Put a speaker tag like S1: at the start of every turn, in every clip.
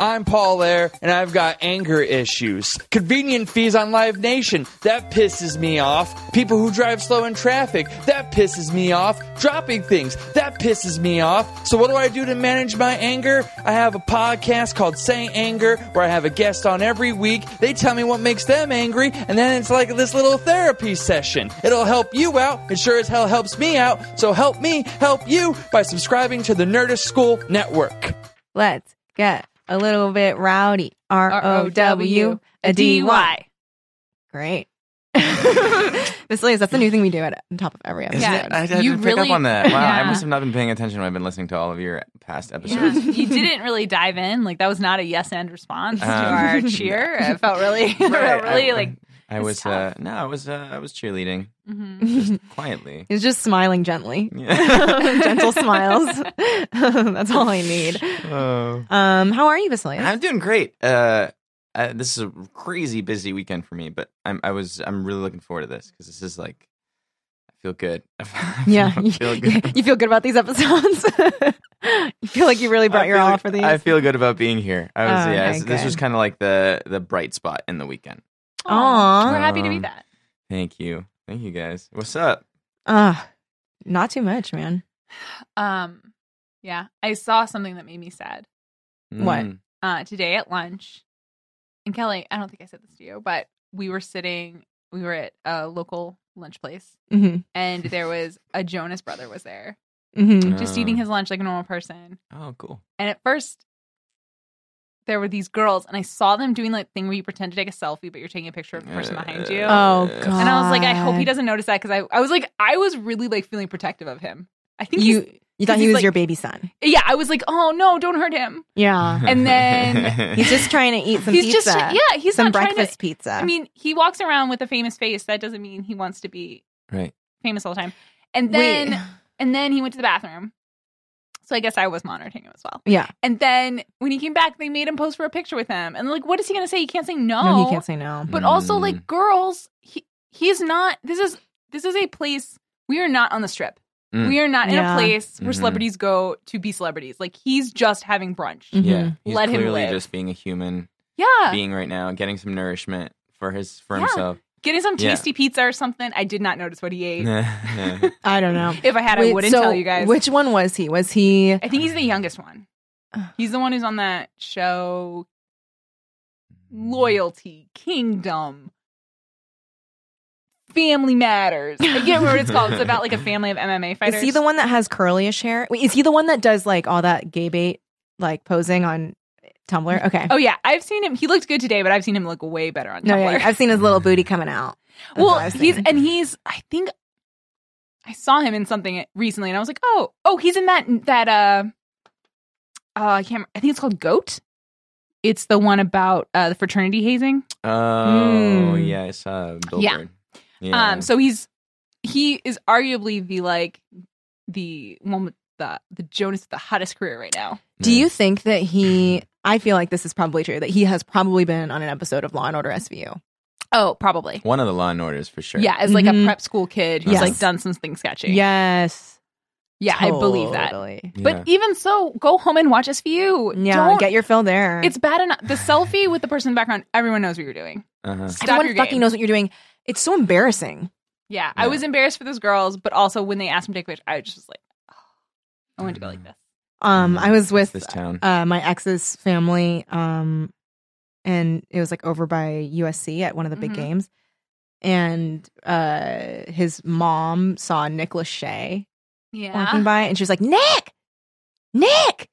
S1: I'm Paul Air, and I've got anger issues. Convenient fees on Live Nation, that pisses me off. People who drive slow in traffic, that pisses me off. Dropping things, that pisses me off. So, what do I do to manage my anger? I have a podcast called Say Anger, where I have a guest on every week. They tell me what makes them angry, and then it's like this little therapy session. It'll help you out. It sure as hell helps me out. So, help me help you by subscribing to the Nerdist School Network.
S2: Let's get a little bit rowdy. R O W A D Y. Great. Miss Liz, that's the new thing we do at on top of every episode.
S3: Isn't
S4: Yeah.
S3: it? I, I didn't
S4: You
S3: pick
S4: really-
S3: up on that. Wow, I
S4: Yeah.
S3: must have not been paying attention when I've been listening to all of your past
S4: Yeah.
S3: episodes.
S4: you didn't really dive in. Like that was not a yes and response to
S3: Um,
S4: our cheer. I felt really, I felt
S3: Right,
S4: really
S3: I,
S4: like.
S3: I
S4: it's
S3: was uh,
S4: tough.
S3: no, I was uh, I was cheerleading
S4: mhm.
S2: Mm-hmm.
S3: quietly.
S2: He's just smiling gently.
S3: Yeah.
S2: Gentle smiles. that's all I need.
S3: Oh.
S2: Um, how are you, Vasilia?
S3: I'm doing great. Uh, uh, this is a crazy busy weekend for me, but I'm I was I'm really looking forward to this because this is like I feel good. I feel-
S2: Yeah.
S3: I feel good.
S2: You feel good about these episodes? you feel like you really brought
S3: I
S2: your
S3: feel-
S2: all for these?
S3: I feel good about being here. I was
S2: Oh,
S3: yeah.
S2: okay,
S3: this- This
S2: good.
S3: was kind of like the the bright spot in the weekend.
S2: Aw.
S4: We're happy to be
S3: Um,
S4: that.
S3: Thank you, thank you guys. What's up?
S2: Uh, not too much, man.
S4: Um, yeah, I saw something that made me sad
S2: What?
S3: Mm.
S4: uh, today at lunch. And Kelly, I don't think I said this to you, but we were sitting, we were at a local lunch place,
S2: hmm
S4: and there was a Jonas brother was there,
S2: hmm
S4: just
S3: Um,
S4: eating his lunch like a normal person.
S3: Oh, cool.
S4: And at first, there were these girls, and I saw them doing like thing where you pretend to take a selfie, but you're taking a picture of the person behind you.
S3: Uh,
S2: Oh,
S3: And I was
S2: God.
S4: and I was like, I hope he doesn't notice that because I, I was like, I was really like feeling protective of him. I think you,
S2: You, you thought
S4: he's
S2: he was
S4: like-
S2: your baby son.
S4: yeah, I was like, oh no, don't hurt him.
S2: Yeah.
S4: And then-
S2: He's just trying to eat some
S4: he's
S2: pizza.
S4: just yeah, he's
S2: some
S4: not trying
S2: breakfast
S4: To,
S2: pizza.
S4: I mean, he walks around with a famous face. That doesn't mean he wants to be
S3: right.
S4: famous all the time. And
S2: Wait.
S4: then and then he went to the bathroom. So I guess I was monitoring him as well.
S2: yeah.
S4: And then when he came back, they made him pose for a picture with him. And like, what is he going to say? He can't say no.
S2: No, he can't say no.
S4: But also,
S3: Mm.
S4: like, girls, he he's not. This is this is a place we are not on the strip.
S3: Mm.
S4: We are not in
S2: Yeah.
S4: a place where
S3: Mhm.
S4: celebrities go to be celebrities. Like he's just having brunch.
S2: Mhm.
S3: Yeah, he's
S4: Let him
S3: clearly
S4: live.
S3: just being a human
S4: Yeah,
S3: being right now, getting some nourishment for his for
S4: Yeah.
S3: himself.
S4: getting some
S3: Yeah.
S4: tasty pizza or something. I did not notice what he ate.
S2: I don't know.
S4: If I had, I
S2: Wait,
S4: wouldn't
S2: so
S4: tell you guys.
S2: Which one was he? Was he?
S4: I think he's the youngest one. He's the one who's on that show,
S3: Mm.
S4: Loyalty Kingdom, Family Matters. I can't remember what it's called. It's about like a family of MMA fighters.
S2: Is he the one that has curlyish hair? Wait, is he the one that does like all that gay bait, like posing on Tumblr? Okay.
S4: Oh yeah, I've seen him. He looked good today, but I've seen him look way better on
S2: no,
S4: Tumblr.
S2: yeah, yeah, I've seen his little booty coming out. That's what I
S4: well,
S2: was
S4: he's
S2: thinking.
S4: and he's. I think I saw him in something recently, and I was like, oh, oh, he's in that that uh, uh I can't. I think it's called Goat. It's the one about uh, the fraternity hazing.
S3: Oh
S2: Mm.
S3: yeah, I saw a
S4: Yeah.
S3: billboard. Yeah.
S4: Um, so he's he is arguably the like the one with the the Jonas with the hottest career right now.
S2: Do you think that he? I feel like this is probably true. That he has probably been on an episode of Law and Order SVU.
S4: Oh, probably.
S3: one of the Law and Orders for sure?
S4: Yeah, as like
S2: Mhm.
S4: a prep school kid who's
S2: Yes.
S4: like done something sketchy.
S2: Yes.
S4: yeah, I believe that.
S2: Totally.
S3: Yeah.
S4: But even so, go home and watch SVU.
S2: Yeah.
S4: Don't,
S2: Get your fill there.
S4: it's bad enough. The selfie with the person in the background, everyone knows what you're doing.
S3: Uh-huh.
S4: Stop
S2: everyone
S4: your
S2: fucking
S4: game.
S2: knows what you're doing. It's so embarrassing.
S4: Yeah, I
S3: Yeah.
S4: was embarrassed for those girls, but also when they asked me to take a picture, I just was like, oh, I want to go like
S3: Mm.
S4: this.
S2: Um, I was with
S3: this town.
S2: uh, my ex's family, um, and it was like over by USC at one of the big
S4: Mhm.
S2: games. And uh, his mom saw Nick Lachey walking
S4: Yeah.
S2: by, and she was like, "Nick, Nick,"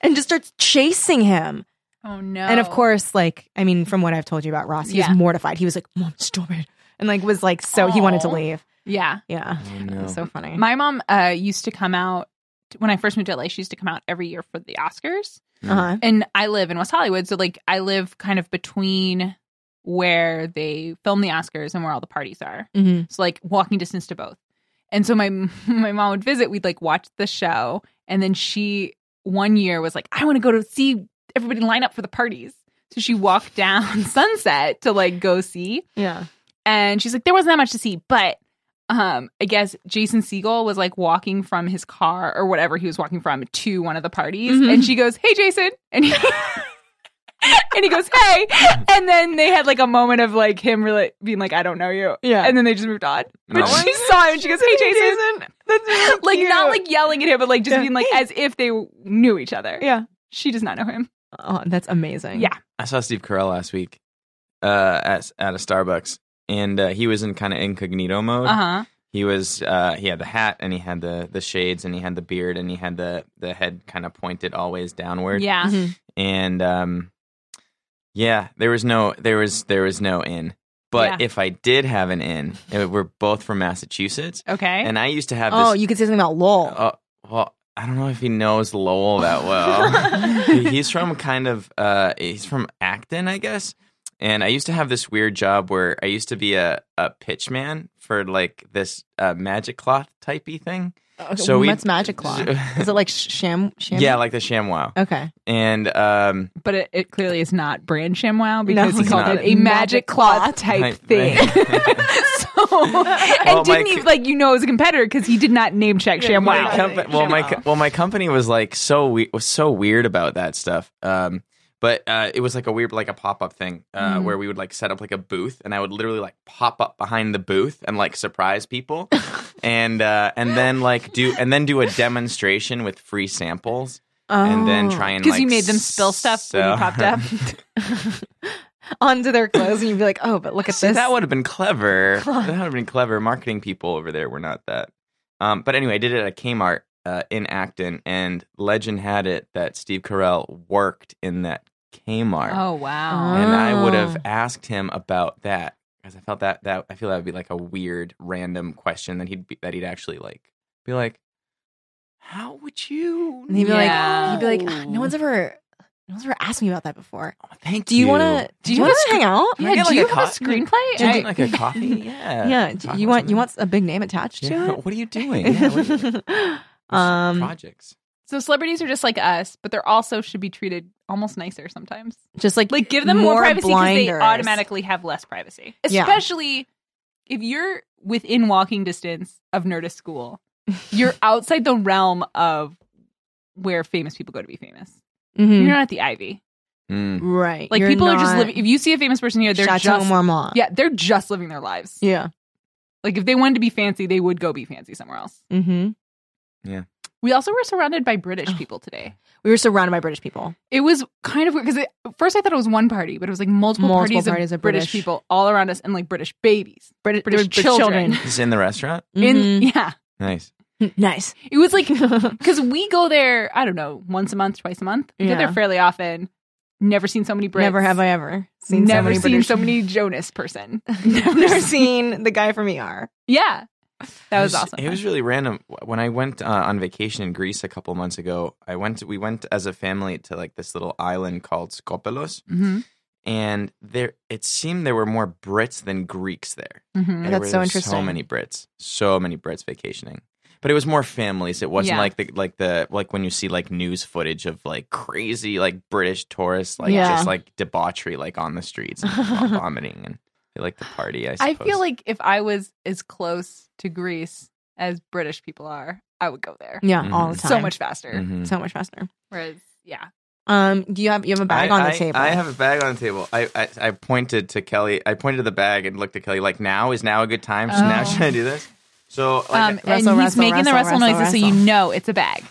S2: and just starts chasing him.
S4: Oh no.
S2: And of course, like I mean, from what I've told you about Ross, he
S4: Yeah.
S2: was mortified. He was like, "Mom, stop it," and like was like so he wanted to
S4: Aw.
S2: leave.
S4: yeah.
S2: Yeah,
S3: oh,
S2: it
S3: no.
S2: was so funny.
S4: My mom uh, used to come out when I first moved to LA. She used to come out every year for the Oscars,
S2: uh-huh.
S4: and I live in West Hollywood, so like I live kind of between where they film the Oscars and where all the parties are.
S2: Mhm.
S4: So like walking distance to both. And so my my mom would visit. We'd like watch the show, and then she one year was like, "I want to go to see everybody line up for the parties." So she walked down Sunset to like go see,
S2: Yeah.
S4: and she's like, "There wasn't that much to see, but um, I guess Jason Siegel was like walking from his car or whatever he was walking from to one of the parties,
S2: Mhm.
S4: and she goes, "Hey, Jason," and he, and he goes, "Hey," and then they had like a moment of like him really being like, "I don't know you,"
S2: Yeah.
S4: and then they just moved on. But
S3: No.
S4: she saw him, and she goes, "Hey, Jason." Like not like yelling at him, but like just
S2: Yeah.
S4: being like as if they knew each other.
S2: yeah.
S4: She does not know him.
S2: Oh, that's amazing.
S4: Yeah.
S3: I saw Steve Carell last week uh, at at a Starbucks, and uh, he was in kind of incognito mode.
S4: Uh huh.
S3: He was uh, he had the hat and he had the the shades and he had the beard and he had the the head kind of pointed always downward.
S4: Yeah.
S2: Mhm.
S3: Mm-hmm. and um, yeah, there was no there was there was no in. But
S4: Yeah.
S3: if I did have an in, it, we're both from Massachusetts,
S4: Okay.
S3: and I used to have this.
S2: Oh, you could say something about LOL.
S3: Uh, well, I don't know if he knows Lowell that well. He- he's from kind of uh, he's from Acton, I guess. And I used to have this weird job where I used to be a, a pitch man for like this uh, magic cloth typey thing.
S2: Okay,
S3: so we-
S2: Uh, what's magic claw? Is it like sh- sham? sham?
S3: Yeah, like the ShamWow.
S2: Okay.
S3: And um,
S4: but it, it clearly is not brand ShamWow because he
S3: it's
S4: called
S3: not.
S4: it a magic cloth type
S3: Right,
S4: thing. so, and didn't
S3: my
S4: he
S3: co-
S4: like you know it was a competitor because he did not name check
S3: my
S4: ShamWow.
S3: compa- well, my co- well, my company was like so we- was so weird about that stuff. Um, but uh, it was like a weird like a pop up thing uh,
S4: Mhm.
S3: where we would like set up like a booth, and I would literally like pop up behind the booth and like surprise people, and uh, and then like do and then do a demonstration with free samples, and then
S2: Oh.
S3: try and
S4: Because
S3: because
S4: you made them spill stuff when you popped up.
S2: onto their clothes, and you'd be like, "Oh, but look at
S3: See,
S2: this."
S3: that would have been clever. that would have been clever. Marketing people over there were not that. Um, but anyway, I did it at Kmart uh, in Acton, and legend had it that Steve Carell worked in that Kmart,
S4: oh wow.
S3: and I would have
S2: Oh.
S3: asked him about that because I felt that that I feel that would be like a weird, random question that he'd be, that he'd actually like be like, "How would you?"
S2: And he'd be
S4: Yeah.
S2: like, he'd be like, "Ah, "No one's
S3: know?"
S2: ever, no one's ever asked me about that before.
S3: Oh, thank
S2: Do you, want to? Do you
S4: you
S2: want
S4: have
S2: to hang out?
S3: Can I
S4: Yeah,
S3: get,
S4: do
S3: like,
S4: you
S3: a
S4: have a
S3: co-
S4: screenplay?
S3: Can I
S4: I-
S3: get, like a coffee? Yeah.
S2: Yeah, do
S3: Talk
S2: you
S3: about
S2: want you
S3: something.
S2: want a big name attached
S3: Yeah,
S2: to it?
S3: What are you doing? Yeah, what are you-
S2: Yeah, Um,
S3: projects.
S4: so celebrities are just like us, but they're also should be treated almost nicer sometimes.
S2: just like
S4: Like give them more, privacy because they
S2: blinders.
S4: automatically have less privacy,
S2: Yeah.
S4: especially if you're within walking distance of Nerdist School. You're outside the realm of where famous people go to be famous.
S2: Mhm.
S4: You're not at the Ivy.
S3: Mm.
S2: right.
S4: Like
S2: You're
S4: people are just
S2: not
S4: living. If you see a famous person here, they're
S2: Chateau
S4: just
S2: Marmont.
S4: yeah, they're just living their lives.
S2: yeah.
S4: Like if they wanted to be fancy, they would go be fancy somewhere else.
S2: Mm-hmm.
S4: We also were surrounded by British people today.
S2: We were surrounded by British people.
S4: It was kind of weird because at first I thought it was one party, but it was like multiple,
S2: Multiple
S4: parties,
S2: parties
S4: of
S2: of
S4: British,
S2: British.
S4: people all around us and like British babies.
S2: British,
S4: British children. Mm-hmm.
S3: This is in the restaurant.
S4: In yeah,
S3: Nice.
S2: Mhm. nice.
S4: it was like because we go there. I don't know, once a month, twice a month. We go
S2: Yeah.
S4: there fairly often. Never seen so many Brits.
S2: Never have I ever seen so
S4: never
S2: many
S4: seen
S2: British-
S4: so many Jonas person.
S2: Never seen the guy from ER.
S4: Yeah, that
S3: It
S4: was awesome.
S3: It was really random. When I went uh, on vacation in Greece a couple months ago, I went. we went as a family to like this little island called Skopelos,
S4: hmm
S3: and there it seemed there were more Brits than Greeks there.
S4: hmm
S3: There
S2: That's
S3: were-
S2: so
S3: there were So
S2: interesting.
S3: many Brits. So many Brits vacationing. But it was more families. It wasn't
S4: Yeah.
S3: like the like the like when you see like news footage of like crazy like British tourists like
S2: Yeah.
S3: just like debauchery like on the streets and vomiting and they like to party. I
S4: I
S3: suppose.
S4: feel like if I was as close to Greece as British people are, I would go there
S2: Yeah,
S3: Mhm.
S2: all the time.
S4: so much faster.
S3: Mhm.
S2: so much faster.
S4: Whereas, yeah,
S2: Um, do you have you have a bag
S3: I,
S2: on the
S3: I-
S2: table?
S3: I have a bag on the table. I, I I pointed to Kelly. I pointed to the bag and looked at Kelly like, now is now a good time? So now
S4: Oh.
S3: should I do this? So like,
S4: um, and
S2: Wrestle,
S4: he's
S2: wrestle,
S4: making the wrestle,
S2: wrestle,
S4: noises, so you
S2: wrestle.
S4: know it's a bag.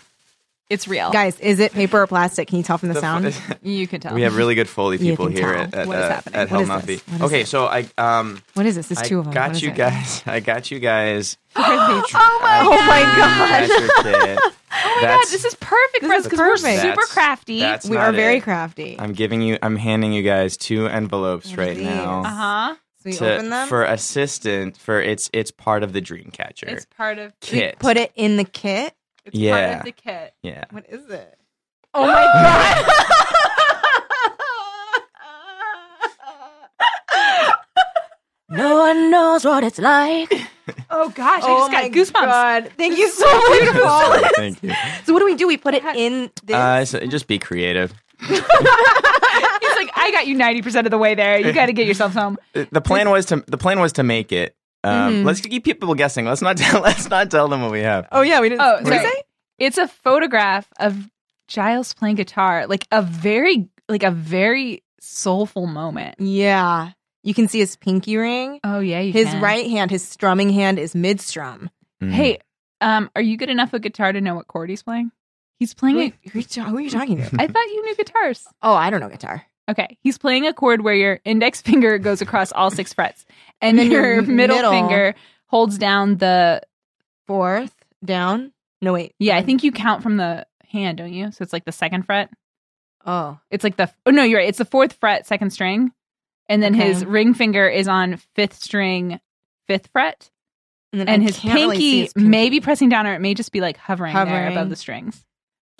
S4: It's real.
S2: Guys, is it paper or plastic? Can you tell from the,
S3: the-
S2: sound?
S4: you can tell.
S3: we have really good Foley
S2: You
S3: people
S2: can
S3: here
S2: tell.
S3: at, at,
S4: What is
S3: uh,
S4: happening?
S3: at
S2: What is
S3: Hellmouthy.
S2: this? What is
S3: Okay,
S2: this?
S3: so I um
S2: what is this? There's
S3: I
S2: two of them.
S3: got
S2: What is
S3: you
S2: it?
S3: guys. I got you guys.
S4: oh my
S2: Oh my
S3: That's
S2: gosh.
S3: your kid.
S4: Oh my god,
S3: That's-
S4: this is perfect for
S2: This is
S4: us because we're
S2: perfect.
S4: super
S3: That's-
S4: crafty.
S3: that's
S2: We
S3: not
S2: are very
S3: it.
S2: crafty.
S3: I'm giving you. I'm handing you guys two envelopes
S2: What are
S3: right
S2: these?
S4: uh
S3: now.
S4: huh.
S2: so you
S3: to-
S2: Um, open them.
S3: for assistant for it's it's part of the dream catcher
S4: It's part of
S3: kit
S2: Put it in the kit.
S4: It's part
S3: Yeah.
S4: of the kit.
S3: yeah
S2: What is it?
S4: Oh my god.
S2: No one knows what it's like.
S4: Oh gosh,
S2: Oh
S4: I
S2: my
S4: just got goosebumps.
S2: God. Thank you so much. Paul.
S3: Oh, thank you
S2: so what do we do? We put it in this.
S3: uh, so just be creative
S4: He's like, Mm-hmm. I got you ninety percent of the way there. You got to get yourself home.
S3: the plan was to the plan was to make it uh, Um,
S2: Mhm.
S3: Let's keep people guessing. Let's not tell. Let's not tell them what we have.
S2: Oh yeah, we didn't.
S4: Oh,
S2: what did you
S4: sorry.
S2: say?
S4: It's a photograph of Giles playing guitar, like a very like a very soulful moment.
S2: Yeah, you can see his pinky ring.
S4: Oh yeah, you
S2: His
S4: can.
S2: right hand, his strumming hand, is mid strum.
S3: Mm.
S4: Mm-hmm. Hey, um, are you good enough a guitar to know what chord he's playing? He's playing. A,
S2: who, are you ta- who are you talking to?
S4: I thought you knew guitars.
S2: oh, I don't know guitar.
S4: Okay, he's playing a chord where your index finger goes across all six frets, and,
S2: And then
S4: your
S2: your
S4: middle,
S2: middle-
S4: finger holds down the.
S2: Fourth down. No wait.
S4: Yeah, I think you count from the hand, don't you? So it's like the second fret.
S2: Oh,
S4: It's like the. Oh no, you're right. It's the fourth fret, second string, and then his
S2: Okay.
S4: ring finger is on fifth string, fifth fret,
S2: then
S4: and
S2: I
S4: his
S2: can't really see
S4: pinky,
S2: his pinky.
S4: may be pressing down, or it may just be like hovering, there
S2: Hovering.
S4: above the strings.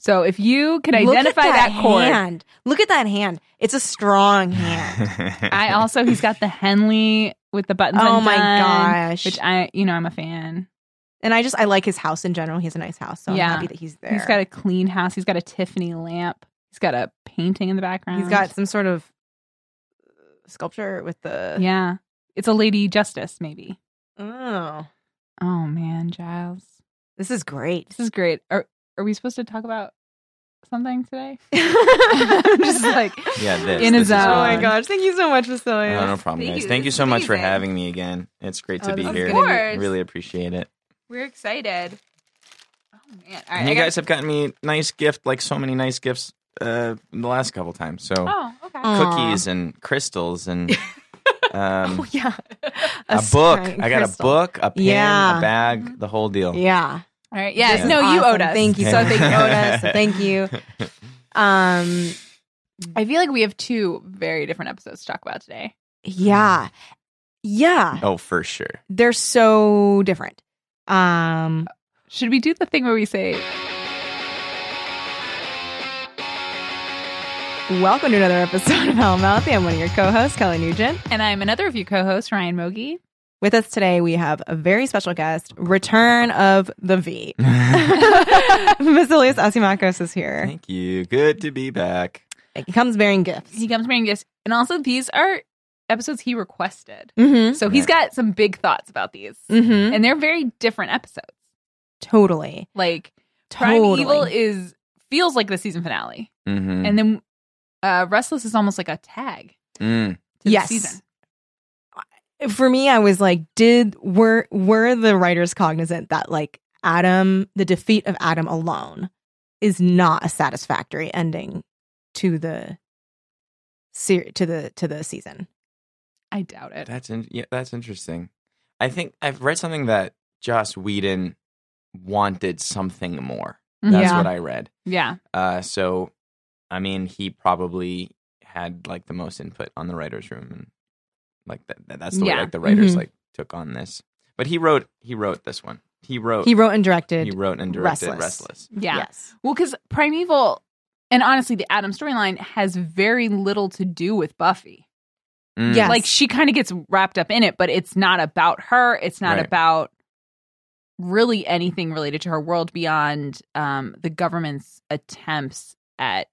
S4: So if you could
S2: Look at
S4: identify that, chord,
S2: Hand. Look at that hand. It's a strong hand.
S3: Mm.
S4: I also he's got the Henley with the buttons.
S2: oh my
S4: undone.
S2: gosh.
S4: Which I, you know, I'm a fan.
S2: and I just I like his house in general. He has a nice house, so
S4: Yeah.
S2: I'm happy that he's there.
S4: He's got a clean house. He's got a Tiffany lamp. He's got a painting in the background.
S2: he's got some sort of uh, sculpture with the
S4: yeah. It's a Lady Justice, maybe.
S2: Oh,
S4: Oh man, Giles,
S2: this is great.
S4: this is great. Are are we supposed to talk about something today?
S2: I'm
S4: just like,
S3: Yeah, this.
S4: In
S3: this
S4: a
S3: is
S4: zone.
S2: Oh my
S3: mine.
S2: gosh! Thank you so much,
S3: No,
S2: Priscilla.
S3: no problem,
S4: Thank
S3: guys.
S4: you.
S3: Thank you
S4: This
S3: so
S4: is
S3: much for
S4: amazing.
S3: having me again. It's great to
S2: Oh,
S3: be
S2: this is
S3: here.
S2: gonna be-
S3: Really appreciate it.
S4: We're excited. Oh man, all
S3: And you guys have gotten me nice gift, like so many nice gifts uh, the last couple times. So
S4: Oh, okay.
S2: Oh.
S3: cookies and crystals and um,
S2: Oh yeah,
S3: a, book. I got a book, a pen,
S2: Yeah.
S3: a bag, the whole deal.
S2: Yeah.
S4: All right. Yeah.
S2: This is
S4: No, you
S2: awesome.
S4: owed us.
S2: Thank you.
S4: So thank you.
S2: you, Oda. So thank you. Um.
S4: I feel like we have two very different episodes to talk about today.
S2: Yeah. Yeah.
S3: Oh, for sure.
S2: They're so different. Um.
S4: Should we do the thing where we say
S2: Welcome to another episode of Hellmouth. I'm one of your co-hosts, Kelly Nugent.
S4: And I'm another of your co-host, Ryan Mogi.
S2: With us today, we have a very special guest, Return of the V. Vasilius Asimakos is here.
S3: Thank you. Good to be back.
S2: He comes bearing gifts.
S4: He comes bringing gifts. And also these are episodes he requested.
S2: Mm-hmm.
S4: So he's got some big thoughts about these.
S2: Mm-hmm.
S4: And they're very different episodes.
S2: Totally.
S4: Like
S2: Totally. Mm.
S4: Prime Evil is feels like the season finale.
S3: Mm-hmm.
S4: And then uh Restless is almost like a tag
S3: Mm.
S4: to
S2: Yes.
S4: the season.
S2: For me, I was like, did were were the writers cognizant that like Adam, the defeat of Adam alone, is not a satisfactory ending to the ser- to the to the season.
S4: I doubt it.
S3: That's in- yeah, that's interesting. I think I've read something that Joss Whedon wanted something more. That's
S4: yeah.
S3: what I read.
S4: yeah.
S3: Uh, so, I mean, he probably had like the most input on the writers' room, and like that, that- that's the way
S4: Yeah.
S3: like the writers
S2: Mhm.
S3: like took on this. But he wrote he wrote this one. He wrote
S2: He
S3: Oh. he,
S2: wrote and directed.
S3: wrote and directed
S2: Restless.
S3: Restless.
S4: Yeah.
S2: Yes.
S4: Well, because Primeval and honestly the Adam storyline has very little to do with Buffy.
S3: Mm.
S2: Yes.
S4: like she kind of gets wrapped up in it but it's not about her it's not
S3: Right.
S4: about really anything related to her world beyond um the government's attempts at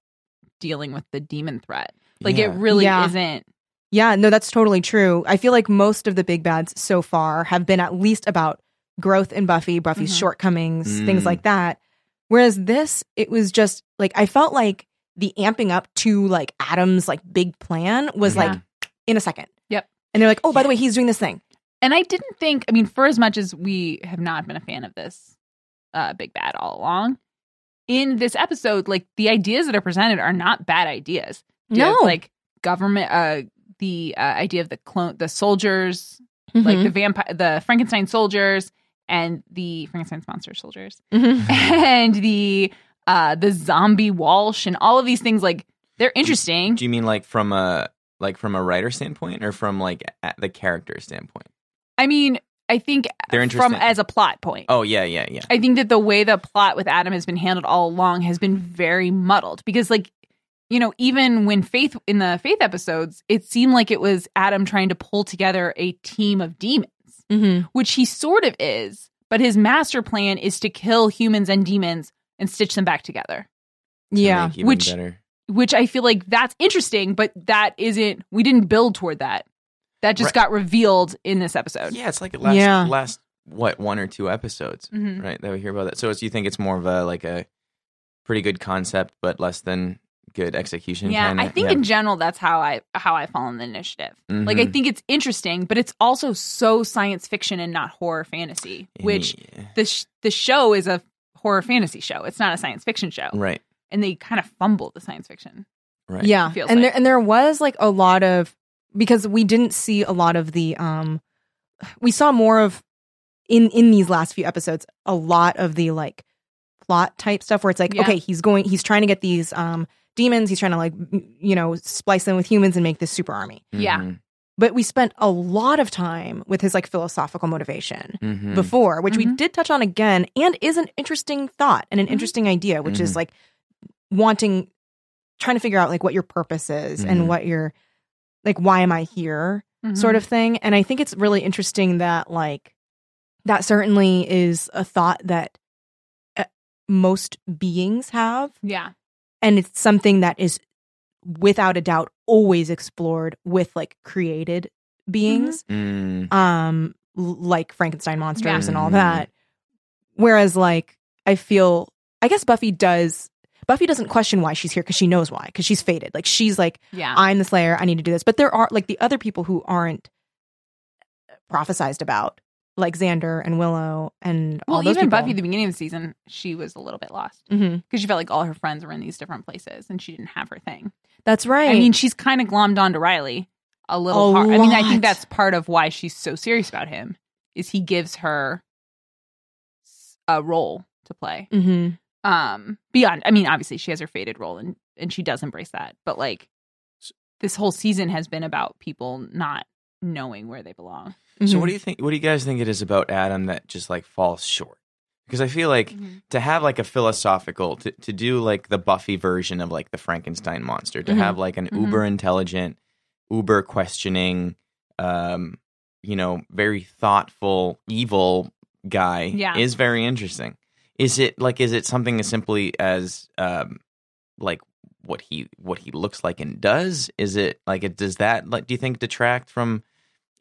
S4: dealing with the demon threat like it
S3: Yeah.
S4: really
S2: Yeah.
S4: isn't
S2: Yeah, no, that's totally true. I feel like most of the big bads so far have been at least about growth in Buffy, Buffy's
S4: Mhm.
S2: shortcomings, things
S3: Mm.
S2: like that. Whereas this, it was just like I felt like the amping up to like Adam's like big plan was
S3: Yeah.
S2: like in a second.
S4: Yep.
S2: And they're like, oh, by the way, he's doing this thing.
S4: and i didn't think i mean for as much as we have not been a fan of this uh big bad all along in this episode like the ideas that are presented are not bad ideas
S2: No,
S4: Just, like government uh the uh, idea of the clone the soldiers
S3: Mm-hmm.
S4: like
S2: Mm-hmm.
S4: the vampire the frankenstein soldiers and the frankenstein's monster soldiers
S2: Mm-hmm.
S4: and the uh the zombie walsh and all of these things like they're interesting
S3: Do you mean like from a like from a writer standpoint or from like a the character standpoint?
S4: i mean i think
S3: They're
S4: from
S3: interesting.
S4: as a plot point
S3: oh yeah yeah yeah.
S4: i think that the way the plot with adam has been handled all along has been very muddled because like you know even when faith in the faith episodes it seemed like it was adam trying to pull together a team of demons
S2: Mm-hmm.
S4: which he sort of is, but his master plan is to kill humans and demons and stitch them back together,
S3: To
S2: yeah,
S3: make even
S4: which-
S3: better.
S4: which I feel like that's interesting, but that isn't, we didn't build toward that. That just
S3: Right.
S4: got revealed in this episode.
S3: Oh, Yeah, it's like it last
S2: Yeah.
S3: last what one or two episodes,
S4: Mhm.
S3: right? That we hear about that. So, it's, you think it's more of a like a pretty good concept, but less than good execution?
S4: Yeah,
S3: kinda?
S4: I think
S3: Yeah.
S4: in general that's how I how I fall in the initiative. Like I
S3: Mhm.
S4: think it's interesting, but it's also so science fiction and not horror fantasy, which
S3: Yeah.
S4: the sh- the show is a horror fantasy show. It's not a science fiction show,
S3: right,
S4: and they kind of fumble the science fiction.
S3: right,
S2: Yeah.
S4: It feels
S2: and
S4: like.
S2: there and there was like a lot of because we didn't see a lot of the um we saw more of in in these last few episodes a lot of the like plot type stuff where it's like
S4: Yeah.
S2: okay, he's going he's trying to get these um demons, he's trying to like m- you know, splice them with humans and make this super army.
S4: Yeah.
S3: Mhm.
S2: But we spent a lot of time with his like philosophical motivation
S3: Mhm.
S2: before, which we
S4: Mhm.
S2: did touch on again, and is an interesting thought and an
S4: Mhm.
S2: interesting idea, which
S3: Mhm.
S2: is like wanting, trying to figure out like what your purpose is
S3: Mhm.
S2: and what your, like, why am I here
S3: Mm-hmm.
S4: Mm-hmm.
S2: sort of thing. And I think it's really interesting that, like, that certainly is a thought that uh, most beings have.
S4: Yeah,
S2: And it's something that is without a doubt always explored with like created beings
S3: Mm.
S2: um l- like Frankenstein monsters
S4: Yeah.
S2: and all that. Whereas like I feel I guess Buffy does Buffy doesn't question why she's here cuz she knows why cuz she's fated. Like she's like
S4: yeah,
S2: I'm the slayer, I need to do this. But there are like the other people who aren't prophesized about like Xander and Willow and
S4: Well,
S2: all those
S4: even
S2: people.
S4: Buffy, at the beginning of the season, she was a little bit lost
S2: Mhm.
S4: because she felt like all her friends were in these different places and she didn't have her thing.
S2: That's right.
S4: I mean, she's kind of glommed onto Riley a little
S2: A
S4: hard. I mean, I
S2: lot.
S4: think that's part of why she's so serious about him is he gives her s- a role to play.
S2: hmm
S4: Um, beyond, I mean, obviously she has her faded role and and she does embrace that, but like this whole season has been about people not knowing where they belong.
S3: So,
S4: Mm-hmm.
S3: what do you think? What do you guys think it is about Adam that just like falls short? Because I feel like
S2: Mm-hmm.
S3: to have like a philosophical to, to do like the buffy version of like the frankenstein monster to
S2: Mhm.
S3: have like an
S4: Mhm.
S3: uber intelligent uber questioning um you know very thoughtful evil guy
S4: Yeah.
S3: is very interesting is it like is it something as simply as um like what he what he looks like and does is it like it does that like do you think detract from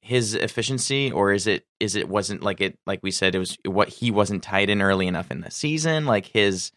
S3: his efficiency or is it is it wasn't like it like we said it was what he wasn't tied in early enough in the season like his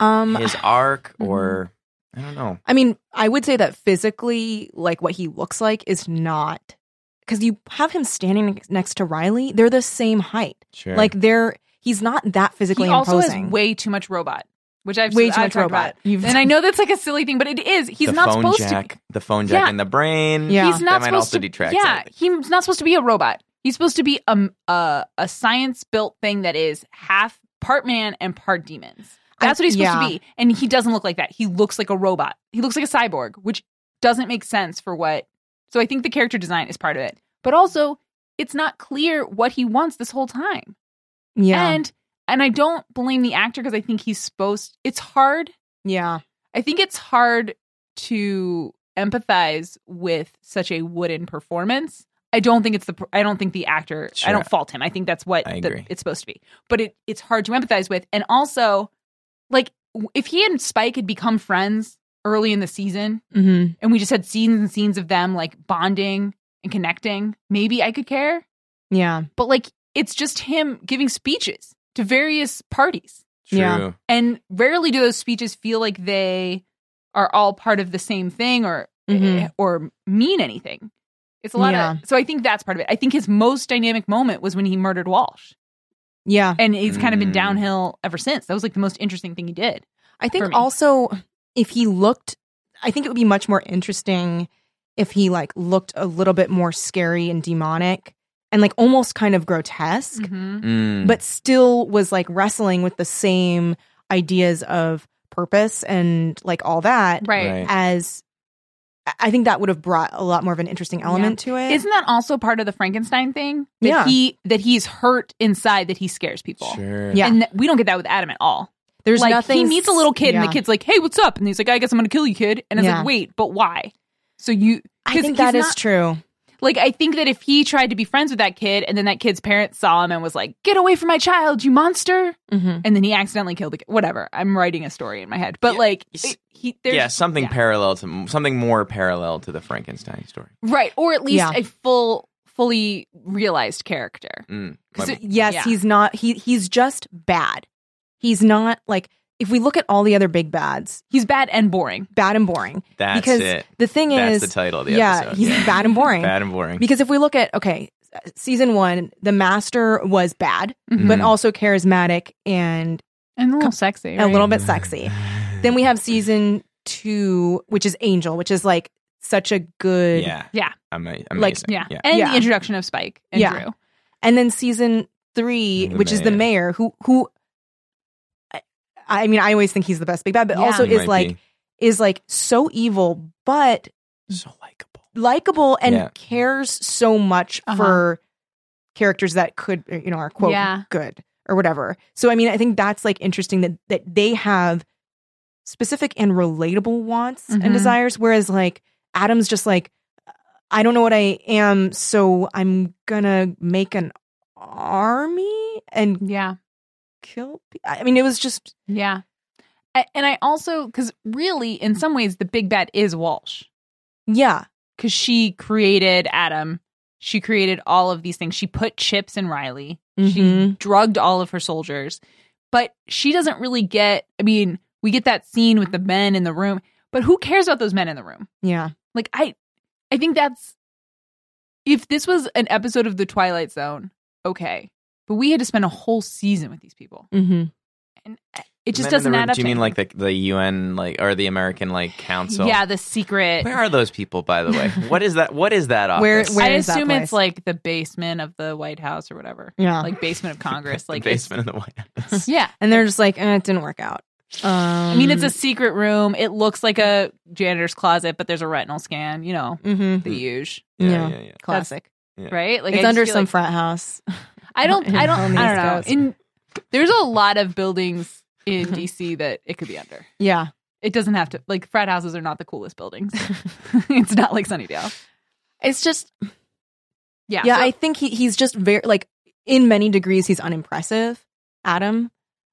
S2: um
S3: his arc or
S4: mm-hmm.
S3: i don't know
S2: I mean, I would say that physically, like what he looks like, is not because you have him standing next to Riley. They're the same height.
S3: sure
S2: Like they're he's not that physically
S4: he also
S2: imposing.
S4: has way too much robot, which I've
S2: Way
S4: I've
S2: too much
S4: talked about.
S2: robot. You've,
S4: And I know that's like a silly thing, but it is. He's
S3: the
S4: not
S3: phone
S4: supposed to.
S3: jack the phone jack
S4: Yeah.
S3: and the brain
S2: Yeah.
S4: He's not
S3: that might
S4: supposed
S3: also
S4: to.
S3: detract
S4: yeah,
S3: slightly.
S4: he's not supposed to be a robot. He's supposed to be um, a a science built thing that is half part man and part demons. That's
S2: I-
S4: what he's
S2: yeah.
S4: supposed to be, and he doesn't look like that. He looks like a robot. He looks like a cyborg, which doesn't make sense for what. So I think the character design is part of it, but also it's not clear what he wants this whole time.
S2: yeah,
S4: And and I don't blame the actor because I think he's supposed. It's hard
S2: yeah,
S4: I think it's hard to empathize with such a wooden performance. I don't think it's the per- I don't think the actor
S3: Sure.
S4: I don't fault him. I think that's what
S3: I
S4: the-
S3: agree.
S4: it's supposed to be. But it it's hard to empathize with and also like w- if he and Spike had become friends early in the season
S2: hmm
S4: and we just had scenes and scenes of them like bonding and connecting, maybe I could care.
S2: yeah,
S4: But like it's just him giving speeches to various parties.
S3: true
S2: Yeah.
S4: And rarely do those speeches feel like they are all part of the same thing or eh,
S2: Mhm.
S4: or mean anything. It's a lot
S2: Yeah.
S4: of so I think that's part of it. I think his most dynamic moment was when he murdered Walsh.
S2: yeah.
S4: And he's kind of been
S3: Mm.
S4: downhill ever since. That was like the most interesting thing he did.
S2: I
S4: for
S2: think
S4: me.
S2: also if he looked, I think it would be much more interesting if he like looked a little bit more scary and demonic and like almost kind of grotesque.
S3: Mm.
S2: but still was like wrestling with the same ideas of purpose and like all that
S4: Right.
S2: as I- I think that would have brought a lot more of an interesting element to it.
S4: Isn't that also part of the Frankenstein thing? That
S2: Yeah.
S4: he that he's hurt inside that he scares people.
S3: sure
S2: Yeah.
S4: And that- we don't get that with Adam at all.
S2: There's
S4: like
S2: nothing
S4: he meets a little kid and
S2: yeah.
S4: the kid's like, "Hey, what's up?" And he's like, "I guess I'm going to kill you, kid." And it's
S2: Yeah.
S4: like, "Wait, but why?" So you
S2: I
S4: because
S2: think
S4: he's
S2: that is
S4: not-
S2: true.
S4: Like I think that if he tried to be friends with that kid and then that kid's parents saw him and was like, "Get away from my child, you monster."
S2: Mhm.
S4: And then he accidentally killed the kid. Whatever. I'm writing a story in my head. But
S3: Yeah,
S4: like
S3: s-
S4: it- he there's
S3: yeah, something
S4: yeah.
S3: parallel to something more parallel to the Frankenstein story.
S4: Right, or at least
S2: Yeah.
S4: a full fully realized character.
S3: Mm.
S4: 'Cause
S3: My-
S4: it-
S2: Yes,
S4: Yeah.
S2: he's not. He he's just bad. He's not like if we look at all the other big bads,
S4: He's bad and boring.
S2: bad and boring.
S3: that's
S2: because
S3: it.
S2: the thing
S3: That's
S2: is,
S3: the title of the
S2: yeah,
S3: episode.
S2: he's bad and boring.
S3: Bad and boring.
S2: Because if we look at okay, season one, the master was bad, but
S4: Mm.
S3: Mhm.
S2: also charismatic and
S4: And a little sexy.
S2: a little bit sexy. Then we have season two, which is Angel, which is like such a good.
S3: Yeah.
S4: Yeah.
S3: Ama- amazing.
S2: Like,
S4: yeah.
S3: yeah.
S4: And
S2: Yeah.
S4: the introduction of Spike and
S2: Yeah.
S4: Drew.
S2: And then season three,
S3: The
S2: which is the mayor, who who. I- I mean, I always think he's the best big bad, but
S4: Yeah.
S2: also
S3: He
S2: is
S3: might
S2: like
S3: be
S2: is like so evil, but
S3: so likable.
S2: likable and
S3: Yeah.
S2: cares so much
S4: Uh-huh.
S2: for characters that could uh, you know are quote
S4: Yeah.
S2: good or whatever. So I mean I think that's like interesting that that they have specific and relatable wants
S4: Mhm.
S2: and desires whereas like Adam's just like I don't know what I am so I'm going to make an army and
S4: Yeah.
S2: kill pe- I mean it was just
S4: Yeah. I, and I also, because really, in some ways, the big bad is Walsh
S2: yeah
S4: because she created Adam. She created all of these things. She put chips in Riley.
S3: Mm-hmm.
S4: She
S2: Mhm.
S4: drugged all of her soldiers. But she doesn't really get, I mean, we get that scene with the men in the room, but who cares about those men in the room?
S2: yeah
S4: Like I I think that's if this was an episode of the Twilight Zone, okay. But we had to spend a whole season with these people.
S2: mhm
S4: And it just
S3: Men in the
S4: doesn't
S3: room,
S4: add up.
S3: Do you
S4: to
S3: mean like the, the UN like or the American like council?
S4: Yeah, the secret.
S3: Where are those people, by the way? What is that? What is that office?
S2: Where- where-
S4: I
S2: is that
S4: assume
S2: place?
S4: it's like the basement of the White House or whatever.
S2: yeah
S4: Like basement of Congress.
S3: the
S4: Like it's-
S3: basement of the White House.
S4: Yeah.
S2: and they're just like eh, it didn't work out um,
S4: I mean it's a secret room. It looks like a janitor's closet, but there's a retinal scan, you know,
S2: mhm
S4: the huge.
S2: Yeah.
S3: yeah, Mm-hmm. yeah, yeah.
S2: classic
S4: Right? Like I
S2: it's
S4: just
S2: under
S4: feel
S2: some
S4: like-
S2: frat house.
S4: I don't. I don't.
S2: On
S4: I
S2: these
S4: don't know.
S2: coasts.
S4: In there's a lot of buildings in DC that it could be under.
S2: Yeah.
S4: It doesn't have to. Like frat houses are not the coolest buildings. it's not like Sunnydale.
S2: It's just
S4: Yeah.
S2: Yeah,
S4: so-
S2: I think he he's just very like in many degrees he's unimpressive, Adam.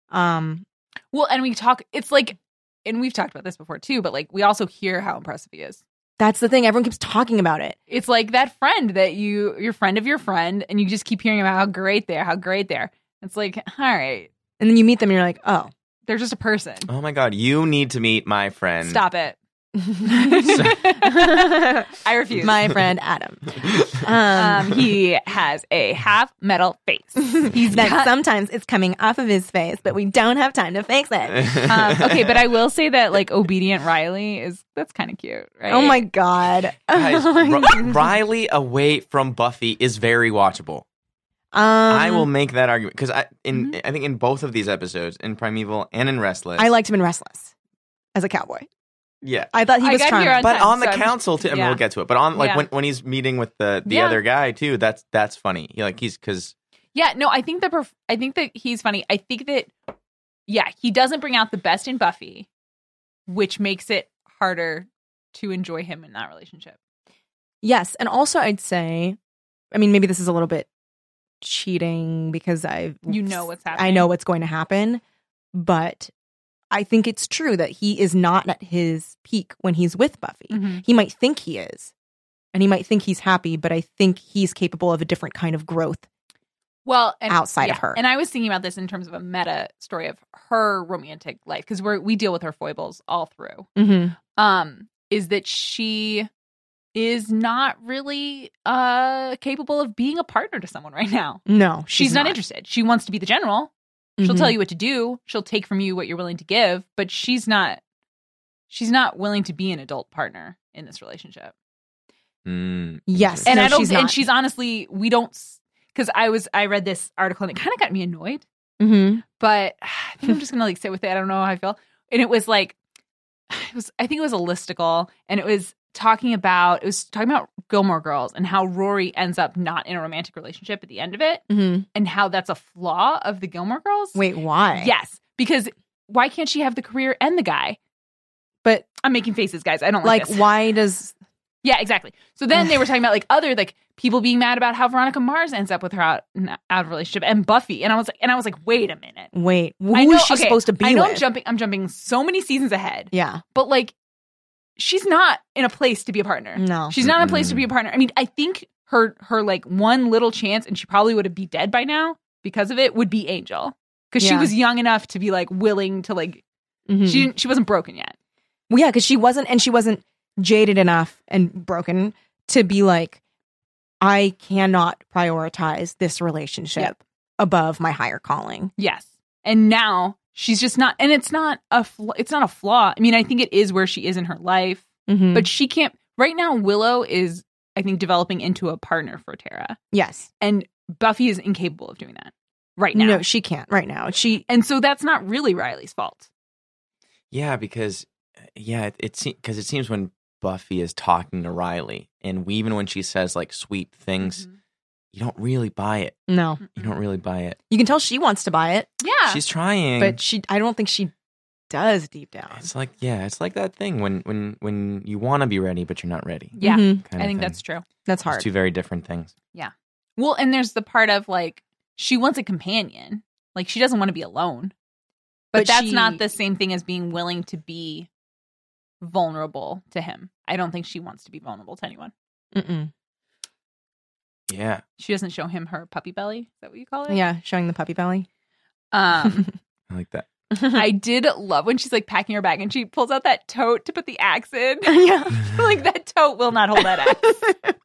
S2: Um
S4: well, and we talk. It's like, and we've talked about this before too. But like, we also hear how impressive he is.
S2: that's the thing. Everyone keeps talking about it.
S4: It's like that friend that you, your friend of your friend, and you just keep hearing about how great they're, how great they're. It's like, all right,
S2: And then you meet them and you're like, oh.
S4: they're just a person.
S3: Oh my God! You need to meet my friend.
S4: Stop it. I refuse.
S2: My friend Adam. Um,
S4: um, he has a half metal face. Um, He's
S2: that
S4: got-
S2: sometimes it's coming off of his face, but we don't have time to fix it.
S4: um, okay, but I will say that like obedient Riley is that's kind of cute, right?
S2: Oh my god. Um,
S3: Guys, Ri- Riley away from Buffy is very watchable. I
S4: Uh-huh.
S3: will make that argument because I in
S4: Mm-hmm.
S3: I think in both of these episodes, in Primeval and in Restless,
S2: I liked him in Restless as a cowboy.
S3: yeah.
S2: I thought he
S4: I
S2: was
S4: got here
S2: charming.
S4: on-
S3: But on
S4: Sometimes,
S3: the
S4: so I'm-
S3: council too, and
S4: yeah.
S3: we'll get to it. But on like
S4: Yeah.
S3: when, when he's meeting with the the
S4: Yeah.
S3: other guy too, that's that's funny. He, like he's because
S4: yeah, no, I think the perf- I think that he's funny. I think that yeah, he doesn't bring out the best in Buffy, which makes it harder to enjoy him in that relationship.
S2: Yes. And also, I'd say, I mean, maybe this is a little bit cheating because I
S4: You know what's happening.
S2: I know what's going to happen, but I think it's true that he is not at his peak when he's with Buffy.
S4: Mhm.
S2: He might think he is, and he might think he's happy, but I think he's capable of a different kind of growth.
S4: Well, and,
S2: Outside of her.
S4: and I was thinking about this in terms of a meta story of her romantic life because we're we deal with her foibles all through.
S2: Mm-hmm.
S4: um is that she is not really uh capable of being a partner to someone right now.
S2: No,
S4: She's,
S2: she's, Mm-hmm.
S4: not, interested. She wants to be the general. She'll tell you what to do. She'll take from you what you're willing to give, but she's not she's not willing to be an adult partner in this relationship.
S3: mm,
S2: Yes.
S4: And
S2: No,
S4: I don't
S2: she's
S4: and
S2: not.
S4: she's honestly we don't cuz I was I read this article and it kind of got me annoyed
S2: Mm-hmm.
S4: but I think I'm just gonna like sit with it. I don't know how I feel. And it was like, it was I think it was a listicle, and it was talking about it was talking about Gilmore Girls and how Rory ends up not in a romantic relationship at the end of it,
S2: Mm-hmm.
S4: and how that's a flaw of the Gilmore Girls.
S2: Wait, why?
S4: yes, because why can't she have the career and the guy?
S2: But
S4: I'm making faces, guys. I don't like,
S2: like,
S4: this.
S2: why does
S4: Yeah, exactly. So then they were talking about like other like people being mad about how Veronica Mars ends up with her out, n- out of relationship and Buffy, and I was like, and I was like, wait a minute,
S2: Wait, who
S4: I know
S2: is she
S4: okay,
S2: supposed to be
S4: I know I'm
S2: with?
S4: jumping, I'm jumping so many seasons ahead,
S2: yeah,
S4: but like, she's not in a place to be a partner.
S2: no.
S4: She's not in a place to be a partner. I mean, I think her her like one little chance, and she probably would have be dead by now because of it. Would be Angel because she
S2: Yeah.
S4: was young enough to be like willing to like
S2: Mhm.
S4: she didn't, she wasn't broken yet.
S2: Well, yeah, because she wasn't, and she wasn't jaded enough and broken to be like, I cannot prioritize this relationship
S4: Yep.
S2: above my higher calling.
S4: Yes. And now she's just not and it's not a fl- it's not a flaw. I mean, I think it is where she is in her life,
S2: Mhm.
S4: but she can't right now Willow is I think developing into a partner for Tara
S2: yes,
S4: and Buffy is incapable of doing that right now.
S2: no, she can't right now. She
S4: And so that's not really Riley's fault.
S3: Yeah, because yeah, it, it seems because it seems when Buffy is talking to Riley, and we, even when she says like sweet
S4: Mm-hmm.
S3: things, you don't really buy it.
S2: no,
S3: You don't really buy it.
S2: you can tell she wants to buy it,
S4: Yeah.
S3: She's trying,
S2: but she, I don't think she does deep down.
S3: it's like yeah, it's like that thing when when when you want to be ready, but you're not ready.
S4: yeah.
S2: Mhm.
S3: kind
S4: Mm, I
S3: of
S4: think
S3: thing.
S4: that's true.
S2: that's
S3: It's
S2: hard.
S3: two very different things.
S4: Well, and there's the part of like she wants a companion. Like she doesn't want to be alone. But,
S2: But
S4: that's
S2: she-
S4: not the same thing as being willing to be vulnerable to him. I don't think she wants to be vulnerable to anyone.
S2: Mm-mm.
S3: Yeah,
S4: She doesn't show him her puppy belly. Is that what you call it?
S2: Yeah, showing the puppy belly.
S4: Um,
S3: I like that.
S4: I did love when she's like packing her bag and she pulls out that tote to put the axe in.
S2: yeah.
S4: like that tote will not hold that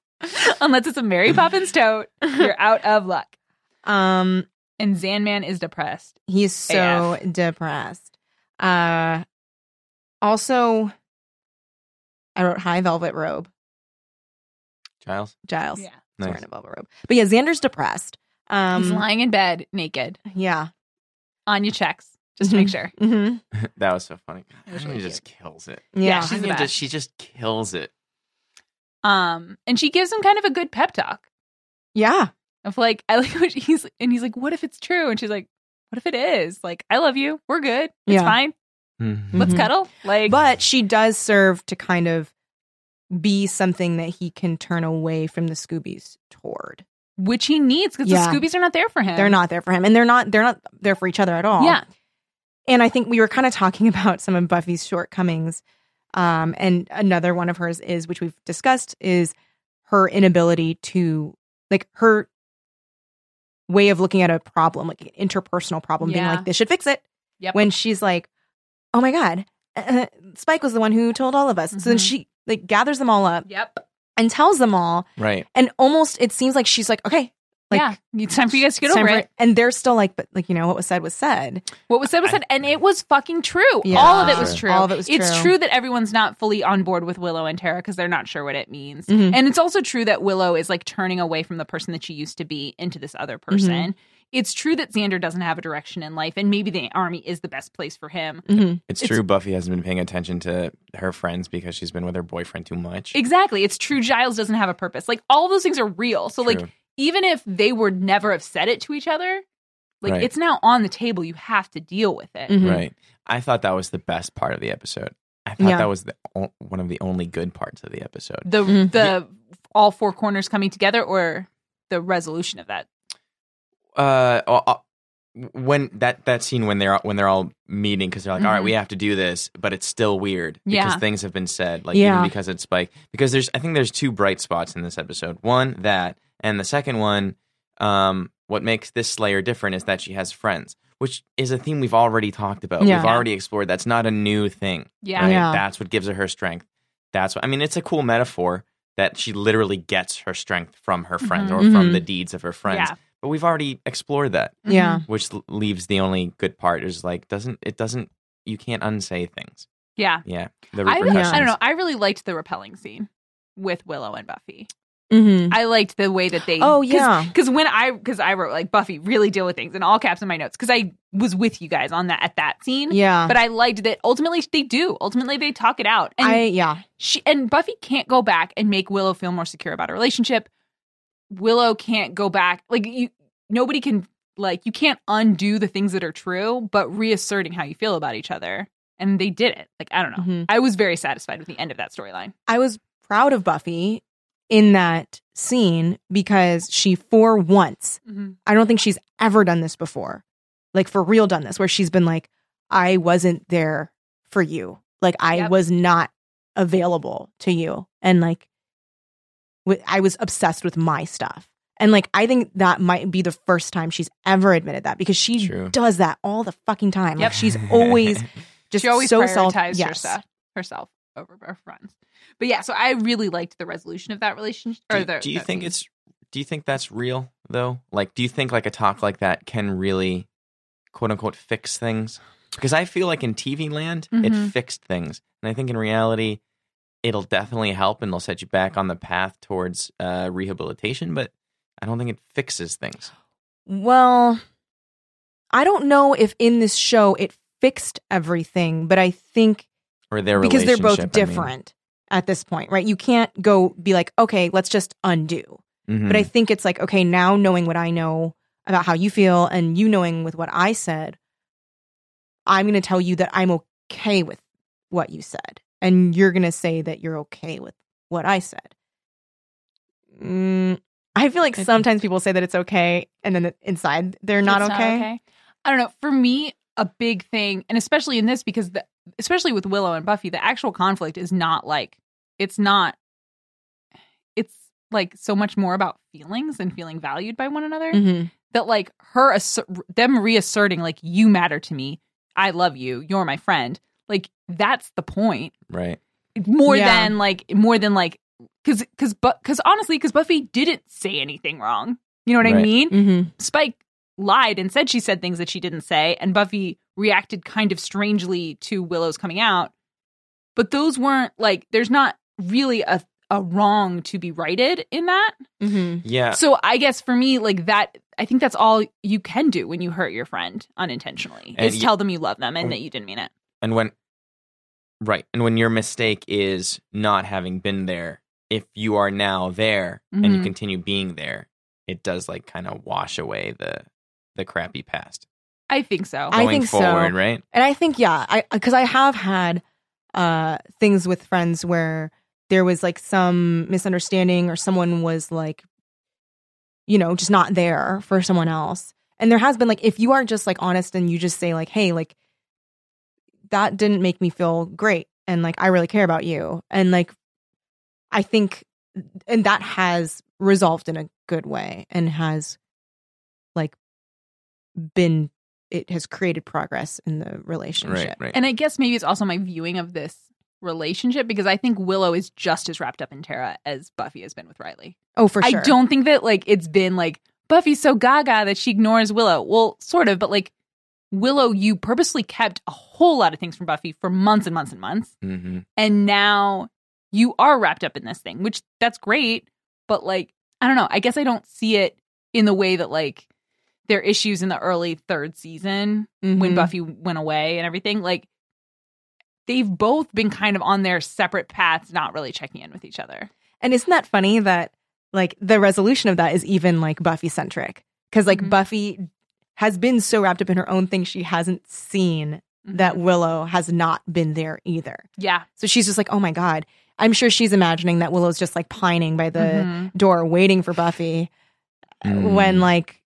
S4: axe. Unless it's a Mary Poppins tote, you're out of luck.
S2: Um,
S4: And Zanman is depressed.
S2: He's so depressed. Uh also I wrote high velvet robe,
S3: Giles,
S2: Giles.
S4: Yeah.
S2: is
S3: nice.
S2: wearing a velvet robe. But yeah, Xander's depressed. Um
S4: He's lying in bed naked.
S2: yeah.
S4: Anya checks just to make sure.
S2: hmm
S3: that was so funny.
S4: It was
S3: Anya
S4: really
S3: just kills it.
S2: Yeah.
S4: she's the
S3: Anya
S4: best.
S3: just, she just kills it.
S4: Um, and she gives him kind of a good pep talk
S2: Yeah.
S4: of like, I like what he's and he's like, what if it's true? And she's like, what if it is? Like, I love you. We're good. It's
S2: Yeah. Mm-hmm.
S4: fine.
S3: Mm-hmm.
S4: Let's cuddle. Like,
S2: But she does serve to kind of be something that he can turn away from the Scoobies toward.
S4: which he needs because
S2: Yeah.
S4: the Scoobies are not there for him.
S2: They're not there for him. And they're not they're not there for each other at all.
S4: Yeah.
S2: and I think we were kind of talking about some of Buffy's shortcomings. Um, and another one of hers is, which we've discussed, is her inability to like her way of looking at a problem, like an interpersonal problem, being
S4: Yeah.
S2: like, "This should fix it."
S4: Yep.
S2: When she's like, "Oh my god, uh, Spike was the one who told all of us," so then
S4: Mhm.
S2: she like gathers them all up
S4: Yep.
S2: and tells them all,
S3: Right.
S2: and almost it seems like she's like, "Okay, like,
S4: yeah. It's time for you guys to get
S2: it's time
S4: over
S2: for
S4: it.
S2: And they're still like, "But like you know, what was said was said."
S4: What was said was
S3: I-
S4: said, and it was fucking true.
S2: Yeah.
S4: All of it was
S2: Sure.
S4: true.
S2: All of it was
S4: It's
S2: true.
S4: true that everyone's not fully on board with Willow and Tara because they're not sure what it means.
S2: Mhm.
S4: And it's also true that Willow is like turning away from the person that she used to be into this other
S2: Mm-hmm.
S4: person. It's true that Xander doesn't have a direction in life, and maybe the army is the best place for him.
S2: Mhm.
S3: It's,
S4: It's-
S3: true. Buffy hasn't been paying attention to her friends because she's been with her boyfriend too much.
S4: Exactly. It's true Giles doesn't have a purpose. Like all those things are real. So like
S3: True.
S4: even if they would never have said it to each other, like
S3: Right.
S4: it's now on the table. You have to deal with it.
S2: Mhm.
S3: Right. I thought that was the best part of the episode. I thought
S2: Yeah.
S3: that was the o- one of the only good parts of the episode.
S4: The
S2: Mhm.
S4: the all four corners coming together or the resolution of that.
S3: Uh, uh, uh, when that that scene when they're when they're all meeting because they're like, "All right,
S4: Mhm.
S3: we
S2: Mm-hmm.
S3: have to do this," but it's still weird because
S4: Yeah.
S3: things have been said, like
S2: Yeah.
S3: even because it's Spike. Because there's, I think there's two bright spots in this episode. One that, and the second one, um, what makes this Slayer different is that she has friends, which is a theme we've already talked about.
S2: Yeah.
S3: We've already explored. That's not a new thing.
S4: Yeah.
S3: right?
S2: Yeah.
S3: That's what gives her her strength. That's what I mean. It's a cool metaphor that she literally gets her strength from her friends or
S2: Mhm.
S3: from the deeds of her friends.
S4: Mm-hmm. Yeah.
S3: But we've already explored that,
S4: Mm-hmm.
S2: Yeah.
S3: which l- leaves the only good part is like doesn't it doesn't you can't unsay things.
S4: Yeah.
S3: Yeah, the
S4: I,
S3: repercussions.
S4: I don't know. I really liked the repelling scene with Willow and Buffy.
S2: Mm-hmm.
S4: I liked the way that they.
S2: Oh, yeah.
S4: Because when I because I wrote like Buffy really deal with things in all caps in my notes because I was with you guys on that at that scene.
S2: Yeah.
S4: But I liked that ultimately they do. Ultimately they talk it out. And
S2: I yeah.
S4: she and Buffy can't go back and make Willow feel more secure about her relationship. Willow can't go back. Like you nobody can like you can't undo the things that are true, but reasserting how you feel about each other. And they did it. Like I don't know.
S2: Mhm.
S4: I was very satisfied with the end of that storyline.
S2: I was proud of Buffy in that scene because she, for once, I don't think she's ever done this before, like for real, done this, where she's been like, I wasn't there for you. Like, I
S4: Yep.
S2: was not available to you. And like, w- I was obsessed with my stuff. And like, I think that might be the first time she's ever admitted that because she
S3: True.
S2: does that all the fucking time.
S4: Yep.
S2: Like, she's always just
S4: she always
S2: so self-
S4: prioritized
S2: yes.
S4: herself, herself over her friends. But yeah, so I really liked the resolution of that relationship. Or
S3: Do,
S4: the,
S3: do you
S4: that
S3: think
S4: scene.
S3: it's? Do you think that's real though? Like, do you think like a talk like that can really, quote unquote, fix things? Because I feel like in TV land,
S4: Mhm.
S2: Mm-hmm.
S3: it fixed things, and I think in reality, it'll definitely help and it'll set you back on the path towards uh, rehabilitation. But I don't think it fixes things.
S2: Well, I don't know if in this show it fixed everything, but I think
S3: Or their
S2: because they're both
S3: relationship, I mean.
S2: different at this point, right? You can't go be like, okay, let's just undo.
S3: Mhm.
S2: But I think it's like, okay, now knowing what I know about how you feel and you knowing with what I said, I'm going to tell you that I'm okay with what you said. And you're going to say that you're okay with what I said. Mm, I feel like
S3: think-
S2: sometimes people say that it's okay and then inside they're not
S4: It's
S2: okay.
S4: I don't know. For me, a big thing, and especially in this, because the, especially with Willow and Buffy, the actual conflict is not like it's not. It's like so much more about feelings and feeling valued by one another.
S2: Mhm.
S4: That like her assert, them reasserting like you matter to me, I love you, you're my friend. Like that's the point
S3: Mm-hmm, right.
S4: more
S2: Yeah.
S4: than like more than like because because but because honestly because Buffy didn't say anything wrong. You know what I
S3: Right.
S4: mean?
S2: Mhm.
S4: Spike lied and said she said things that she didn't say, and Buffy reacted kind of strangely to Willow's coming out. But those weren't like there's not really a a wrong to be righted in that.
S2: Mhm.
S3: Yeah.
S4: So I guess for me, like that, I think that's all you can do when you hurt your friend unintentionally
S3: And
S4: is
S3: y-
S4: tell them you love them and that you didn't mean it.
S3: and when right and when your mistake is not having been there if you are now there and you
S4: Mhm.
S3: continue being there it does like kind of wash away the the crappy past
S4: I think so.
S2: I
S3: going
S2: think so.
S3: forward right
S2: And I think yeah, I because I have had uh things with friends where there was like some misunderstanding or someone was like you know, just not there for someone else. And there has been like if you are just like honest and you just say like, "Hey, like that didn't make me feel great and like I really care about you." And like I think and that has resolved in a good way and has like been it has created progress in the relationship.
S3: right right
S4: And I guess maybe it's also my viewing of this relationship because I think Willow is just as wrapped up in Tara as Buffy has been with Riley.
S2: Oh, for sure.
S4: I don't think that like it's been like Buffy's so gaga that she ignores Willow. Well, sort of, but like Willow, you purposely kept a whole lot of things from Buffy for months and months and months.
S3: mm-hmm.
S4: And now you are wrapped up in this thing, which that's great. But like, I don't know. I guess I don't see it in the way that like their issues in the early third season when
S2: Mhm.
S4: Buffy went away and everything, like they've both been kind of on their separate paths, not really checking in with each other.
S2: And isn't that funny that like the resolution of that is even like Buffy centric? Because like
S4: Mhm.
S2: Buffy has been so wrapped up in her own thing she hasn't seen that
S4: Mm-hmm.
S2: Willow has not been there either.
S4: yeah,
S2: So she's just like, oh my God. I'm sure she's imagining that Willow's just like pining by the
S4: Mhm.
S2: door waiting for Buffy
S4: uh,
S3: Mm.
S2: when like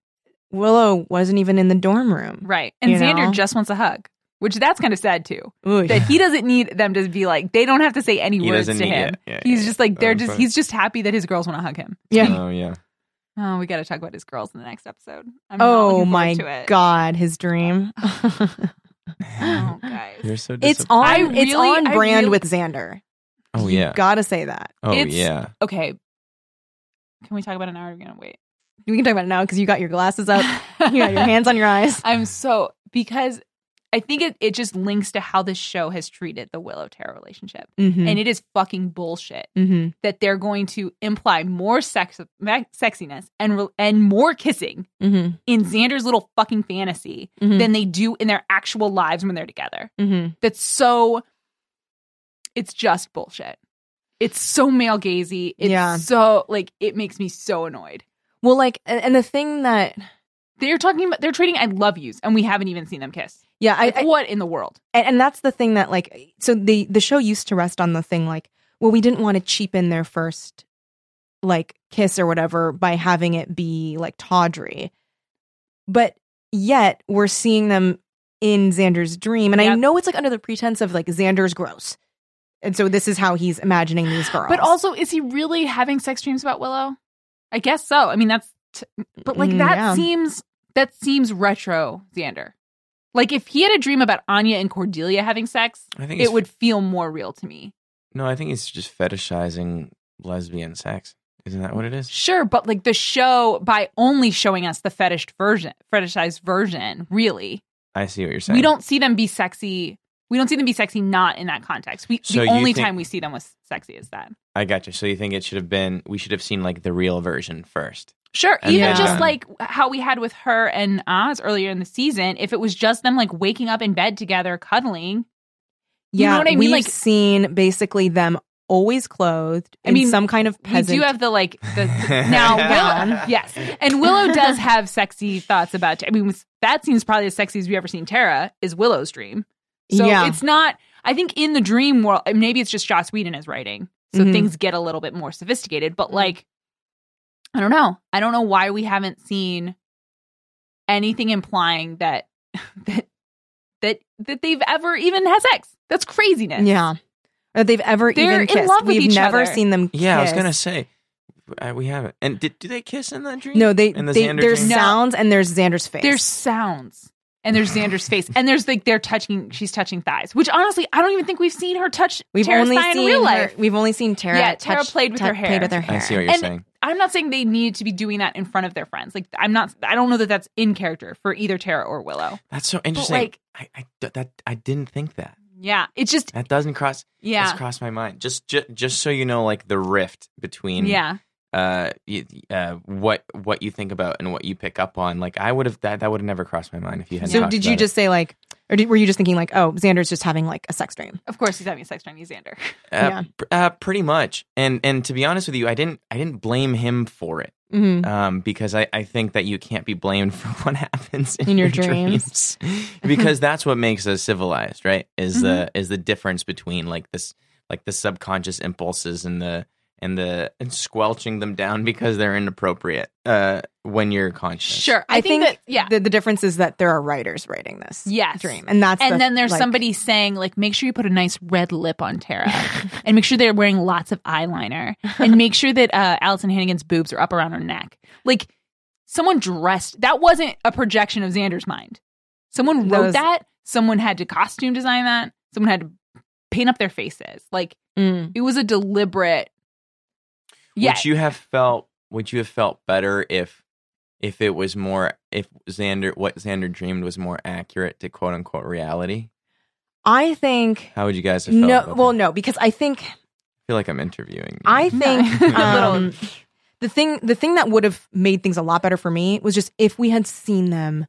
S2: Willow wasn't even in the dorm room.
S4: right. And
S2: You
S4: Xander
S2: know?
S4: just wants a hug, which that's kind of sad too.
S2: Ooh,
S4: That he doesn't need them to be like they don't have to say any
S3: He
S4: words
S3: doesn't
S4: to
S3: need-
S4: him.
S3: yeah, yeah,
S4: he's
S3: yeah.
S4: just like they're
S3: That was
S4: just
S3: funny.
S4: he's just happy that his girls want to hug him.
S2: yeah.
S3: oh yeah
S4: Oh, we got to talk about his girls in the next episode. I'm not
S2: Oh
S4: looking forward
S2: my
S4: to it.
S2: God, his dream.
S4: Oh, guys.
S3: you're so
S2: it's
S3: disappointed.
S2: on
S4: I
S2: it's
S4: really-
S2: on
S4: I
S2: brand
S4: really-
S2: with Xander.
S3: oh
S2: You
S3: yeah
S2: gotta say that.
S3: oh
S4: It's-
S3: yeah
S4: okay. Can we talk about an hour? We're gonna wait.
S2: We can talk about it now because you got your glasses up, Uh, you got your hands on your eyes.
S4: I'm so because I think it, it just links to how this show has treated the Willow Tara relationship.
S2: Mm-hmm.
S4: And it is fucking bullshit
S2: mm-hmm.
S4: that they're going to imply more sex me- sexiness and re- and more kissing
S2: Mm-hmm.
S4: in Xander's little fucking fantasy than they do in their actual lives when they're together.
S2: mm-hmm.
S4: That's so it's just bullshit. It's so male gazy. It's
S2: Yeah.
S4: so like it makes me so annoyed.
S2: Well, like, and, and the thing that,
S4: They're talking about they're treating I love yous and we haven't even seen them kiss.
S2: yeah, I,
S4: Like,
S2: I
S4: what in the world?
S2: and, and that's the thing that, like, so the the show used to rest on the thing like well, we didn't want to cheapen their first like kiss or whatever by having it be like tawdry. But yet we're seeing them in Xander's dream. And I
S4: Yep.
S2: know it's like under the pretense of like Xander's gross. And so this is how he's imagining these girls.
S4: But also, is he really having sex dreams about Willow? I guess so. I mean, that's t- but like
S2: Mm,
S4: that
S2: yeah.
S4: seems that seems retro, Xander. Like if he had a dream about Anya and Cordelia having sex,
S3: I
S4: it
S3: think he's-
S4: would feel more real to me.
S3: No, I think he's just fetishizing lesbian sex. Isn't that what it is?
S4: Sure, but like the show by only showing us the fetished version, fetishized version, really,
S3: I see what you're saying.
S4: we don't see them be sexy. We don't see them be sexy not in that context. We
S3: So
S4: the
S3: you
S4: only
S3: think-
S4: time we see them was sexy is that.
S3: I got you. So you think it should have been? We should have seen like the real version first.
S4: Sure,
S3: And
S4: even
S2: then
S4: just
S3: done.
S4: like how we had with her and Oz earlier in the season, if it was just them like waking up in bed together, cuddling, you
S2: yeah,
S4: know what I mean?
S2: we've
S4: Like-
S2: seen basically them always clothed
S4: I
S2: in
S4: mean,
S2: some kind of
S4: we
S2: peasant.
S4: do have the like the now Willow, yes, and Willow does have sexy thoughts about. I mean, that seems probably as sexy as we have ever seen Tara is Willow's dream. So
S2: Yeah.
S4: it's not. I think in the dream world, and maybe it's just Joss Whedon is writing, so
S2: Mhm.
S4: things get a little bit more sophisticated. But like, I don't know. I don't know why we haven't seen anything implying that that that that they've ever even had sex. That's craziness.
S2: yeah. That they've ever
S4: They're
S2: even
S4: in
S2: kissed.
S4: love with
S2: We've
S4: each
S2: never
S4: other.
S2: seen them kiss.
S3: Yeah, I was gonna say I, we haven't. And did do they kiss in that dream?
S2: No, they,
S3: In the
S2: they
S3: Xander
S2: there's
S3: dream?
S4: No.
S2: sounds and there's Xander's face.
S4: There's sounds. And there's Xander's face. And there's like they're touching she's touching thighs. Which honestly, I don't even think we've seen her touch
S2: we've
S4: Tara's
S2: only
S4: thigh
S2: seen
S4: in real
S2: her-
S4: life.
S2: we've only seen Tara.
S4: Yeah, Tara played with
S2: tou-
S4: her hair.
S2: Played with her hair.
S3: I see what you're
S4: And-
S3: saying.
S4: I'm not saying they need to be doing that in front of their friends. Like I'm not I don't know that that's in character for either Tara or Willow.
S3: That's so interesting.
S4: like-
S3: I, I that I didn't think that.
S4: Yeah. It's just
S3: That doesn't cross. Yeah.
S4: yeah.
S3: crossed my mind. Just ju- just so you know, like the rift between
S4: Yeah.
S3: uh, y- uh what what you think about and what you pick up on. Like I would have that that would have never crossed my mind if you hadn't.
S2: So
S3: talked
S2: did you
S3: about it.
S2: just say like, or did, were you just thinking like, oh, Xander's just having like a sex dream?
S4: Of course he's having sex with Xander.
S3: Uh,
S2: yeah.
S3: pr- uh, pretty much. And and to be honest with you, I didn't I didn't blame him for it.
S4: Mm-hmm.
S2: hmm
S3: um, because I, I think that you can't be blamed for what happens in,
S2: In your
S3: dreams, because that's what makes us civilized, right? Is the
S2: Mm-hmm.
S3: is the difference between like this like the subconscious impulses and the and the and squelching them down because they're inappropriate uh, when you're conscious.
S4: Sure. I, think, that yeah.
S2: The, the difference is that there are writers writing this.
S4: Yes.
S2: Dream, and that's the,
S4: and then there's
S2: like-
S4: somebody saying like make sure you put a nice red lip on tara and make sure they're wearing lots of eyeliner and make sure that uh, allison hannigan's boobs are up around her neck like someone dressed that wasn't a projection of xander's mind someone
S2: That
S4: wrote
S2: was-
S4: that someone had to costume design that someone had to paint up their faces like
S2: Mm.
S4: it was a deliberate yeah
S3: Would you have felt would you have felt better if if it was more if Xander what Xander dreamed was more accurate to quote unquote reality?
S2: I think
S3: How would you guys have felt?
S2: no.
S3: about
S2: Well,
S3: that?
S2: no, because I think
S3: I feel like I'm interviewing. you.
S2: I think
S4: No. A little.
S2: um, the thing the thing that would have made things a lot better for me was just if we had seen them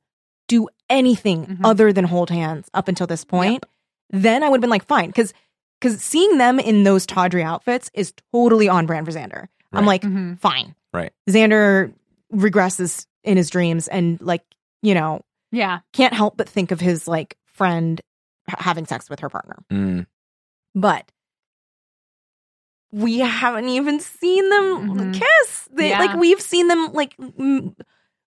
S2: do anything
S4: Mhm.
S2: other than hold hands up until this point, then I would have been like, fine, because because seeing them in those tawdry outfits is totally on brand for Xander. I'm
S3: Right.
S2: like,
S4: Mhm.
S2: fine,
S3: Right.
S2: Xander regresses in his dreams and like you know
S4: yeah
S2: can't help but think of his like friend h- having sex with her partner
S3: Mm.
S2: but we haven't even seen them
S4: Mhm.
S2: kiss. They,
S4: Yeah.
S2: Like we've seen them like m-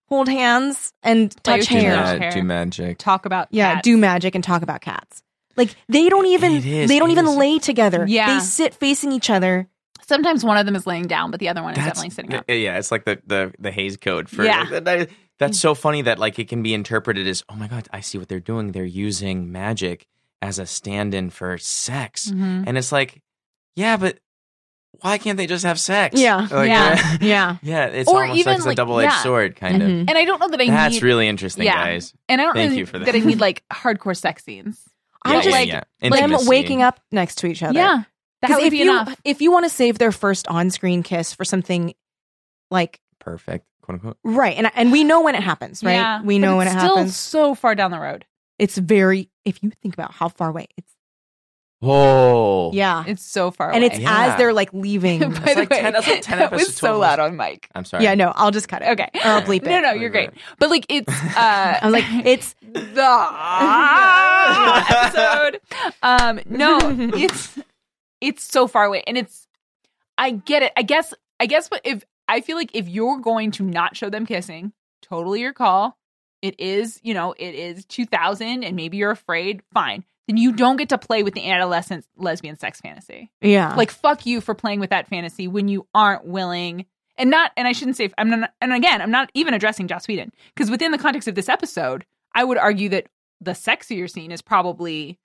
S2: hold hands and
S4: Play
S2: touch
S4: with each
S2: hair.
S4: other.
S3: Do, ma- do magic.
S4: talk about
S2: Yeah,
S4: cats.
S2: do magic and talk about cats. Like they don't even
S3: It is-
S2: they don't
S3: it
S2: even
S3: is-
S2: lay together.
S4: Yeah.
S2: they sit facing each other.
S4: sometimes one of them is laying down but the other one is
S3: That's-
S4: definitely sitting up
S3: th- Yeah, it's like the the, the haze code for.
S4: Yeah.
S3: like, that- that- that's so funny that like it can be interpreted as oh my god I see what they're doing they're using magic as a stand-in for sex
S2: Mm-hmm.
S4: Mhm.
S3: and it's like yeah but why can't they just have sex
S2: Yeah.
S3: Like,
S4: Yeah.
S2: Yeah,
S3: yeah it's
S4: Or
S3: almost
S4: even,
S3: like it's a
S4: like,
S3: double-edged
S4: yeah.
S3: sword kind
S2: Mhm.
S3: of
S4: and i don't know that i
S3: that's
S4: need
S3: really interesting
S4: Yeah.
S3: guys
S4: And I don't
S3: Thank
S4: really
S3: you for
S4: think
S3: that.
S4: that I need like hardcore sex scenes.
S2: I
S3: yeah,
S2: just
S3: yeah,
S2: like
S3: yeah.
S2: them
S3: Intimacy.
S2: waking up next to each other.
S4: Yeah, that
S2: 'Cause
S4: would
S2: if
S4: be
S2: you
S4: enough.
S2: if you want to save their first on screen kiss for something like
S3: perfect quote unquote
S2: right, and and we know when it happens, right?
S4: Yeah.
S2: We
S4: But
S2: know
S4: it's
S2: when it
S4: still
S2: happens.
S4: so far down the road.
S2: it's very if you think about how far away it's
S3: oh
S2: yeah
S4: It's so far
S2: and
S4: away.
S2: it's
S3: Yeah.
S2: as they're like leaving
S4: By
S3: It's
S4: the
S3: like
S4: way,
S3: 10 that's like 10
S4: that was
S3: episodes,
S4: so
S3: 12
S4: loud on mic.
S3: I'm sorry
S2: yeah no i'll just cut it
S4: Okay,
S2: or i'll bleep it
S4: no, no, you're great. But like, it's uh,
S2: i was like it's
S4: the episode. Um, no, it's it's so far away and it's i get it i guess i guess what if i feel like if you're going to not show them kissing totally your call it is you know it is 2000 and maybe you're afraid fine then you don't get to play with the adolescent lesbian sex fantasy
S2: Yeah.
S4: like fuck you for playing with that fantasy when you aren't willing and not and i shouldn't say i'm not and again i'm not even addressing joss whedon because within the context of this episode i would argue that the sexier scene is probably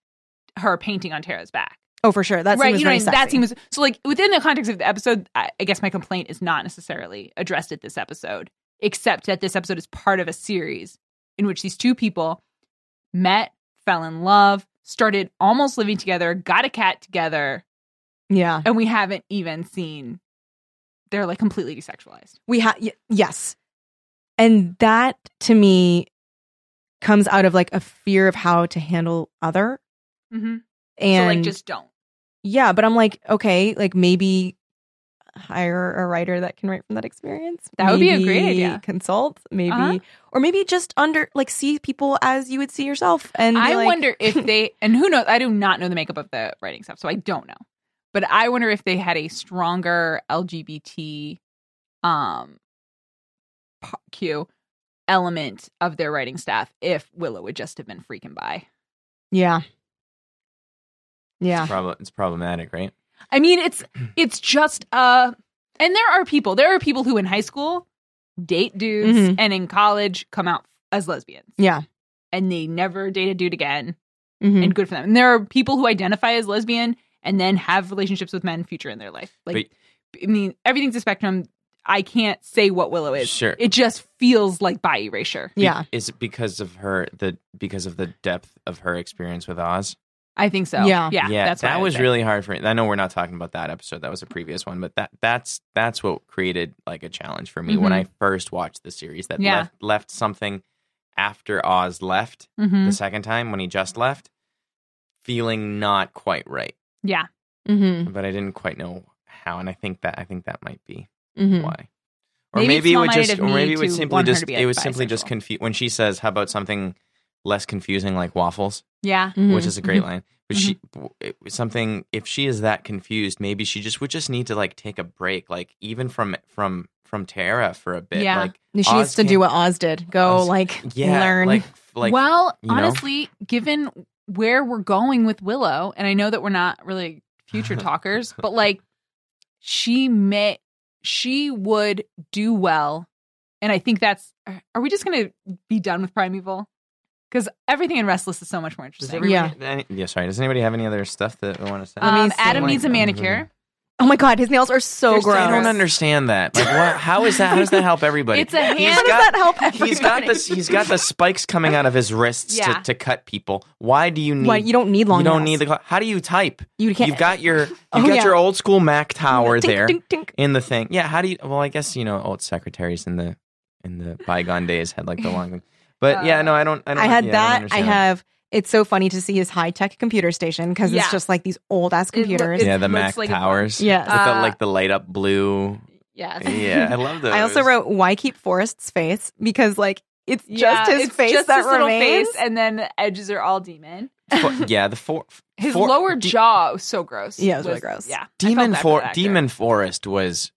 S4: her painting on tara's back
S2: oh, for sure. That
S4: right
S2: seems
S4: you know
S2: very
S4: what I mean? that
S2: sexy.
S4: seems so like within the context of the episode I, I guess my complaint is not necessarily addressed at this episode except that this episode is part of a series in which these two people met fell in love started almost living together got a cat together
S2: Yeah.
S4: and we haven't even seen they're like completely desexualized.
S2: We have yes, and that to me comes out of like a fear of how to handle other
S4: Mm-hmm.
S2: and
S4: so like just don't.
S2: yeah. But I'm like okay, like maybe hire a writer that can write from that experience.
S4: That would be a great
S2: Maybe
S4: idea.
S2: Consult maybe
S4: Uh-huh.
S2: or maybe just under like see people as you would see yourself. And be
S4: I
S2: like-
S4: wonder if they and who knows. I do not know the makeup of the writing stuff, so I don't know. But I wonder if they had a stronger LGBT um p- Q element of their writing staff if Willow would just have been freaking by.
S2: yeah, yeah,
S3: Prob- it's problematic, right?
S4: I mean, it's it's just uh and there are people, there are people who in high school date dudes
S2: Mhm.
S4: and in college come out as lesbians.
S2: yeah.
S4: and they never date a dude again
S3: Hmm.
S2: Mhm.
S4: and good for them and there are people who identify as lesbian and then have relationships with men future in their life like i mean everything's a spectrum i can't say what willow is
S3: Sure.
S4: it just feels like by erasure
S3: Be-
S2: Yeah.
S3: Is it because of her the because of the depth of her experience with Oz?
S4: i think so
S2: Yeah.
S4: yeah, that's what I
S3: that
S4: would
S3: was
S4: say.
S3: really hard for me. I know we're not talking about that episode. That was a previous one, but that that's that's what created like a challenge for me when
S4: Mhm.
S3: I first watched the series. That
S4: Yeah.
S3: left left something after Oz left
S4: Mhm.
S3: the second time when he just left, feeling not quite right.
S4: yeah
S2: Mm-hmm.
S3: But I didn't quite know how, and I think that I think that might be
S2: Mm-hmm.
S3: why. Or
S4: Mm. Maybe
S3: maybe, it
S4: small
S3: would
S4: minded
S3: just,
S4: of
S3: or
S4: me
S3: maybe it would
S4: to
S3: simply
S4: want her
S3: just,
S4: to be
S3: it was simply just
S4: bisexual.
S3: confuse. When she says, "How about something less confusing like waffles,"
S4: yeah
S2: Mm-hmm.
S3: which is a great line, but
S4: Mhm.
S3: she it was something. If she is that confused, maybe she just would just need to like take a break, like even from from from Tara for a bit.
S4: Yeah.
S3: Like
S2: She
S3: Oz
S2: needs to
S3: can't-
S2: do what Oz did. Go
S3: Oz-
S2: like
S3: yeah,
S2: learn.
S3: like like
S4: well
S3: you know?
S4: honestly given where we're going with willow and i know that we're not really future talkers but like she may she would do well and i think that's uh, are we just gonna be done with primeval because everything in restless is so much more
S3: Does
S4: interesting
S3: everybody,
S2: Yeah.
S3: any- yeah, sorry. Does anybody have any other stuff that we want to say?
S2: Let me
S4: um,
S2: see.
S4: adam needs a
S3: Like,
S4: manicure
S2: Oh my god, his nails are so
S4: They're so
S2: gross.
S3: I don't
S4: gross.
S3: understand that. Like, what, how is that? How does that help everybody?
S4: It's a
S3: He's
S4: hand-
S2: How does
S3: got-
S2: that help everybody?
S3: He's got this. He's got the spikes coming out of his wrists
S4: Yeah.
S3: to, to cut people. Why do you need?
S2: Why you don't need long?
S3: you don't
S2: nails.
S3: need the. cl- How do you type?
S2: You can't.
S3: You've got your. You've
S2: Oh,
S3: got
S2: yeah.
S3: your old school Mac tower
S2: Tink,
S3: there
S2: tink, tink.
S3: in the thing. Yeah. How do you? Well, I guess you know old secretaries in the in the bygone days had like the long. But yeah, no, I don't. I, don't,
S2: I had
S3: yeah, I don't
S2: that. I,
S3: understand
S2: have. It's so funny to see his high tech computer station because
S4: Yeah.
S2: it's just like these old ass
S4: It loo-
S2: computers.
S4: it
S3: Yeah, the
S4: looks
S3: Mac
S4: like a-
S3: towers.
S2: Yes.
S3: With the,
S4: Uh,
S3: like the light up blue.
S4: yes
S3: Yeah, I love those.
S2: I also wrote why keep Forrest's face because like it's just
S4: Yeah,
S2: his
S4: it's
S2: face
S4: just
S2: that
S4: his little
S2: remains.
S4: face and then the edges are all demon
S3: Fo- yeah, the four.
S4: his
S3: four-
S4: lower
S3: de-
S4: jaw was so gross
S2: Yeah, it was really gross.
S4: yeah I felt
S3: Demon
S4: bad for
S3: for
S4: that actor.
S3: Demon Forest was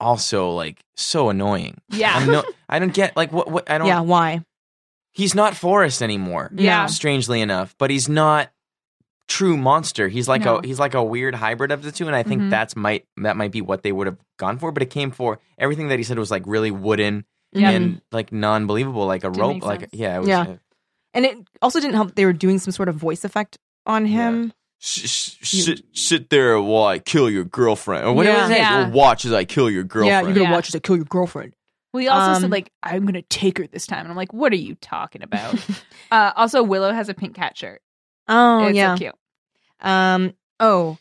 S3: also like so annoying.
S4: yeah
S3: I'm no, I don't get like what, what I don't.
S2: yeah, why?
S3: He's not Forest anymore.
S4: Yeah.
S3: Strangely enough, but he's not true monster. He's like
S4: No.
S3: a he's like a weird hybrid of the two, and I think
S4: Mhm.
S3: that's might that might be what they would have gone for. But it came for everything that he said was like really wooden
S4: Yeah.
S2: Mm-hmm.
S3: and like non believable, like a
S4: Didn't
S3: rope.
S4: make
S3: Like
S4: sense.
S3: yeah, it was,
S2: Yeah.
S3: uh,
S2: And it also didn't help. that They were doing some sort of voice effect on him.
S3: "S- s- Sit, sit there while I kill your girlfriend, or whatever
S2: Yeah.
S3: it is.
S4: Yeah.
S3: Or watch as I kill your
S2: Yeah,
S3: girlfriend.
S2: you're gonna
S4: Yeah.
S2: watch us to kill your girlfriend.
S4: Well, he also said
S2: Um,
S4: like, "I'm gonna take her this time," and I'm like, "What are you talking about?" uh, also, Willow has a pink cat shirt.
S2: Oh
S4: it's
S2: yeah.
S4: so cute.
S2: Um. Oh.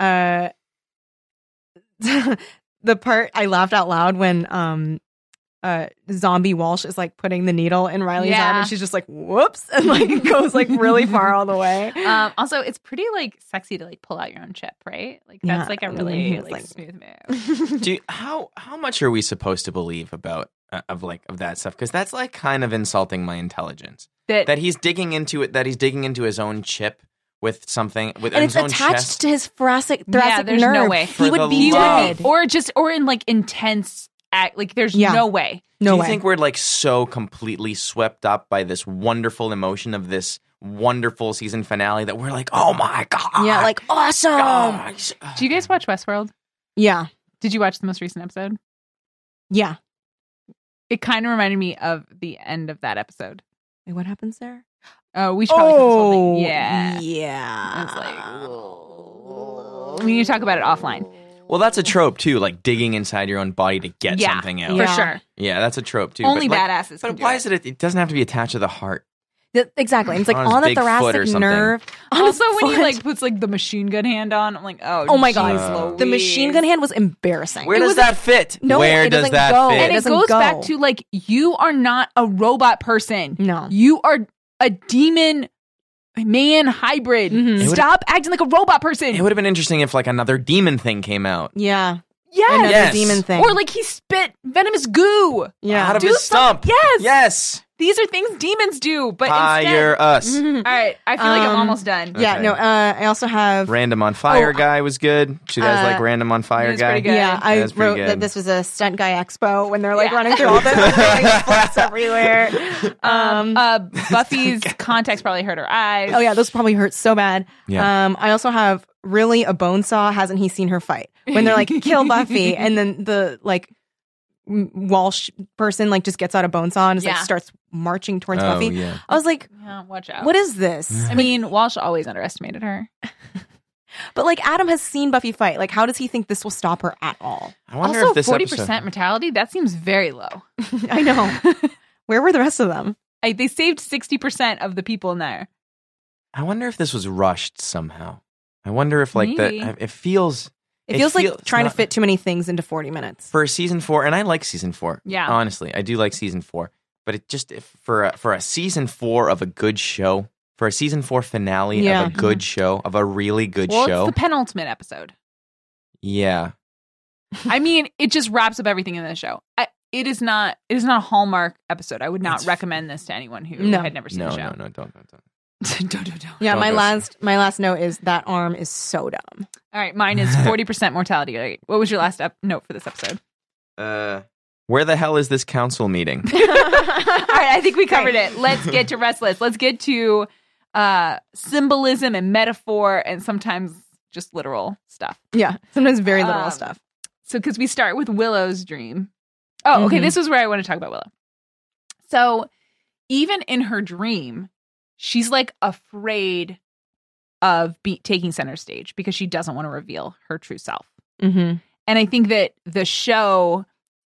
S2: Uh. the part I laughed out loud when um, uh, Zombie Walsh is like putting the needle in Riley's arm,
S4: Yeah.
S2: and she's just like, "Whoops!" and like goes like really far all the way.
S4: Um, also, it's pretty like sexy to like pull out your own chip, right? Like that's
S2: Yeah,
S4: like a
S2: I mean,
S4: really
S2: it's
S4: like,
S2: like-
S4: smooth move.
S3: Do you- how how much are we supposed to believe about uh, of like of that stuff? Because that's like kind of insulting my intelligence.
S4: That,
S3: That he's digging into it. That he's digging into his own chip with something with
S2: and it's
S3: his own
S2: attached
S3: chest.
S2: to his thoracic
S4: Yeah,
S2: thoracic
S4: there's no
S2: nerve.
S4: way.
S2: He
S3: For the
S2: would be
S4: He would
S3: love.
S2: dead.
S4: be, or just or in like intense act. Like there's
S2: Yeah.
S4: no way.
S2: no
S3: Do you
S2: way.
S3: think we're like so completely swept up by this wonderful emotion of this wonderful season finale that we're like, oh my god,
S2: yeah, like oh, awesome.
S3: gosh.
S4: Do you guys watch Westworld?
S2: Yeah,
S4: Did you watch the most recent episode?
S2: yeah.
S4: It kind of reminded me of the end of that episode.
S2: Wait, what happens there?
S4: Oh, we should probably cut this whole thing. Yeah.
S2: yeah.
S4: I
S2: Oh.
S4: was like, we need to talk about it offline.
S3: Well, that's a trope too, like digging inside your own body to get
S4: Yeah,
S3: something out.
S4: For
S2: Yeah.
S4: sure.
S3: Yeah, that's a trope too.
S4: Only
S3: but like,
S4: badasses. can
S3: But
S4: do
S3: why is it, it? doesn't have to be attached to the heart.
S2: Th- exactly. And it's like
S3: On his
S2: on the
S3: big foot or
S2: thoracic
S3: something.
S2: nerve. On his
S4: Also, when he
S2: foot.
S4: like puts like the machine gun hand on, I'm like, oh,
S2: Oh my
S4: geez,
S2: god,
S3: Jeez
S2: the machine gun hand was embarrassing.
S3: Where
S2: It
S3: does
S2: was-
S3: that fit?
S2: No,
S3: Where
S2: it
S3: does
S2: doesn't
S3: that
S2: go.
S3: fit?
S4: And
S2: It
S4: it,
S2: doesn't
S4: goes
S2: go.
S4: back to like you are not a robot person.
S2: No.
S4: You are a demon man hybrid.
S2: Mhm. It
S3: would-
S4: Stop acting like a robot person.
S3: It would have been interesting if like another demon thing came out.
S2: Yeah. Another
S4: yes.
S3: Yes.
S2: demon thing.
S4: Or like he spit venomous goo.
S2: yeah.
S3: Out of
S4: Do
S3: his
S4: some-
S3: stump.
S4: Yes.
S3: Yes.
S4: These are things demons do, but
S3: Fire
S4: instead. Mm-hmm.
S3: us.
S2: Mhm.
S4: All right, I feel like I'm
S2: Um,
S4: almost done.
S2: Yeah,
S3: Okay.
S2: no, uh, I also have.
S3: Random on fire
S2: Oh,
S3: guy was good. Do you guys
S2: uh,
S3: like random on
S4: it
S3: fire
S4: was pretty
S3: guy?
S4: good.
S2: Yeah, I
S3: That's pretty
S2: wrote that
S3: good.
S2: this was a stunt guy expo when they're like
S4: Yeah.
S2: running through all the flips everywhere. Um,
S4: Um, uh, Buffy's
S3: Oh
S4: contacts probably hurt her eyes.
S2: oh yeah, those probably hurt so bad.
S3: Yeah.
S2: Um, I also have really a bone saw. Hasn't he seen her fight? When they're like kill Buffy, and then the like m- Walsh person like just gets out a bone saw and just,
S4: Yeah.
S2: like starts marching towards
S3: Oh,
S2: Buffy.
S3: yeah.
S2: I was like,
S4: Yeah, watch out.
S2: what is this?
S4: I mean, Walsh always underestimated her.
S2: But like Adam has seen Buffy fight. Like, how does he think this will stop her at all?
S3: I wonder
S4: also,
S3: if this
S4: forty
S3: episode.
S4: percent mortality that seems very low.
S2: I know. Where were the rest of them?
S4: I, they saved sixty percent of the people in there.
S3: I wonder if this was rushed somehow. I wonder if like
S4: Maybe.
S3: the it feels
S2: It,
S3: It
S2: feels
S3: feels
S2: like trying
S3: not-
S2: to fit too many things into 40 minutes.
S3: for season four, and I like season four.
S4: Yeah.
S3: honestly, I do like season four. But it just if, for a, for a season four of a good show, for a season four finale
S2: Yeah.
S3: of a good show, of a really good
S4: Mm-hmm. well,
S3: show,
S4: it's the penultimate episode.
S3: yeah,
S4: I mean, it just wraps up everything in the show. I, it is not. It is not a hallmark episode. I would not
S3: It's-
S4: recommend this to anyone who
S2: No.
S4: had never seen
S3: no,
S4: the
S3: no,
S4: show.
S3: no, don't, don't, don't.
S4: don't, don't, don't.
S2: Yeah,
S3: Don't
S2: my
S3: go
S2: last my last note is that arm is so dumb.
S4: All right, mine is forty percent mortality rate. What was your last up note for this episode?
S3: Uh, where the hell is this council meeting?
S4: All right, I think we covered it. Let's get to restless. Let's get to uh symbolism and metaphor, and sometimes just literal stuff.
S2: Yeah, sometimes very literal
S4: Um,
S2: stuff.
S4: So, because we start with Willow's dream. Oh, okay.
S2: Mhm.
S4: This is where I want to talk about Willow. So, even in her dream, she's like afraid of be- taking center stage because she doesn't want to reveal her true self.
S2: Mm-hmm.
S4: And I think that the show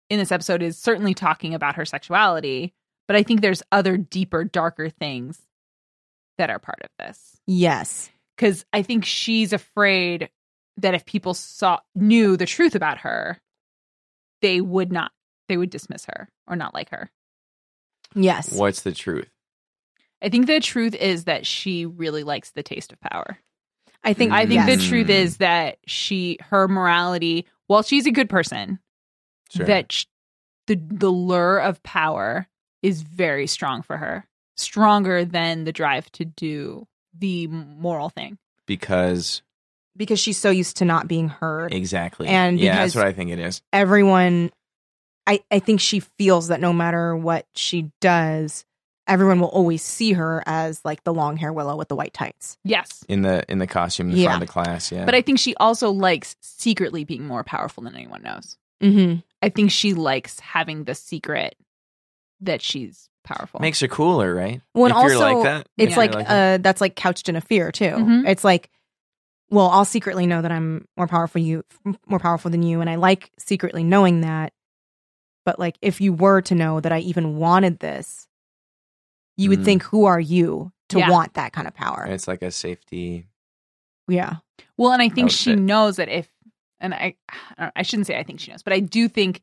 S4: in this episode is certainly talking about her sexuality, but I think there's other deeper, darker things that are part of this.
S2: Yes.
S4: Cause I think she's afraid that if people saw knew the truth about her, they would not they would dismiss her or not like her.
S2: Yes.
S3: What's the truth?
S4: I think the truth is that she really likes the taste of power.
S2: I think
S4: I think
S2: yes.
S4: the truth is that she her morality, while she's a good person, that sh- the the lure of power is very strong for her, stronger than the drive to do the moral thing.
S3: because
S2: because she's so used to not being heard.
S3: exactly,
S2: And
S3: yeah, that's
S2: because-
S3: what I think it is.
S2: Everyone I I think she feels that no matter what she does, everyone will always see her as like the long hair willow with the white tights.
S4: Yes,
S3: in the in the costume in
S2: Yeah.
S3: front of the class. Yeah,
S4: but I think she also likes secretly being more powerful than anyone knows.
S2: Mhm.
S4: I think she likes having the secret that she's powerful.
S3: makes her cooler, right?
S2: Well, and
S3: if you're
S2: also,
S3: like that,
S2: It's
S3: if
S4: Yeah.
S3: you're
S2: like, uh that's like couched in a fear too.
S4: Mhm.
S2: It's like well, I'll secretly know that I'm more powerful you more powerful than you and I like secretly knowing that. But like if you were to know that I even wanted this, you would
S3: Mm.
S2: think who are you to
S4: Yeah.
S2: want that kind of power?
S3: that. it's like a safety.
S2: yeah.
S4: Well, and I think
S2: Oh,
S3: That was
S4: she
S3: it.
S4: knows that if, and I, I, don't, I shouldn't say I think she knows, but I do think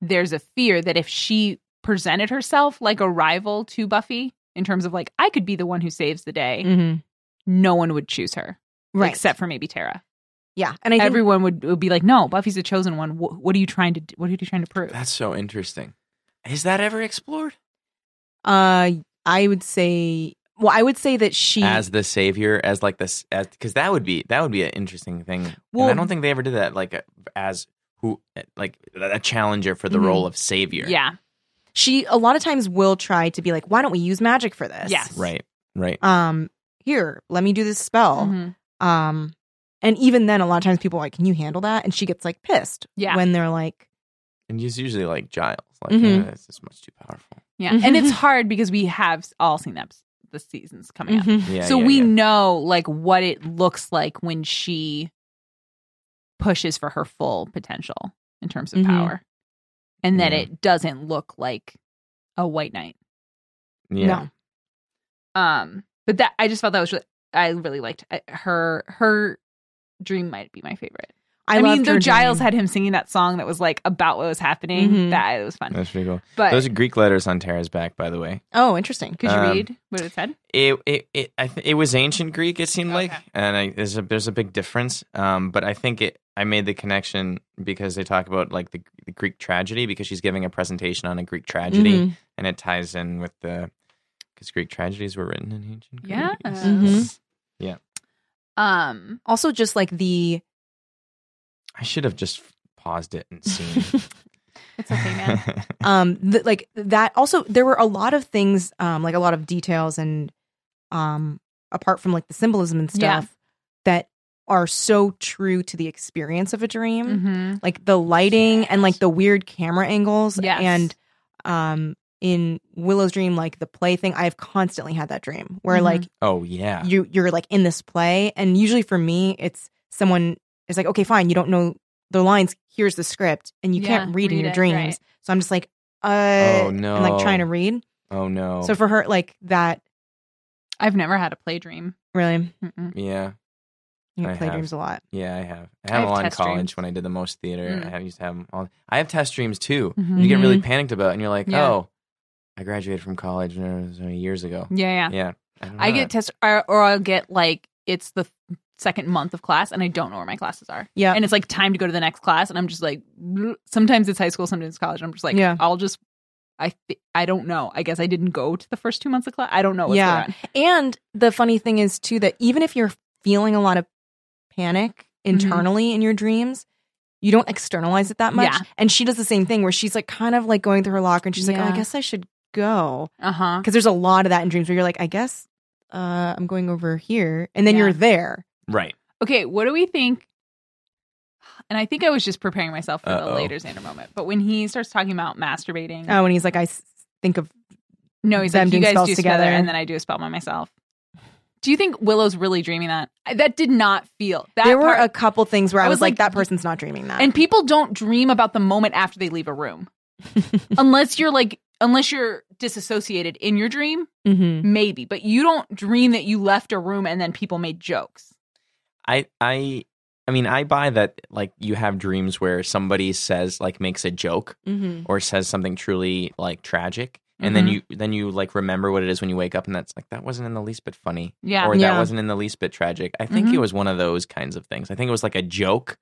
S4: there's a fear that if she presented herself like a rival to Buffy in terms of like I could be the one who saves the day,
S2: Mhm.
S4: no one would choose her,
S2: Right.
S4: Except for maybe Tara.
S2: yeah. And I think
S4: Everyone would, would be like, "No, Buffy's a chosen one. What, what are you trying to? do? What are you trying to prove?"
S3: That's so interesting. Is that ever explored?
S2: Uh, I would say, well, I would say that she
S3: as the savior, as like this, as because that would be that would be an interesting thing.
S2: Well-
S3: and I don't think they ever did that, like as who, like a challenger for the
S2: Mhm.
S3: role of savior.
S4: Yeah.
S2: she a lot of times will try to be like, why don't we use magic for this?
S4: Yes.
S3: Right. Right.
S2: Um, here, let me do this spell.
S4: Mhm.
S2: Um, and even then, a lot of times people are like, can you handle that? And she gets like pissed
S4: Yeah.
S2: when they're like,
S3: And he's usually like Giles. Like
S2: Mhm.
S3: "Eh, it's just much too powerful.
S4: Yeah. And it's hard because we have all seen that the seasons coming up.
S2: "Mhm."
S3: Mm-hmm. Yeah.
S4: so
S3: yeah,
S4: we
S3: yeah.
S4: know like what it looks like when she pushes for her full potential in terms of
S2: Mhm.
S4: power and that
S3: Yeah.
S4: it doesn't look like a white knight
S3: Yeah.
S2: no,
S4: um but that i just felt that was really, i really liked I- her her dream might be my favorite i, mean
S2: loved
S4: though
S2: her
S4: giles
S2: doing-
S4: had him singing that song that was like about what was happening
S2: Mhm.
S4: that it was fun
S3: That's pretty cool.
S4: but
S3: Those are Greek letters on Tara's back, by the way.
S2: oh, interesting.
S4: could you
S3: um,
S4: read what it said
S3: It it it, I th- it was ancient Greek. It seemed like,
S4: Okay.
S3: and I, there's a there's a big difference. Um, but I think it I made the connection because they talk about like the, the Greek tragedy because she's giving a presentation on a Greek tragedy,
S2: Mhm.
S3: and it ties in with the because Greek tragedies were written in ancient
S4: Yes.
S3: Greece.
S2: Mhm.
S4: um
S2: Also, just like the
S3: I should have just paused it and seen.
S4: it's okay man
S2: um th- like that also there were a lot of things um like a lot of details and um apart from like the symbolism and
S4: Yeah.
S2: stuff that are so true to the experience of a dream
S4: mm-hmm.
S2: like the lighting and like the weird camera angles
S4: Yes.
S2: and um in Willow's dream like the play thing I've constantly had that dream where
S4: Mhm.
S2: like
S3: oh yeah.
S2: you you're like in this play and usually for me it's someone is like okay fine you don't know the lines here's the script and you
S4: Yeah,
S2: can't read, in
S4: read
S2: your
S4: it,
S2: dreams
S4: right.
S2: so i'm just like uh
S3: Oh, no.
S2: and like trying to read
S3: Oh no.
S2: so for her like that
S4: i've never had a play dream
S2: really
S4: Mm-mm.
S3: yeah.
S2: you
S3: I
S2: play
S3: have.
S2: dreams a lot
S3: Yeah, I
S4: I
S3: have. I have
S4: have
S3: a lot in
S4: test
S3: college
S4: dreams.
S3: when I did the most theater.
S4: Mm.
S3: I have- used to have them all. I have test dreams too.
S4: Mhm.
S3: You get really panicked about, it and you're like,
S4: Yeah.
S3: "Oh, I graduated from college you know, so many uh, years ago."
S4: yeah yeah
S3: Yeah, don't
S4: I
S3: know
S4: get
S3: that.
S4: test or, or I'll get like it's the second month of class and I don't know where my classes are.
S2: yeah
S4: And it's like time to go to the next class and I'm just like "Bleh." sometimes it's high school, sometimes it's college. I'm just like
S2: Yeah.
S4: I'll just I th- I don't know. I guess I didn't go to the first two months of class. I don't know what's
S2: Yeah.
S4: going on.
S2: and the funny thing is too that even if you're feeling a lot of panic
S4: Mm-hmm.
S2: internally in your dreams you don't externalize it that much
S4: Yeah.
S2: and she does the same thing where she's like kind of like going through her locker and she's like oh,
S4: Yeah.
S2: i guess i should go
S4: Uh-huh.
S2: because there's a lot of that in dreams where you're like, I guess uh, I'm going over here, and then
S4: Yeah.
S2: you're there.
S3: right.
S4: Okay, what do we think? And I think I was just preparing myself for the
S3: Uh-oh.
S4: later Xander moment. But when he starts talking about masturbating,
S2: Oh, and he's like, I s- think of
S4: no, he's
S2: them
S4: like, you
S2: doing
S4: guys
S2: spells
S4: do together,
S2: together.
S4: and then I do a spell by myself. Do you think Willow's really dreaming that? I- That did not feel. That
S2: there were
S4: part-
S2: a couple things where I, was, like, that
S4: you-
S2: person's not dreaming that.
S4: And people don't dream about the moment after they leave a room. unless you're like unless you're disassociated in your dream,
S2: Mhm.
S4: maybe. But you don't dream that you left a room and then people made jokes.
S3: I I I mean, I buy that like you have dreams where somebody says like makes a joke
S2: Mhm.
S3: or says something truly like tragic. And then you then you like remember what it is when you wake up and that's like that wasn't in the least bit funny.
S4: Yeah.
S3: or that
S2: Yeah.
S3: wasn't in the least bit tragic. I think
S4: Mhm.
S3: it was one of those kinds of things. I think it was like a joke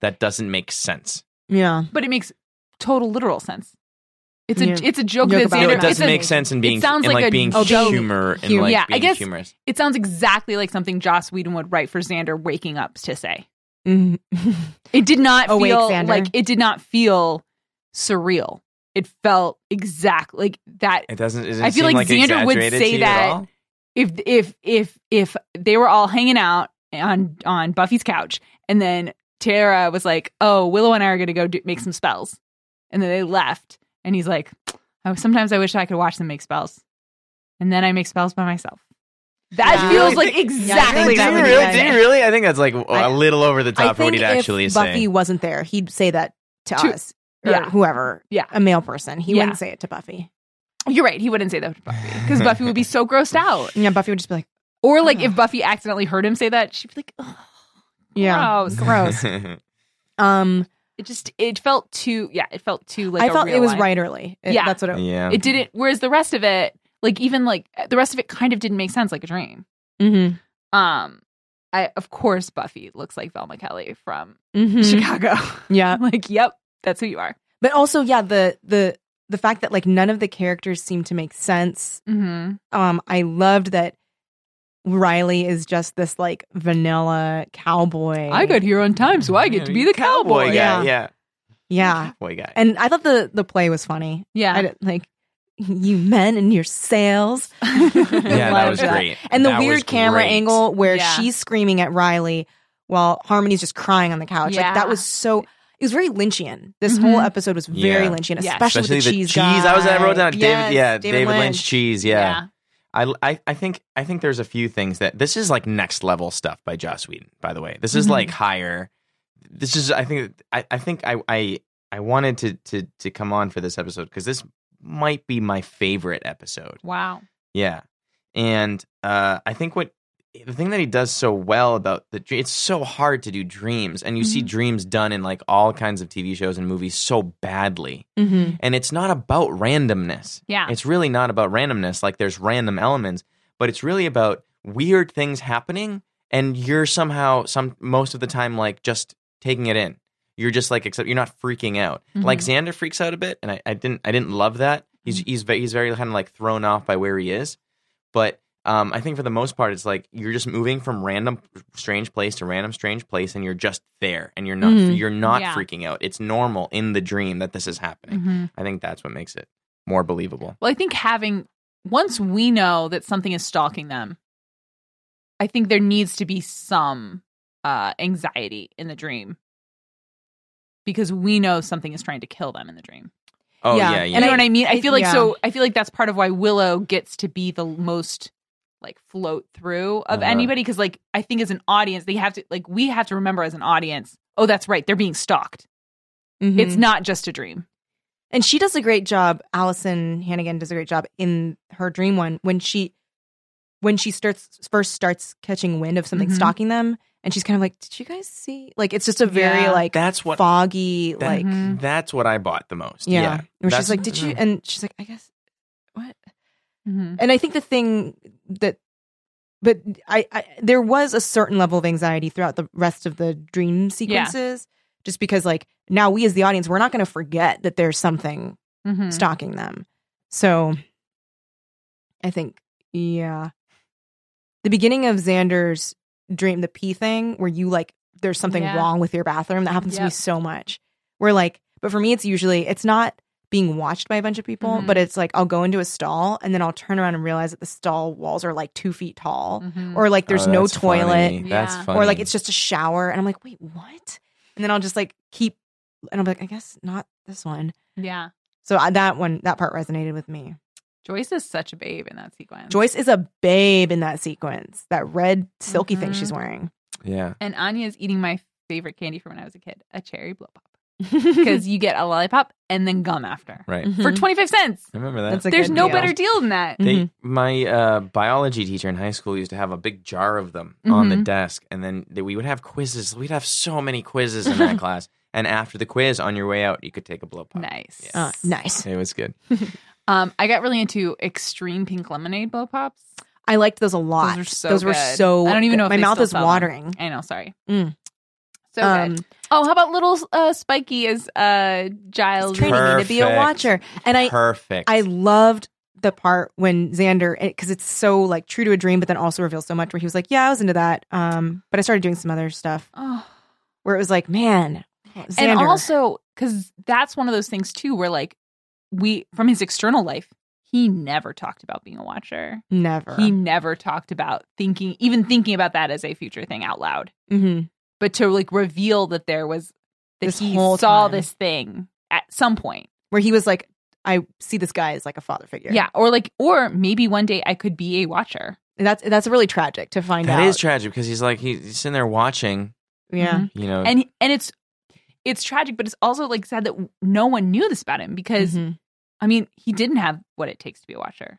S3: that doesn't make sense.
S2: Yeah,
S4: But it makes total literal sense. It's a
S2: Yeah.
S4: it's a joke,
S2: Joke
S4: that
S2: about
S3: No,
S4: Xander
S3: it
S4: it's
S3: doesn't
S4: a-
S3: make sense in being
S4: sounds
S3: in
S4: like
S3: like,
S4: a
S3: being
S4: joke.
S3: humor and like
S4: Yeah, I
S3: being
S4: guess-
S3: humorous.
S4: It sounds exactly like something Joss Whedon would write for Xander waking up to say.
S2: Mhm.
S4: It did not
S2: Awake,
S4: feel
S2: Xander.
S4: like it did not feel surreal. It felt exactly like that
S3: It doesn't. It doesn't
S4: I feel
S3: seem
S4: like
S3: like,
S4: Xander would
S3: exaggerated
S4: say
S3: to you
S4: that
S3: At all.
S4: if if if if they were all hanging out on on Buffy's couch, and then Tara was like, "Oh, Willow and I are gonna go do, make some spells," and then they left, and he's like, "Oh, sometimes I wish I could watch them make spells, and then I make spells by myself." That
S2: Yeah.
S4: feels like
S3: Yeah,
S2: I
S4: exactly
S2: think
S3: do
S4: that
S3: you
S2: would
S4: would
S2: be
S3: really?
S2: good.
S3: Do you really? I think that's like a little over the
S2: I
S3: top for
S2: think
S3: what he'd
S2: if
S3: actually
S2: Buffy
S3: say.
S2: wasn't there, he'd say that to,
S4: To-
S2: us, or
S4: yeah.
S2: whoever,
S4: Yeah.
S2: a male person. He
S4: Yeah.
S2: wouldn't say it to Buffy.
S4: You're right. He wouldn't say that to Buffy because Buffy would be so grossed out.
S2: Yeah, Buffy would just be like,
S4: Or like if Buffy accidentally heard him say that, she'd be like, "Oh,
S2: yeah,
S4: gross."
S2: gross. um,
S4: It just it felt too. Yeah, it felt too like
S2: I
S4: a
S2: felt
S4: real
S2: it was
S4: life.
S2: writerly. It-
S4: Yeah.
S2: that's what it.
S3: yeah.
S4: It didn't. Whereas the rest of it, like even like the rest of it, kind of didn't make sense, like a dream.
S2: Mhm.
S4: Um, I of course Buffy looks like Velma Kelly from
S2: Mhm.
S4: Chicago.
S2: Yeah,
S4: I'm like, yep, that's who you are.
S2: but also, yeah, the the the fact that like none of the characters seem to make sense
S4: Mm-hmm.
S2: um i loved that Riley is just this like vanilla cowboy.
S4: I got here on time, so I get to be the cowboy.
S3: guy.
S2: Yeah.
S3: Yeah,
S2: yeah,
S3: cowboy guy.
S2: and I thought the the play was funny.
S4: Yeah.
S2: I didn't- like you men and your sales.
S3: yeah, that
S2: Love
S3: was
S2: that.
S3: great.
S2: And the
S3: That was
S2: weird camera
S3: great.
S2: angle where
S4: Yeah.
S2: she's screaming at Riley while Harmony's just crying on the couch.
S4: Yeah.
S2: Like that was so it was very Lynchian. This whole
S4: Mhm.
S2: episode was very
S3: Yeah.
S2: Lynchian,
S4: Yes.
S2: especially,
S3: especially
S2: with the, cheese.
S3: I was I wrote
S2: guy.
S3: down
S2: Yes,
S3: David. Yeah, David, Lynch. cheese. Yeah.
S4: Yeah.
S3: I, I I think I think there's a few things that this is like next level stuff by Joss Whedon. By the way, this is
S4: Mhm.
S3: like
S2: Mm-hmm.
S3: higher. This is I think I, I think I I I wanted to to to come on for this episode because this might be my favorite episode.
S4: Wow.
S3: Yeah. And uh, I think what the thing that he does so well about the dr- it's so hard to do dreams, and you see
S4: Mhm.
S3: dreams done in like all kinds of TV shows and movies so badly.
S2: Mhm.
S3: And it's not about randomness.
S4: Yeah.
S3: It's really not about randomness. Like there's random elements, but it's really about weird things happening, and you're somehow some most of the time like just taking it in. You're just like except you're not freaking out. Like Xander freaks out a bit, and I, I didn't I didn't love that. He's he's ve- he's very kind of like thrown off by where he is, but um, I think for the most part it's like you're just moving from random strange place to random strange place, and you're just there, and you're not
S2: Mm.
S3: you're not
S4: Yeah.
S3: freaking out. It's normal in the dream that this is happening.
S4: Mhm.
S3: I think that's what makes it more believable.
S4: Well, I think having once we know that something is stalking them, I think there needs to be some uh anxiety in the dream. Because we know something is trying to kill them in the dream.
S3: Oh
S2: Yeah.
S3: yeah,
S2: And
S3: yeah.
S4: You know what I mean? I
S2: it-
S4: feel like
S2: yeah.
S4: so I feel like that's part of why Willow gets to be the most like float through of
S3: Uh-huh.
S4: anybody because like I think as an audience they have to like we have to remember as an audience, oh that's right, they're being stalked.
S2: Mhm.
S4: It's not just a dream.
S2: And she does a great job. Allison Hannigan does a great job in her dream one when she when she starts first starts catching wind of something
S4: Mhm.
S2: stalking them, and she's kind of like, "Did you guys see?" Like it's just a very
S4: Yeah.
S2: like
S3: That's what
S2: foggy
S3: That- Mm-hmm.
S2: like
S4: Mhm.
S3: that's what I bought the most.
S2: yeah.
S3: Yeah.
S2: Where
S3: That's-
S2: she's like, "Did you?" And she's like, "I guess what?"
S4: Mm-hmm.
S2: And I think the thing that but I, I there was a certain level of anxiety throughout the rest of the dream sequences just because like now we as the audience we're not going to forget that there's something
S4: Mm-hmm.
S2: stalking them. So I think, yeah. The beginning of Xander's dream, the pee thing, where you like, there's something
S4: Yeah.
S2: wrong with your bathroom. That happens to me
S4: Yep.
S2: so much. Where like, but for me, it's usually, it's not being watched by a bunch of people,
S4: Mhm.
S2: but it's like, I'll go into a stall and then I'll turn around and realize that the stall walls are like two feet tall
S4: Mm-hmm.
S2: or like there's
S3: Oh,
S2: no
S3: that's
S2: toilet
S3: funny.
S4: Yeah.
S3: That's funny.
S2: or like it's just a shower. And I'm like, wait, what? And then I'll just like keep, and I'll be like, I guess not this one.
S4: yeah.
S2: So I, that one, that part resonated with me.
S4: Joyce is such a babe in that sequence.
S2: Joyce is a babe in that sequence. That red silky thing
S4: Mhm.
S2: she's wearing.
S3: yeah.
S4: and Anya is eating my favorite candy from when I was a kid, a cherry blow pop. Because you get a lollipop and then gum after
S3: Right.
S4: for 25 cents.
S3: I remember that.
S2: Mm-hmm. That's mm-hmm. a
S4: There's
S2: good
S4: no
S2: deal.
S4: better deal than that.
S3: they, My uh, biology teacher in high school used to have a big jar of them on
S2: Mm-hmm.
S3: the desk, and then they, we would have quizzes. We'd have so many quizzes in that class, and after the quiz, on your way out, you could take a
S4: Mm-hmm.
S3: blow pop.
S4: Nice.
S2: Uh, nice.
S3: It was good.
S4: Um, I got really into extreme pink lemonade blow pops.
S2: I liked those a lot.
S4: Those are so
S2: Those were
S4: good.
S2: so
S4: I don't even know
S2: good.
S4: if
S2: my
S4: they
S2: mouth
S4: still
S2: is
S4: sell them.
S2: watering.
S4: I know, sorry.
S2: Mm.
S4: So
S2: Um,
S4: good. Oh, how about little uh, Spiky as uh, Giles?
S2: training me to be a
S3: Perfect.
S2: watcher, and I
S3: Perfect.
S2: I loved the part when Xander because it's so like true to a dream, but then also reveals so much. Where he was like, "Yeah, I was into that," um, but I started doing some other stuff
S4: Oh.
S2: where it was like, "Man, Xander."
S4: and also because that's one of those things too where like we from his external life he never talked about being a watcher
S2: never.
S4: he never talked about thinking even thinking about that as a future thing out loud
S2: hmm
S4: but to like reveal that there was that
S2: This
S4: he
S2: whole
S4: saw
S2: time.
S4: this thing at some point
S2: Where he was like, "I see this guy as like a father figure."
S4: yeah. or like or maybe one day i could be a watcher
S2: And that's that's really tragic to find out.
S3: that is tragic because he's like he's, he's sitting there watching.
S2: Yeah.
S4: Mhm.
S3: You know,
S4: and and it's it's tragic but it's also like sad that no one knew this about him because
S2: Mhm.
S4: i mean he didn't have what it takes to be a watcher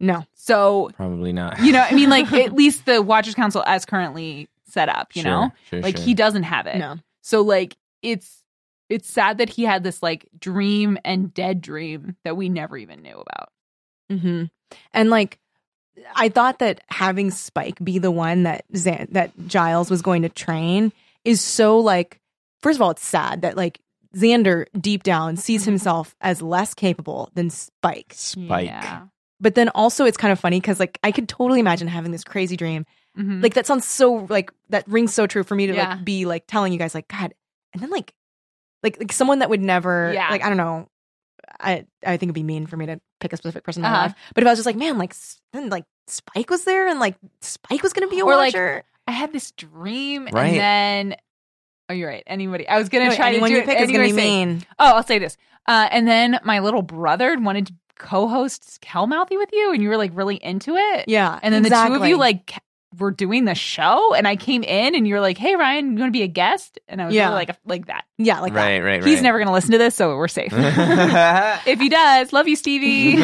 S2: no,
S4: so
S3: probably not.
S4: You know, I mean, like at least the Watchers Council as currently set up, you
S3: Sure,
S4: know,
S3: sure,
S4: like
S3: sure.
S4: he doesn't have it.
S2: no,
S4: So like it's it's sad that he had this like dream and dead dream that we never even knew about.
S2: hmm and like I thought that having Spike be the one that Zan- that Giles was going to train is so like. First of all, it's sad that like Mm-hmm. Xander deep down sees himself as less capable than Spike,
S3: Spike.
S4: Yeah.
S2: But then also it's kind of funny because like I could totally imagine having this crazy dream.
S4: Mhm.
S2: Like that sounds so like that rings so true for me to
S4: Yeah.
S2: like be like telling you guys like God, and then like like like someone that would never
S4: Yeah.
S2: like I don't know. I I think it'd be mean for me to pick a specific person in my
S4: Uh-huh.
S2: life. But if I was just like, man, like s- then like Spike was there and like Spike was gonna be a
S4: Or, like,
S2: watcher.
S4: I had this dream,
S3: Right.
S4: and then oh, you're right. Anybody, I was gonna
S2: Anyway,
S4: try
S2: anyone
S4: to do
S2: you
S4: it.
S2: pick is gonna be
S4: anyway, say-
S2: mean.
S4: Oh, I'll say this. Uh, and then my little brother wanted to co-host Hellmouthy with you, and you were like really into it.
S2: Yeah.
S4: And then the two of
S2: exactly.
S4: you like ca- were doing the show, and I came in, and you were like, "Hey, Ryan, you want to be a guest?" And I was
S2: Yeah.
S4: really like like that.
S2: Yeah, like that.
S3: right, right, right.
S4: He's never gonna listen to this, so we're safe.
S3: never.
S4: if he does, love you, Stevie.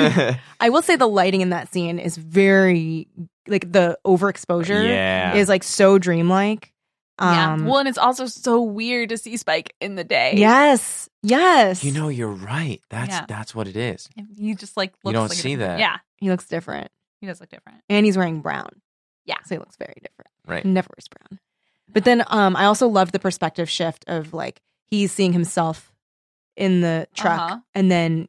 S2: I will say the lighting in that scene is very like the overexposure
S3: yeah.
S2: is like so dreamlike. Um
S4: Well, and it's also so weird to see Spike in the day.
S2: Yes. Yes.
S3: you know, you're right. That's
S4: Yeah.
S3: that's what it is.
S4: He just like looks
S3: You don't
S4: like a
S3: see
S4: different-
S3: that.
S4: Yeah.
S2: he looks different.
S4: He does look different.
S2: And he's wearing brown.
S4: Yeah.
S2: So he looks very different.
S3: Right.
S4: Mm-hmm.
S2: Never wears brown. But then um I also love the perspective shift of like he's seeing himself in the truck
S4: Uh-huh.
S2: and then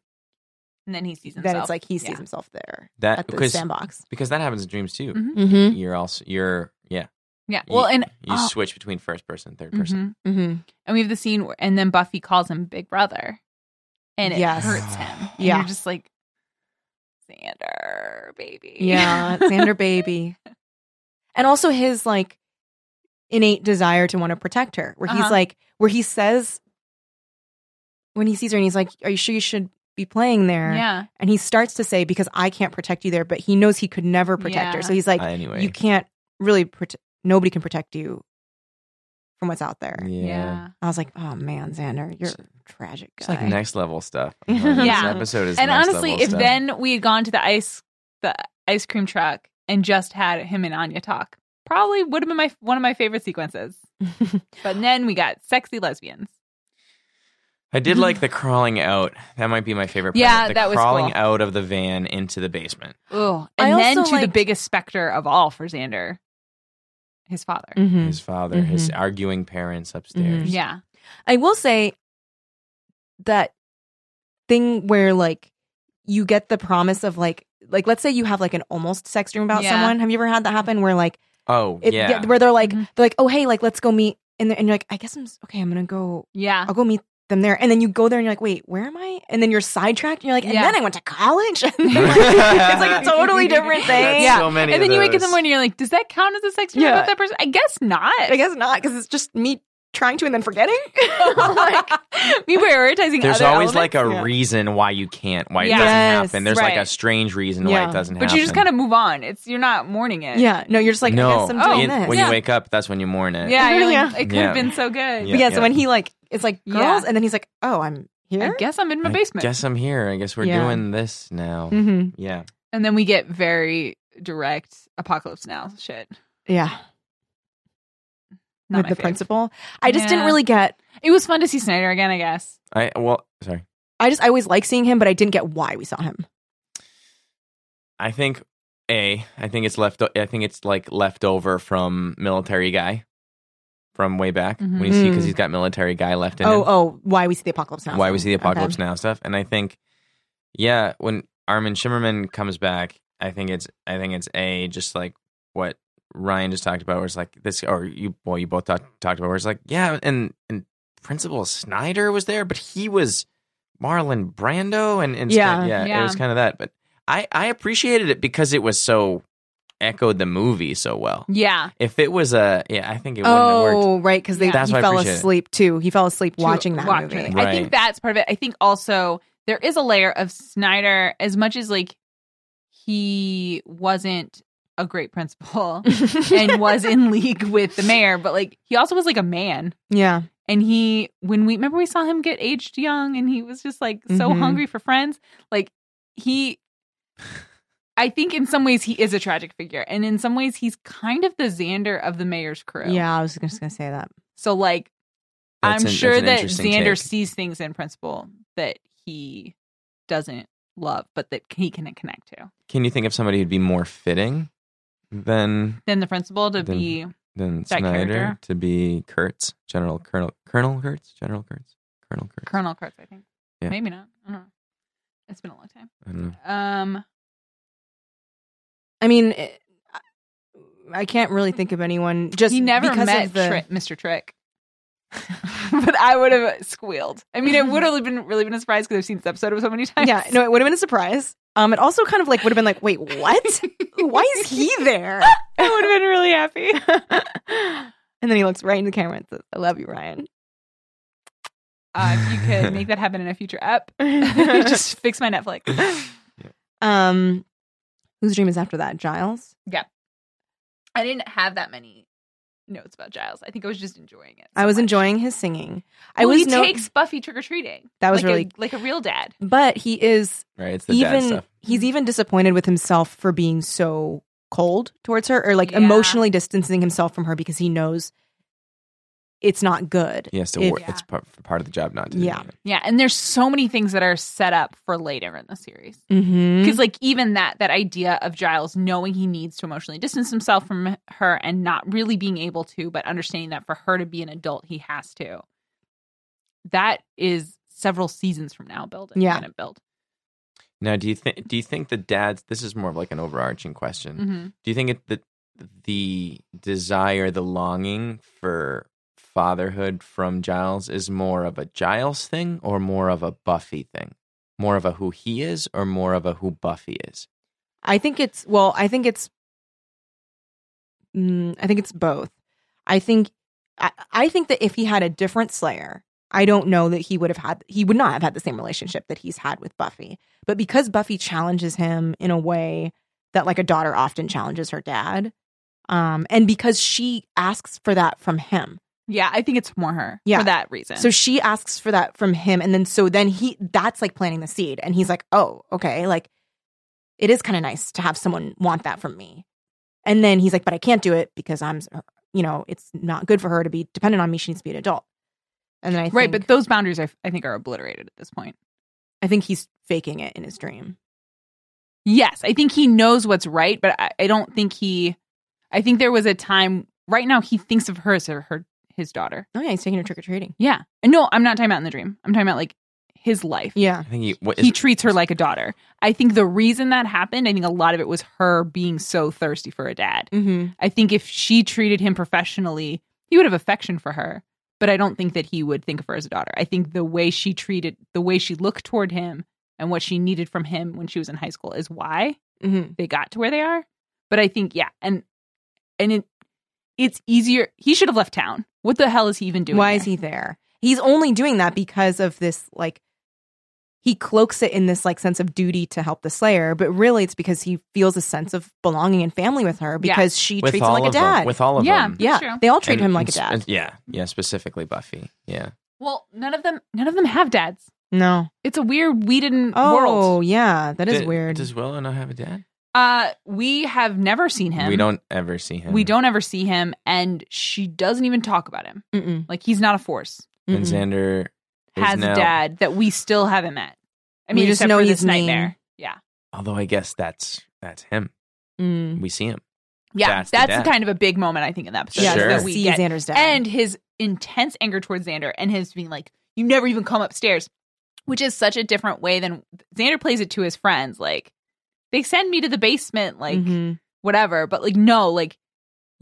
S4: And then he sees himself.
S2: then it's like he sees
S4: Yeah.
S2: himself there
S3: That
S2: at the
S3: because
S2: sandbox.
S3: because that happens in dreams too.
S4: Mhm.
S2: Mm-hmm.
S3: You're also you're yeah.
S4: Yeah.
S3: You-
S4: Well, and
S3: you
S4: oh,
S3: switch between first person, third person.
S4: mhm.
S2: Mm-hmm.
S4: And we have the scene where, and then Buffy calls him Big Brother, and it
S2: Yes.
S4: hurts him. And
S2: Yeah.
S4: You're just like Xander, baby.
S2: Yeah, Xander baby. And also his like innate desire to want to protect her, where he's
S4: Uh-huh.
S2: like, where he says, when he sees her and he's like, Are you sure you should be playing there?
S4: yeah.
S2: And he starts to say, Because I can't protect you there, but he knows he could never protect her.
S4: Yeah.
S2: So he's like,
S3: Uh, anyway.
S2: You can't really, prote- nobody can protect you from what's out there.
S3: yeah.
S4: Yeah.
S2: I was like, Oh man, Xander, you're a tragic guy.
S3: It's like next level stuff. Oh, This
S4: Yeah.
S3: episode is
S4: And
S3: next
S4: honestly,
S3: level
S4: if
S3: stuff.
S4: then we had gone to the ice the ice cream truck and just had him and Anya talk, probably would have been my one of my favorite sequences. But then we got sexy lesbians.
S3: I did like the crawling out. That might be my favorite. part.
S4: Yeah,
S3: the
S4: that was
S3: crawling
S4: cool.
S3: out of the van into the basement.
S4: Oh,
S2: I
S4: and then
S2: also
S4: to the
S2: liked-
S4: biggest specter of all for Xander, his father.
S2: Mhm.
S3: His father, his
S4: Mm-hmm.
S3: arguing parents upstairs.
S2: Mhm.
S4: Yeah,
S2: I will say that thing where like you get the promise of like like let's say you have like an almost sex dream about
S4: Yeah.
S2: someone. Have you ever had that happen where like
S4: Mm-hmm.
S3: Oh
S2: it,
S3: yeah.
S2: where they're like
S4: Mhm.
S2: they're like oh hey like let's go meet and, and you're like I guess I'm s- okay I'm gonna go
S4: yeah.
S2: I'll go meet them there and then you go there and you're like wait where am I and then you're sidetracked and you're like and
S4: Yeah.
S2: then I went to college and then, like, it's like a totally different thing.
S3: That's
S4: Yeah.
S3: so many
S4: And then
S3: of
S4: you wake up in the
S3: those.
S4: morning, and you're like, does that count as a sex dream
S2: Yeah.
S4: with that person? I guess not.
S2: I guess not because it's just me trying to and then forgetting. like,
S4: me prioritizing.
S3: There's
S4: other elements.
S3: always like a
S2: Yeah.
S3: reason why you can't, why it
S4: Yes,
S3: doesn't happen. There's like
S4: right.
S3: a strange reason why
S2: Yeah.
S3: it doesn't
S4: but
S3: happen.
S4: you just kind of move on. It's you're not mourning it.
S2: yeah, no, you're just like I
S3: no.
S2: guess I'm doing
S3: It-
S2: this.
S3: When
S4: Yeah.
S3: you wake up, that's when you mourn it.
S4: yeah. you're like,
S2: Yeah.
S4: It could
S3: Yeah.
S4: have been so good.
S2: But
S3: Yeah,
S2: yeah, so
S3: yeah.
S2: when he like it's like
S4: Yeah.
S2: girls, and then he's like, oh, I'm
S4: I
S2: here.
S4: guess I'm in my
S3: I
S4: basement. Hmm.
S3: guess I'm here. I guess we're
S2: Yeah.
S3: doing this now.
S2: Mm-hmm.
S3: Yeah.
S4: And then we get very direct apocalypse now shit.
S2: Yeah,
S4: Not
S2: with
S4: my
S2: the
S4: fave.
S2: principal. I just didn't
S4: Yeah.
S2: really get.
S4: It was fun to see Snyder again. I guess.
S3: I well, sorry.
S2: I just I always like seeing him, but I didn't get why we saw him.
S3: I think a. I think it's left. I think it's like left over from military guy, from way back
S4: Mhm.
S3: when you see
S2: Mm.
S3: because he's got military guy left in
S2: Oh,
S3: him.
S2: oh, why we see the apocalypse now?
S3: why we see the
S2: Okay.
S3: apocalypse now stuff and i think yeah when armin shimmerman comes back i think it's i think it's a just like what ryan just talked about where it's like this or you well you both talk, talked about where it's like yeah and and principal snyder was there but he was marlon brando and, and it's
S2: Yeah.
S3: kind- yeah,
S4: Yeah.
S3: it was kind of that but i i appreciated it because it was so echoed the movie so well
S4: Yeah.
S3: if it was a yeah i think it wouldn't have worked
S2: Oh, right, because
S4: Yeah.
S2: they
S3: That's
S2: he
S3: why I
S2: fell
S3: appreciate it.
S2: asleep too. He fell asleep
S4: to
S2: watching that
S4: watch
S2: movie.
S4: it. I
S3: Right.
S4: think that's part of it. I think also there is a layer of Snyder as much as like he wasn't a great principal and was in league with the mayor, but like he also was like a man.
S2: yeah,
S4: And he when we remember we saw him get aged young and he was just like so
S2: Mhm.
S4: hungry for friends, like he I think in some ways he is a tragic figure and in some ways he's kind of the Xander of the mayor's crew.
S2: yeah. I was just gonna say that.
S4: So like
S3: That's
S4: I'm
S3: an-
S4: sure
S3: that's an
S4: that
S3: interesting
S4: Xander
S3: take.
S4: sees things in principle that he doesn't love, but that he can connect to.
S3: can you think of somebody who'd be more fitting than
S4: Then the principal to
S3: Then-
S4: be
S3: than
S4: That
S3: Snyder
S4: character.
S3: to be Kurtz, General Colonel Colonel Kurtz, General Kurtz, Colonel Kurtz.
S4: Colonel Kurtz, I think.
S3: Yeah.
S4: Maybe not. I don't know. It's been a long time.
S3: I don't know.
S4: Um
S2: I mean, it, I can't really think of anyone. Just
S4: he never
S2: because
S4: met
S2: of the,
S4: Tri- Mr. Trick. but I would have squealed. I mean, it would have been really been a surprise because I've seen this episode so many times.
S2: Yeah, no, it would have been a surprise. Um, it also kind of like would have been like, wait, what? Why is he there? I would have been really happy. and then he looks right in the camera and says, "I love you, Ryan."
S4: Uh, if you could make that happen in a future app, just fix my Netflix.
S2: um, whose dream is after that? Giles.
S4: I didn't have that many notes about Giles. I think I was just enjoying it.
S2: I
S4: so
S2: was
S4: much.
S2: enjoying his singing. I
S4: Well,
S2: was
S4: he
S2: no-
S4: takes Buffy trick or treating.
S2: That was
S4: like
S2: really-
S4: a, like a real dad.
S2: but he is
S3: Right, it's the dad
S2: even
S3: stuff.
S2: he's even disappointed with himself for being so cold towards her or like
S4: Yeah.
S2: emotionally distancing himself from her because he knows it's not good.
S3: He has to
S2: If-
S3: work. It's part, part of the job not to. do
S2: Yeah.
S3: that.
S4: Yeah, and there's so many things that are set up for later in the series.
S2: Mm-hmm.
S4: Because like even that that idea of Giles knowing he needs to emotionally distance himself from her and not really being able to, but understanding that for her to be an adult, he has to. That is several seasons from now building.
S2: Yeah.
S4: gonna build.
S3: Now, do you think do you think the dads? This is more of like an overarching question.
S4: hmm
S3: Do you think it, that the desire, the longing for fatherhood from Giles is more of a Giles thing or more of a Buffy thing? More of a who he is or more of a who Buffy is?
S2: I think it's well. I think it's. Mm, I think it's both. I think, I, I think that if he had a different Slayer, I don't know that he would have had. He would not have had the same relationship that he's had with Buffy. But because Buffy challenges him in a way that, like a daughter, often challenges her dad, um, and because she asks for that from him,
S4: Yeah, I think it's more her
S2: Yeah.
S4: for that reason.
S2: so she asks for that from him. And then so then he that's like planting the seed. And he's like, oh, okay, like it is kind of nice to have someone want that from me. And then he's like, but I can't do it because I'm, you know, it's not good for her to be dependent on me. She needs to be an adult. And then I think,
S4: right, but those boundaries are, I think are obliterated at this point.
S2: I think he's faking it in his dream.
S4: Yes, I think he knows what's right, but I, I don't think he. I think there was a time. Right now, he thinks of her as her, her his daughter.
S2: Oh yeah, he's taking her trick or treating.
S4: Yeah, and no, I'm not talking about in the dream. I'm talking about like his life.
S2: Yeah,
S3: I think he, what is,
S4: He treats her like a daughter. I think the reason that happened, I think a lot of it was her being so thirsty for a dad.
S2: mm-hmm.
S4: I think if she treated him professionally, he would have affection for her, but I don't think that he would think of her as a daughter. I think the way she treated, the way she looked toward him, and what she needed from him when she was in high school is why
S2: Mm-hmm.
S4: they got to where they are. But I think yeah, and and it it's easier. He should have left town. What the hell is he even doing?
S2: Why is
S4: there?
S2: he there? He's only doing that because of this like he cloaks it in this like sense of duty to help the slayer, but really it's because he feels a sense of belonging and family with her because she
S3: with
S2: treats him
S3: all
S2: like a
S3: of them-
S2: dad.
S3: with all of
S4: Yeah.
S3: them.
S2: yeah,
S4: True.
S2: they all treat
S3: And-
S2: him like a
S3: and-
S2: dad.
S3: and- yeah, yeah, specifically Buffy. Yeah.
S4: Well, none of them none of them have dads.
S2: No.
S4: It's a weird we didn't
S2: Oh,
S4: world.
S2: yeah, that is
S3: Th-
S2: weird.
S3: Does Willow not have a dad?
S4: Uh we have never seen him.
S3: We don't ever see him.
S4: we don't ever see him and she doesn't even talk about him.
S2: Mm-mm,
S4: Like he's not a force.
S3: And
S2: mm-mm.
S3: Xander is
S4: Has
S3: now-
S4: a dad that we still haven't met. I
S2: We
S4: mean,
S2: just
S4: except
S2: know
S4: for
S2: he's
S4: this nightmare.
S2: mean.
S4: Yeah.
S3: Although I guess that's that's him.
S2: Mm.
S4: Mm-hmm.
S3: We see him.
S4: Yeah.
S3: That's
S4: That's,
S3: the dad.
S4: kind of a big moment I think in that episode.
S2: Yeah,
S3: Sure.
S2: sure.
S4: That
S2: we
S4: we
S2: see
S4: get
S2: Xander's dad.
S4: and his intense anger towards Xander and his being like, "You never even come upstairs," which is such a different way than Xander plays it to his friends. Like, they send me to the basement, like
S2: Mhm.
S4: whatever. But like, no, like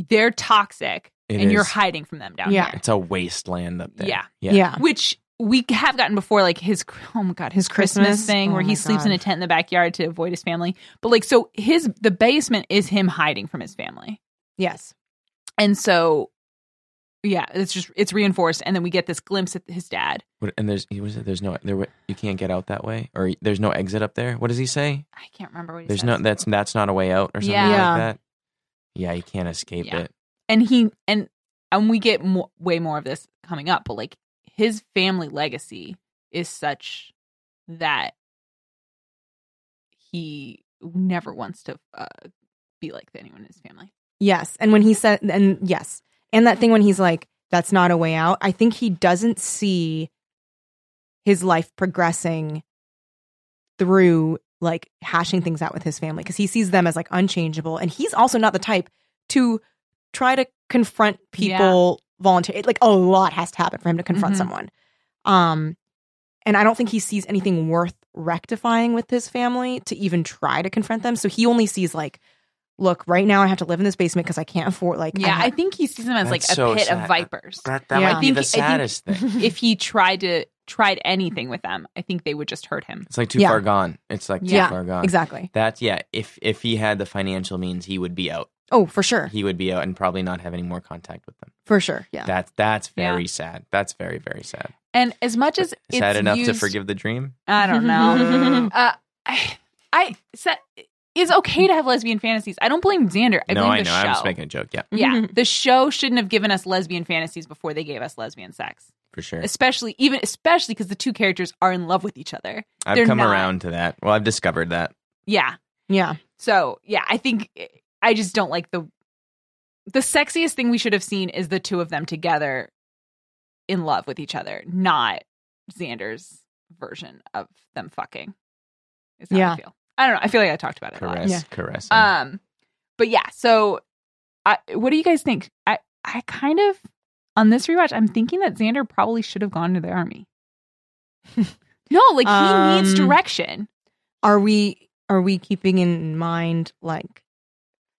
S4: they're toxic,
S3: It
S4: and you're
S3: is.
S4: hiding from them down
S2: Yeah.
S4: here.
S3: It's a wasteland up there.
S4: Yeah.
S2: yeah.
S4: Which we have gotten before, like his oh my god, his
S2: His
S4: Christmas,
S2: Christmas?
S4: thing
S2: Oh
S4: where
S2: my
S4: he sleeps
S2: God.
S4: in a tent in the backyard to avoid his family. But like, so his the basement is him hiding from his family.
S2: Yes.
S4: And so, yeah, it's just it's reinforced, and then we get this glimpse at his dad.
S3: What, and there's what is it? There's no there. wa- You can't get out that way, or there's no exit up there. What does he say?
S4: I can't remember what he
S3: There's
S4: says.
S3: no that's that's not a way out, or something
S4: Yeah.
S2: Yeah.
S3: like that. Yeah, you can't escape
S4: Yeah.
S3: it.
S4: and he and and we get mo- way more of this coming up, but like his family legacy is such that he never wants to uh, be like anyone in his family.
S2: Yes. And when he said, and yes. And that thing when he's like, that's not a way out, I think he doesn't see his life progressing through like hashing things out with his family because he sees them as like unchangeable. And he's also not the type to try to confront people voluntarily. Like a lot has to happen for him to confront
S4: Mhm.
S2: someone. Um, and I don't think he sees anything worth rectifying with his family to even try to confront them. So he only sees like, look, right now I have to live in this basement because I can't afford like
S4: Yeah,
S2: I
S4: I think he sees them as like
S3: That's
S4: a
S3: so
S4: pit
S3: sad.
S4: of vipers.
S3: That, that
S2: Yeah.
S3: might
S4: I
S3: be
S4: think- I
S3: the
S4: think-
S3: saddest thing.
S4: if he tried to tried anything with them, I think they would just hurt him.
S3: It's like too
S2: Yeah.
S3: far gone. It's like too
S2: Yeah,
S3: far gone.
S2: exactly.
S3: That yeah. If if he had the financial means, he would be out.
S2: Oh, for sure,
S3: He would be out and probably not have any more contact with them.
S2: for sure. Yeah,
S3: That's that's
S4: Yeah.
S3: very sad. That's very very sad.
S4: And as much as it's
S3: sad enough to
S4: used-
S3: forgive the dream.
S4: I don't know. uh, I, I sa- it's okay to have lesbian fantasies. I don't blame Xander. I
S3: no,
S4: blame
S3: I
S4: the
S3: know.
S4: show.
S3: I was making a joke. Yeah,
S4: yeah, the show shouldn't have given us lesbian fantasies before they gave us lesbian sex.
S3: for sure.
S4: Especially even especially because the two characters are in love with each other.
S3: I've
S4: they're
S3: come
S4: not.
S3: around to that. Well, I've discovered that.
S4: Yeah.
S2: yeah.
S4: So yeah, I think eh, I just don't like the the sexiest thing we should have seen is the two of them together in love with each other, not Xander's version of them fucking. Is how
S2: Yeah.
S4: I feel. I don't know. I feel like I talked about it a lot.
S3: Caress,
S2: Yeah.
S3: caress.
S4: Um, but yeah. So, I what do you guys think? I I kind of on this rewatch, I'm thinking that Xander probably should have gone to the army. no, like he needs
S2: Um,
S4: direction.
S2: Are we are we keeping in mind like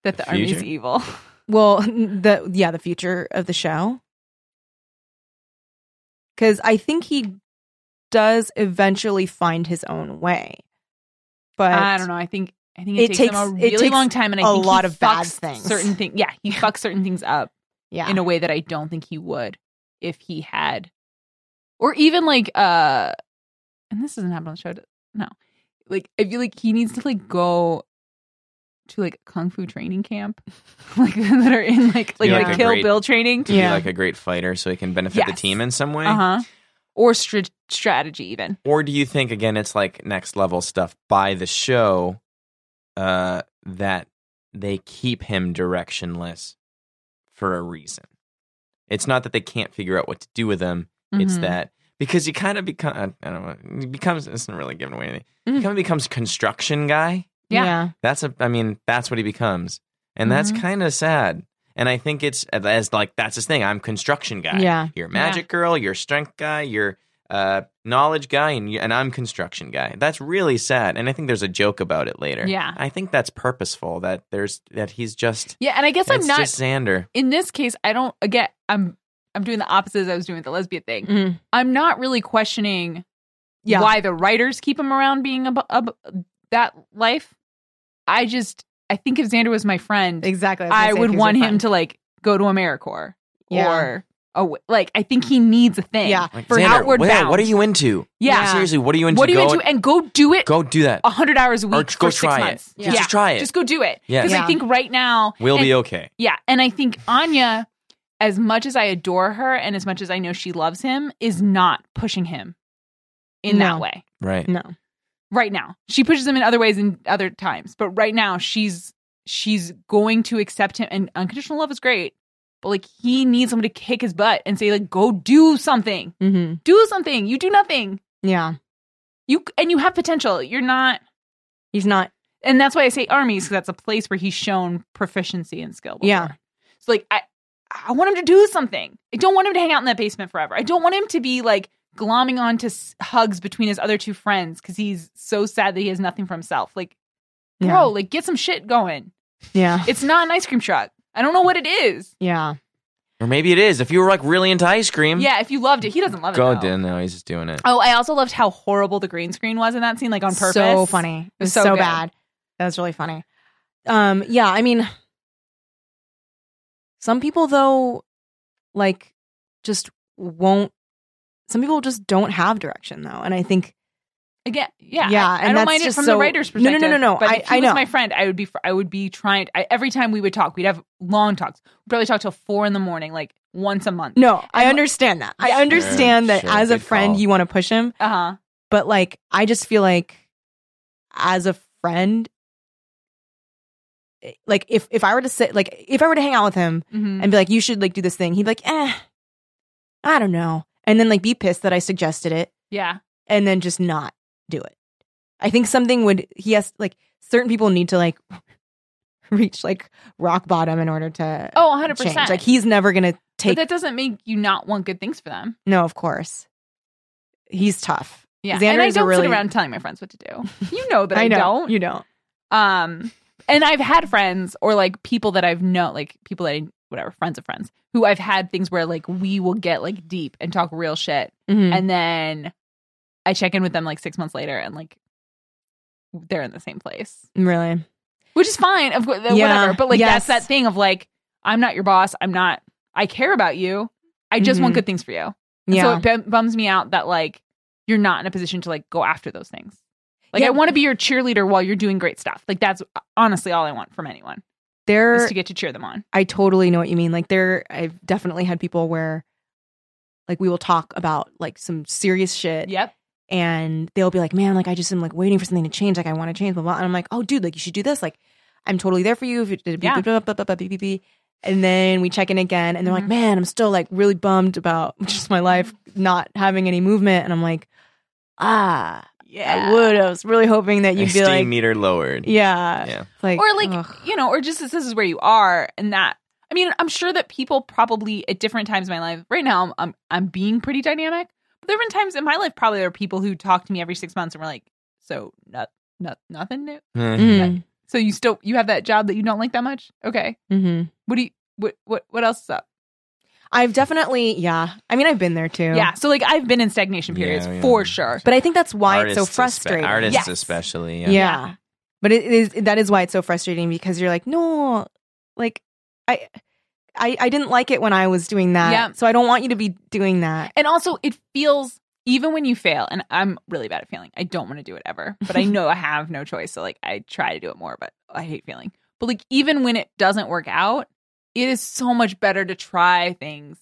S4: That the
S3: Future.
S4: army's evil.
S2: well the yeah the future of the show? Because I think he does eventually find his own way, but
S4: I don't know. I think I think it,
S2: It
S4: takes,
S2: takes-
S4: him
S2: it
S4: a really
S2: takes
S4: long time, and I
S2: a
S4: think he
S2: lot of bad
S4: fucks
S2: things.
S4: Certain things, yeah, he fucks certain things up
S2: Yeah,
S4: in a way that I don't think he would if he had, or even like uh, and this doesn't happen on the show. does- No, like I feel like he needs to like go to like kung fu training camp, like that are in like like,
S3: be
S4: the
S3: like a
S4: Kill
S3: great-
S4: Bill training.
S3: to
S2: yeah.
S3: be like a great fighter, so he can benefit the
S4: Yes.
S3: team in some way.
S4: Uh huh. Or str- strategy, even.
S3: Or do you think again it's like next level stuff by the show uh, that they keep him directionless for a reason? It's not that they can't figure out what to do with him. It's
S4: Mhm.
S3: that because he kind of become I don't know he becomes it's not really giving away anything. He kind of becomes construction guy.
S4: yeah.
S3: That's a I mean that's what he becomes, and that's
S4: Mhm.
S3: kind of sad. And I think it's as like that's his thing. I'm construction guy.
S2: Yeah.
S3: You're magic girl, you're strength guy, you're uh, knowledge guy, and you, and I'm construction guy. That's really sad. And I think there's a joke about it later.
S4: Yeah.
S3: I think that's purposeful. That there's that he's just.
S4: Yeah, and I guess I'm
S3: it's
S4: not
S3: just Xander.
S4: in this case, I don't again I'm I'm doing the opposite as I was doing with the lesbian thing.
S2: Mm.
S4: I'm not really questioning
S2: yeah.
S4: why the writers keep him around being ab- ab- that life. I just I think if Xander was my friend,
S2: Exactly. was gonna
S4: I
S2: say if
S4: would
S2: he was
S4: want
S2: your
S4: him
S2: friend.
S4: to like go to AmeriCorps
S2: Yeah.
S4: or oh like I think he needs a thing.
S2: Yeah.
S3: Like,
S4: For
S3: Xander,
S4: outward
S3: what,
S4: bound.
S3: what are you into?
S4: Yeah.
S3: Seriously, what are you into?
S4: What do you
S3: go,
S4: into and go do it
S3: Go do that.
S4: a hundred hours a
S3: Or
S4: week
S3: just go
S4: for six
S3: try it.
S4: months.
S2: Yeah.
S3: Just try it.
S4: Just go do it.
S3: Yes.
S4: Because
S2: Yeah.
S4: I think right now
S3: we'll
S4: and-
S3: be okay.
S4: Yeah, and I think Anya, as much as I adore her and as much as I know she loves him, is not pushing him in
S2: No.
S4: that way
S3: Right.
S2: No.
S4: right now. She pushes him in other ways in other times, but right now she's she's going to accept him and unconditional love is great. But like he needs someone to kick his butt and say like go do something.
S2: hmm
S4: Do something. You do nothing.
S2: Yeah.
S4: You and you have potential. You're not
S2: He's not.
S4: and that's why I say armies because that's a place where he's shown proficiency and skill. Before.
S2: Yeah.
S4: So like I, I want him to do something. I don't want him to hang out in that basement forever. I don't want him to be like glomming onto s- hugs between his other two friends because he's so sad that he has nothing for himself. Like,
S2: Yeah.
S4: bro, like get some shit going.
S2: Yeah.
S4: It's not an ice cream truck. I don't know what it is.
S2: Yeah.
S3: Or maybe it is. If you were like really into ice cream,
S4: Yeah, if you loved it, he doesn't love it.
S3: Go
S4: though.
S3: do no, he's just doing it.
S4: Oh, I also loved how horrible the green screen was in that scene, like on purpose.
S2: So funny. It was so,
S4: so good.
S2: bad. That was really funny. Um, yeah, I mean some people though like just won't some people just don't have direction though. And I think
S4: Again, yeah,
S2: Yeah,
S4: I- I,
S2: and
S4: don't
S2: that's
S4: mind it
S2: just
S4: from
S2: so-
S4: the writer's
S2: No, no, no,
S4: perspective.
S2: no, no.
S4: But
S2: I-
S4: if he
S2: I
S4: was
S2: know.
S4: my friend, I would be. I would be trying. I, every time we would talk, we'd have long talks. We'd probably talk till four in the morning, like once a month.
S2: no, I
S4: And-
S2: understand that. I
S4: Yeah.
S2: understand
S3: Sure,
S2: that
S3: sure,
S2: as a
S3: good
S2: friend
S3: call.
S2: you want to push him,
S4: Uh huh.
S2: but like I just feel like as a friend eh, like if if I were to sit like if I were to hang out with him
S4: hmm
S2: and be like, you should like do this thing. He'd be like, eh, I don't know. And then like be pissed that I suggested it
S4: Yeah.
S2: and then just not do it. I think something would, he has like certain people need to like reach like rock bottom in order to
S4: Oh, 100
S2: change.
S4: percent.
S2: Like he's never going to
S4: but
S2: take,
S4: that doesn't make you not want good things for them.
S2: no, of course. He's tough.
S4: Yeah.
S2: Xander
S4: and I
S2: is a
S4: don't
S2: really-
S4: sit around telling my friends what to do. You know that I,
S2: know.
S4: don't.
S2: You don't.
S4: um. and I've had friends or like people that I've known, like people that I whatever friends of friends who I've had things where like we will get like deep and talk real shit,
S2: Mhm.
S4: and then I check in with them like six months later, and like they're in the same place,
S2: really.
S4: which is fine, of course,
S2: Yeah,
S4: whatever. But like
S2: yes.
S4: that's that thing of like I'm not your boss. I'm not. I care about you. I just want
S2: Mhm.
S4: good things for you. And
S2: Yeah.
S4: So it bum- bums me out that like you're not in a position to like go after those things. Like
S2: Yeah.
S4: I want to be your cheerleader while you're doing great stuff. Like that's honestly all I want from anyone
S2: there
S4: is to get to cheer them on.
S2: I totally know what you mean. Like there I've definitely had people where like we will talk about like some serious shit
S4: Yep.
S2: and they'll be like, "Man, like I just am like waiting for something to change. Like I want to change blah blah." And I'm like, "Oh, dude, like you should do this. Like I'm totally there for you." If you did
S4: Yeah.
S2: blah, blah, blah, blah, blah, blah, blah, blah. And then we check in again and they're like,
S4: Mm-hmm.
S2: "Man, I'm still like really bummed about just my life not having any movement." And I'm like, "Ah, I would. I was really hoping that you'd be
S3: Steam
S2: like,
S3: meter lowered.
S2: yeah,
S3: Yeah.
S2: It's Like,
S4: Or like,
S2: ugh.
S4: you know, or just this is where you are and that I mean, I'm sure that people probably at different times in my life. Right now I'm I'm, I'm being pretty dynamic. But there have been times in my life probably there are people who talk to me every 6 months and were like, "So, not not nothing new."
S3: Hmm.
S2: Mm,
S4: So you still you have that job that you don't like that much? Okay.
S2: mhm.
S4: What do you what what what else is up?
S2: I've definitely, yeah. I mean, I've been there too.
S4: Yeah. So like I've been in stagnation periods
S3: Yeah, yeah.
S4: for sure.
S2: But I think that's why it's so
S3: Artists espe-
S2: frustrating.
S3: artists
S4: Yes.
S3: especially.
S2: yeah. Yeah. But it is that is why it's so frustrating because you're like, no, like I I, I didn't like it when I was doing that.
S4: Yeah.
S2: So I don't want you to be doing that.
S4: and also it feels even when you fail, and I'm really bad at failing. I don't want to do it ever, but I know I have no choice. So like I try to do it more, but I hate failing. But like even when it doesn't work out, it is so much better to try things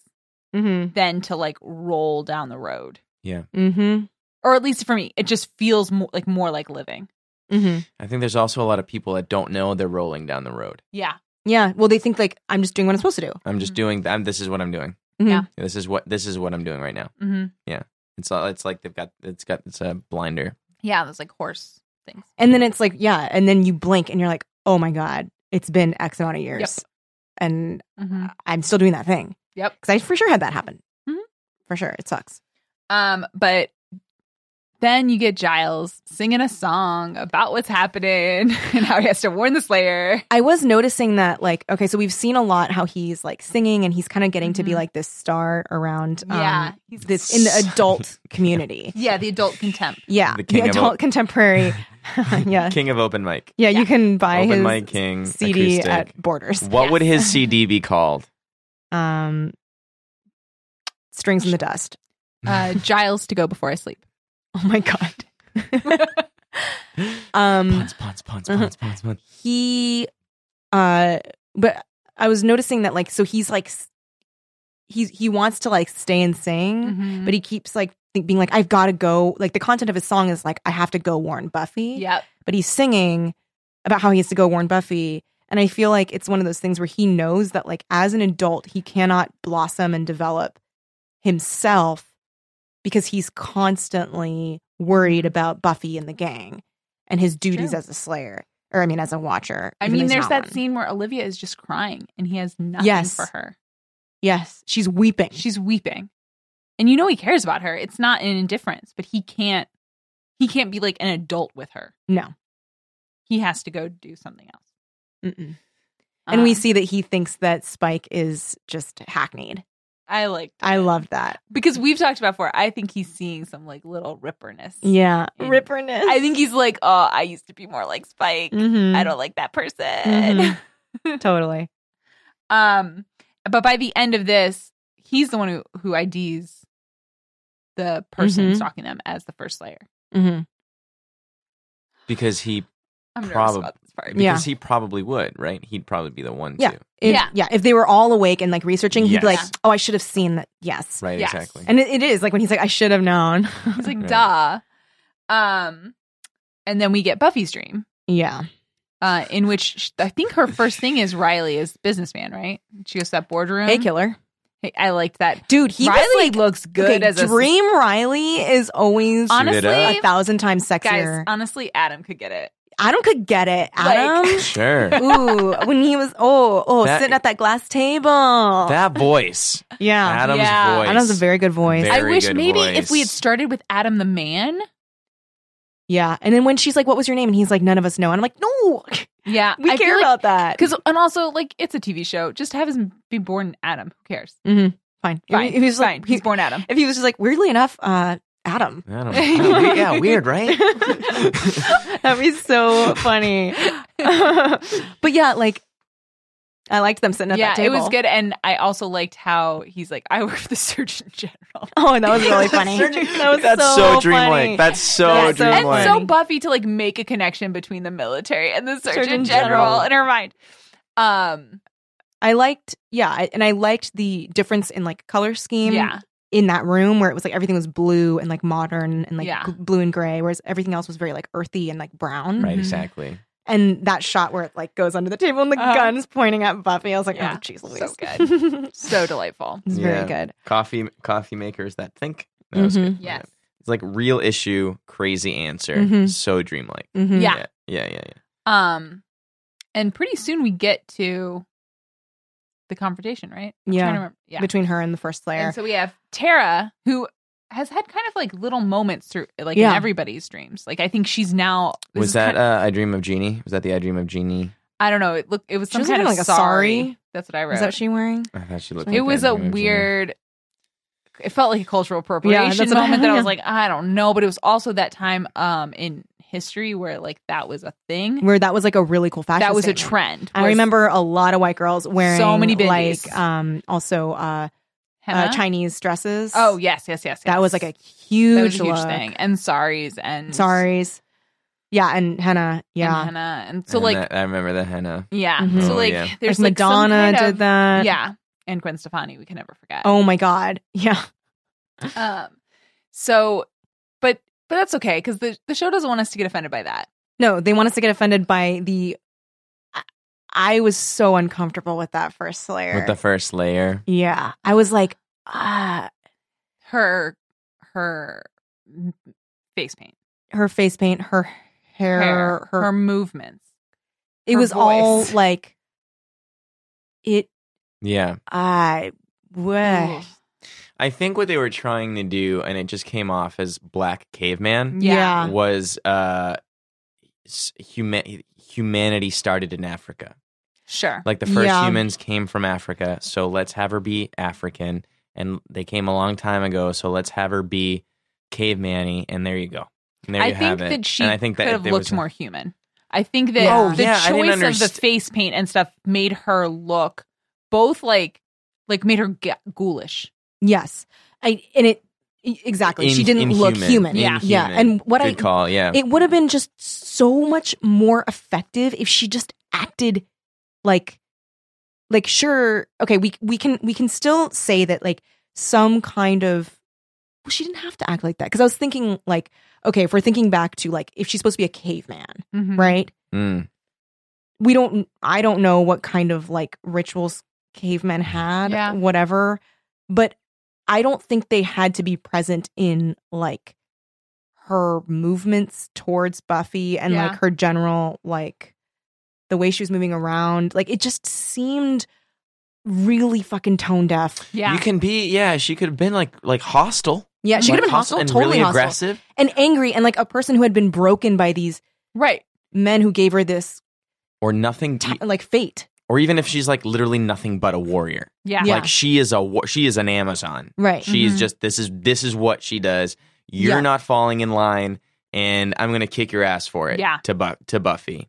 S2: Mm-hmm.
S4: than to like roll down the road.
S2: Mm-hmm.
S4: Or at least for me, it just feels more like more like living.
S2: Mm-hmm.
S3: I think there's also a lot of people that don't know they're rolling down the road.
S4: Yeah.
S2: Yeah. Well, they think like I'm just doing what I'm supposed to do.
S3: I'm just
S4: Mhm.
S3: doing. th- I'm, this is what I'm doing.
S2: Mhm.
S4: Yeah.
S3: This is what this is what I'm doing right now.
S4: Mm-hmm.
S3: It's all, it's like they've got it's got it's a blinder.
S4: Yeah. There's like horse things.
S2: And then it's like, yeah. And then you blink and you're like, oh my God, it's been X amount of years. And
S4: Mm-hmm.
S2: I'm still doing that thing.
S4: Yep.
S2: Because I for sure had that happen.
S4: Mhm.
S2: For sure. It sucks.
S4: Um, but then you get Giles singing a song about what's happening and how he has to warn the Slayer.
S2: I was noticing that, like, okay, so we've seen a lot how he's like singing and he's kind of getting to be
S4: Mhm.
S2: like this star around um,
S4: Yeah, he's-
S2: this in the adult community.
S4: Yeah, the adult contempt.
S2: Yeah,
S3: The
S2: the,
S3: king of
S2: adult
S3: o-
S2: contemporary. yeah.
S3: King of open mic.
S2: Uh, yeah,
S4: Yeah.
S2: you can buy
S3: open
S2: his
S3: mic king.
S2: CD
S3: acoustic.
S2: at Borders.
S3: What would
S4: Yes.
S3: his CD be called?
S2: Um, Strings in the Dust.
S4: Uh, Giles to go before I sleep.
S2: Oh my god. um, uh-huh.
S3: Puns, puns, puns, puns, puns, puns.
S2: he, uh, but I was noticing that, like, so he's like, s- he's he wants to like stay and sing. Mm-hmm.
S4: Mm-hmm.
S3: Mm-hmm.
S2: but he keeps like think, being like i've got to go like the content of his song is like i have to go warn buffy
S4: yep.
S2: but he's singing about how he has to go warn buffy and i feel like it's one of those things where he knows that like as an adult he cannot blossom and develop himself because he's constantly worried about buffy and the gang and his duties
S4: Mm-hmm. True.
S2: as a slayer or i mean as a watcher
S4: I
S2: even though
S4: mean,
S2: he's
S4: there's
S2: not
S4: that
S2: one.
S4: scene where Olivia is just crying and he has nothing
S2: Yes.
S4: for her.
S2: yes she's weeping
S4: She's weeping. And you know he cares about her. It's not an indifference, but he can't he can't be like an adult with her.
S2: no
S4: He has to go do something else.
S2: Mm-mm. and we
S4: Um,
S2: see that he thinks that spike is just hackneyed
S4: I like
S2: i loved that
S4: because we've talked about before. I think he's seeing some like little ripperness.
S2: Yeah.
S4: And-
S2: Ripperness.
S4: I think he's like, oh, I used to be more like Spike.
S2: Mhm.
S4: I don't like that person.
S2: Mhm. totally.
S4: Um, but by the end of this, he's the one who who IDs the person
S2: Mhm.
S4: stalking them as the first layer.
S2: Mm-hmm.
S3: Because he
S4: I'm nervous
S3: Probab-
S4: about this part.
S3: because he probably would, right? He'd probably be the one
S2: Yeah.
S3: to.
S4: Yeah.
S2: yeah. Yeah. If they were all awake and like researching, he'd
S3: Yes.
S2: be like,
S4: Yeah.
S2: oh, I should have seen that. Yes.
S3: Right,
S4: Yes.
S3: exactly.
S2: And it, it is like when he's like, I should have known.
S4: He's like,
S3: Yeah.
S4: duh. Um, and then we get Buffy's dream,
S2: yeah.
S4: uh, in which sh I think her first thing is Riley is businessman, right? She goes to that boardroom.
S2: Hey, killer.
S4: Hey, I liked that.
S2: Dude, he
S4: Riley
S2: was like,
S4: looks good
S2: okay,
S4: as a
S2: Dream Riley is always
S3: Suit it up.
S4: honestly,
S2: a thousand times
S4: guys.
S2: sexier.
S4: Honestly, Adam could get it.
S2: Adam could get it.
S4: Like-
S2: Adam.
S3: sure.
S2: Ooh, when he was, oh, oh,
S3: That-
S2: sitting at that glass table.
S3: That voice.
S2: oh, yeah.
S3: Adam's
S4: Yeah.
S3: voice.
S2: Adam's a very good voice.
S3: Very
S4: I wish
S3: good
S4: maybe if we had
S3: voice.
S4: started with Adam the man,
S2: Yeah. And then when she's like, what was your name? And he's like, none of us know. And I'm like, no,
S4: Yeah,
S2: we
S4: I
S2: care
S4: feel
S2: about that.
S4: because and also like it's a TV show. Just have him be born Adam. Who cares?
S2: fine. If
S4: Fine,
S2: he- if he was
S4: fine.
S2: like, he,
S4: He's born Adam.
S2: if he was just like, weirdly enough, uh, Adam.
S3: I don't know. yeah, weird, right?
S2: That'd be so funny. but yeah, like I liked them sitting at
S4: yeah,
S2: that table.
S4: it was good, and I also liked how he's like, I work for the Surgeon General.
S2: Oh, that was really funny. that was
S3: That's so,
S2: so, funny.
S3: dreamlike. That's so
S2: That's so
S3: dreamlike.
S4: and so
S2: funny.
S4: Buffy to like make a connection between the military and the Surgeon,
S2: Surgeon
S4: General.
S2: General.
S4: in her mind. Um,
S2: I liked, yeah, I, and I liked the difference in like color scheme.
S4: yeah,
S2: in that room where it was like everything was blue and like modern and like
S4: Yeah.
S2: gl- blue and gray, whereas everything else was very like earthy and like brown.
S3: Right,
S4: Mhm.
S3: exactly.
S2: And that shot where it like goes under the table and the
S4: Uh-huh.
S2: gun's pointing at Buffy, I was like,
S4: Yeah.
S2: oh, jeez,
S4: So
S2: Louise.
S4: good.
S2: it
S4: so delightful.
S2: was very
S3: Yeah.
S2: good.
S3: Coffee coffee makers that think. That was
S2: Mm-hmm.
S3: good.
S4: Yes.
S3: It's like real issue, crazy answer.
S2: Mhm.
S3: So dreamlike.
S2: Mhm.
S4: Yeah.
S3: Yeah, yeah, yeah. yeah.
S4: Um, and pretty soon we get to the confrontation, right? I'm
S2: Yeah.
S4: trying to remember. yeah.
S2: Between her and the first layer.
S4: And so we have Tara, who has had kind of like little moments through, like
S2: Yeah.
S4: in everybody's dreams. Like I think she's now this
S3: Was
S4: is
S3: that
S4: kind of-
S3: uh, I Dream of Genie? Was that the I Dream of Genie?
S4: I don't know. It looked. It was
S2: She
S4: some
S2: was
S4: kind of
S2: wearing, like, a
S4: sorry.
S2: sari.
S4: That's what I wrote.
S2: Is that what she wearing?
S3: I thought she looked.
S4: it
S3: like
S4: was
S3: I
S4: a
S3: Dream of Genie.
S4: weird. It felt like a cultural appropriation
S2: that's what I-
S4: moment that I
S2: yeah.
S4: was like, I don't know, but it was also that time um in history where like that was a thing.
S2: Where that was like a really cool fashion.
S4: That was a
S2: statement.
S4: trend.
S2: I
S4: was
S2: remember a lot of white girls wearing
S4: So many biddies.
S2: like um also uh, uh
S4: henna.
S2: Chinese dresses.
S4: Oh yes, yes, yes.
S2: That was
S4: yes.
S2: like a huge,
S4: That was a huge
S2: look.
S4: thing. And saris and
S2: Saris. Yeah, and henna.
S4: and
S2: Yeah.
S4: henna. And so
S3: And
S4: like
S3: that- I remember the henna.
S4: yeah.
S2: Mhm.
S4: So
S3: Oh,
S4: like
S3: yeah.
S4: there's
S2: like
S4: like, some
S2: Madonna
S4: kind
S2: did
S4: of-
S2: that.
S4: Yeah. And Gwen Stefani, we can never forget.
S2: Oh my god. Yeah.
S4: Um so but but that's okay because the, the show doesn't want us to get offended by that.
S2: No, they want us to get offended by the. I- I was so uncomfortable with that first layer.
S3: With the first layer.
S2: yeah, I was like, ah,
S4: Her her m- face paint.
S2: her face paint, her hair,
S4: Hair, her,
S2: her,
S4: movements.
S2: It
S4: her
S2: was all
S4: voice.
S2: like, it.
S3: Yeah.
S2: I
S4: Ugh.
S2: wish.
S3: I think what they were trying to do, and it just came off as black caveman,
S4: Yeah.
S3: was uh, s- huma- humanity started in Africa.
S4: Sure.
S3: Like the first
S2: Yeah.
S3: humans came from Africa, so let's have her be African. And they came a long time ago, so let's have her be caveman-y. And there you go. And there
S4: I
S3: you
S4: think
S3: have it.
S4: that she
S3: and I think
S4: could
S3: that
S4: have
S3: there
S4: looked
S3: was a-
S4: more human. I think that
S3: Oh,
S4: the
S3: yeah, I didn't
S4: choice of
S3: underst-
S4: the face paint and stuff made her look both like like made her ga- ghoulish.
S2: Yes, I and it e- exactly. she
S3: In-
S2: didn't look human.
S3: inhuman.
S4: Yeah.
S2: yeah.
S3: Inhuman.
S2: And what
S3: Good
S2: I
S3: call, yeah.
S2: it would have been just so much more effective if she just acted like like sure okay we we can we can still say that like some kind of well she didn't have to act like that because i was thinking like okay if we're thinking back to like if she's supposed to be a caveman
S4: Mm-hmm.
S2: right
S3: Mm.
S2: we don't i don't know what kind of like rituals cavemen had
S4: Yeah.
S2: whatever but i don't think they had to be present in like her movements towards buffy and
S4: Yeah.
S2: like her general like the way she was moving around like it just seemed really fucking tone deaf
S4: Yeah.
S3: You can be, yeah. She could have been like like hostile.
S2: yeah she
S3: Like
S2: could have been hostile,
S3: and
S2: totally
S3: really
S2: hostile
S3: aggressive.
S2: and angry and like a person who had been broken by these
S4: right.
S2: men who gave her this
S3: or nothing, e,
S2: t- like fate
S3: or even if she's like literally nothing but a warrior.
S4: Yeah.
S2: Yeah.
S3: Like she is a wa- she is an Amazon.
S2: right
S3: She is
S4: Mhm.
S3: just this is this is what she does. You're
S2: Yeah.
S3: not falling in line, and I'm gonna kick your ass for it.
S4: Yeah.
S3: to Bu- to Buffy.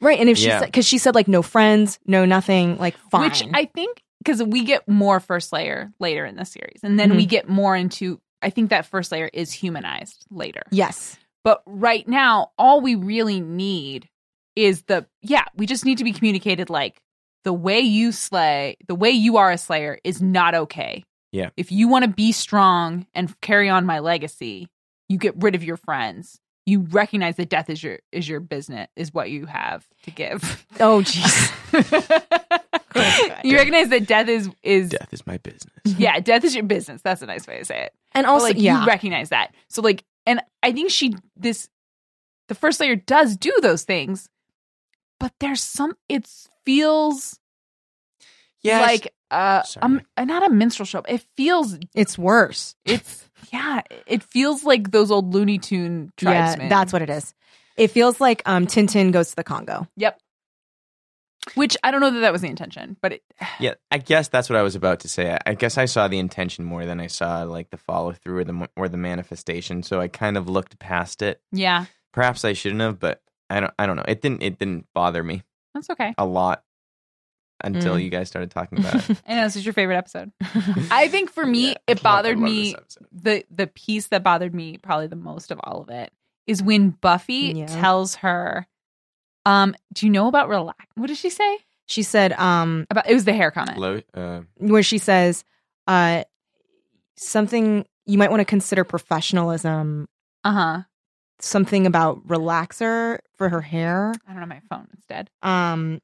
S2: Right. And if she
S3: Yeah.
S2: said, because she said, like, no friends, no nothing, like, fine.
S4: Which I think because we get more first layer later in the series, and then we get more into. I think that first layer is humanized later.
S2: yes.
S4: But right now, all we really need is the yeah, we just need to be communicated like the way you slay, the way you are a slayer is not okay.
S3: Yeah.
S4: If you want to be strong and carry on my legacy, you get rid of your friends. You recognize that death is your is your business is what you have to give.
S2: Oh, jeez.
S4: you recognize that death is is
S3: Death is my business.
S4: yeah, death is your business. That's a nice way to say it.
S2: And
S4: But,
S2: also,
S4: like
S2: yeah.
S4: you recognize that. So like, and I think she this the first layer does do those things, but there's some it feels
S3: Yeah,
S4: like uh
S3: Sorry.
S4: um not a minstrel show. It feels
S2: it's worse.
S4: it's Yeah, it feels like those old Looney Tune tribesmen.
S2: Yeah, that's what it is. It feels like um, Tintin goes to the Congo.
S4: Yep. Which I don't know that that was the intention, but it,
S3: Yeah, I guess that's what I was about to say. I, I guess I saw the intention more than I saw like the follow through or the mo- or the manifestation. So I kind of looked past it.
S4: yeah,
S3: Perhaps I shouldn't have, but I don't. I don't know. It didn't. It didn't bother me
S4: that's okay.
S3: a lot until
S2: Mm.
S3: you guys started talking about it.
S4: I know this is your favorite episode. I think for me, it bothered me. the the piece that bothered me probably the most of all of it is when Buffy
S2: Yeah.
S4: tells her, um, "Do you know about relax?" What did she say
S2: She said, um,
S4: about? It was the hair comment.
S3: Low, uh,
S2: where she says, uh, something you might want to consider professionalism,
S4: Uh huh.
S2: something about relaxer for her hair.
S4: I don't know my phone instead,
S2: Um,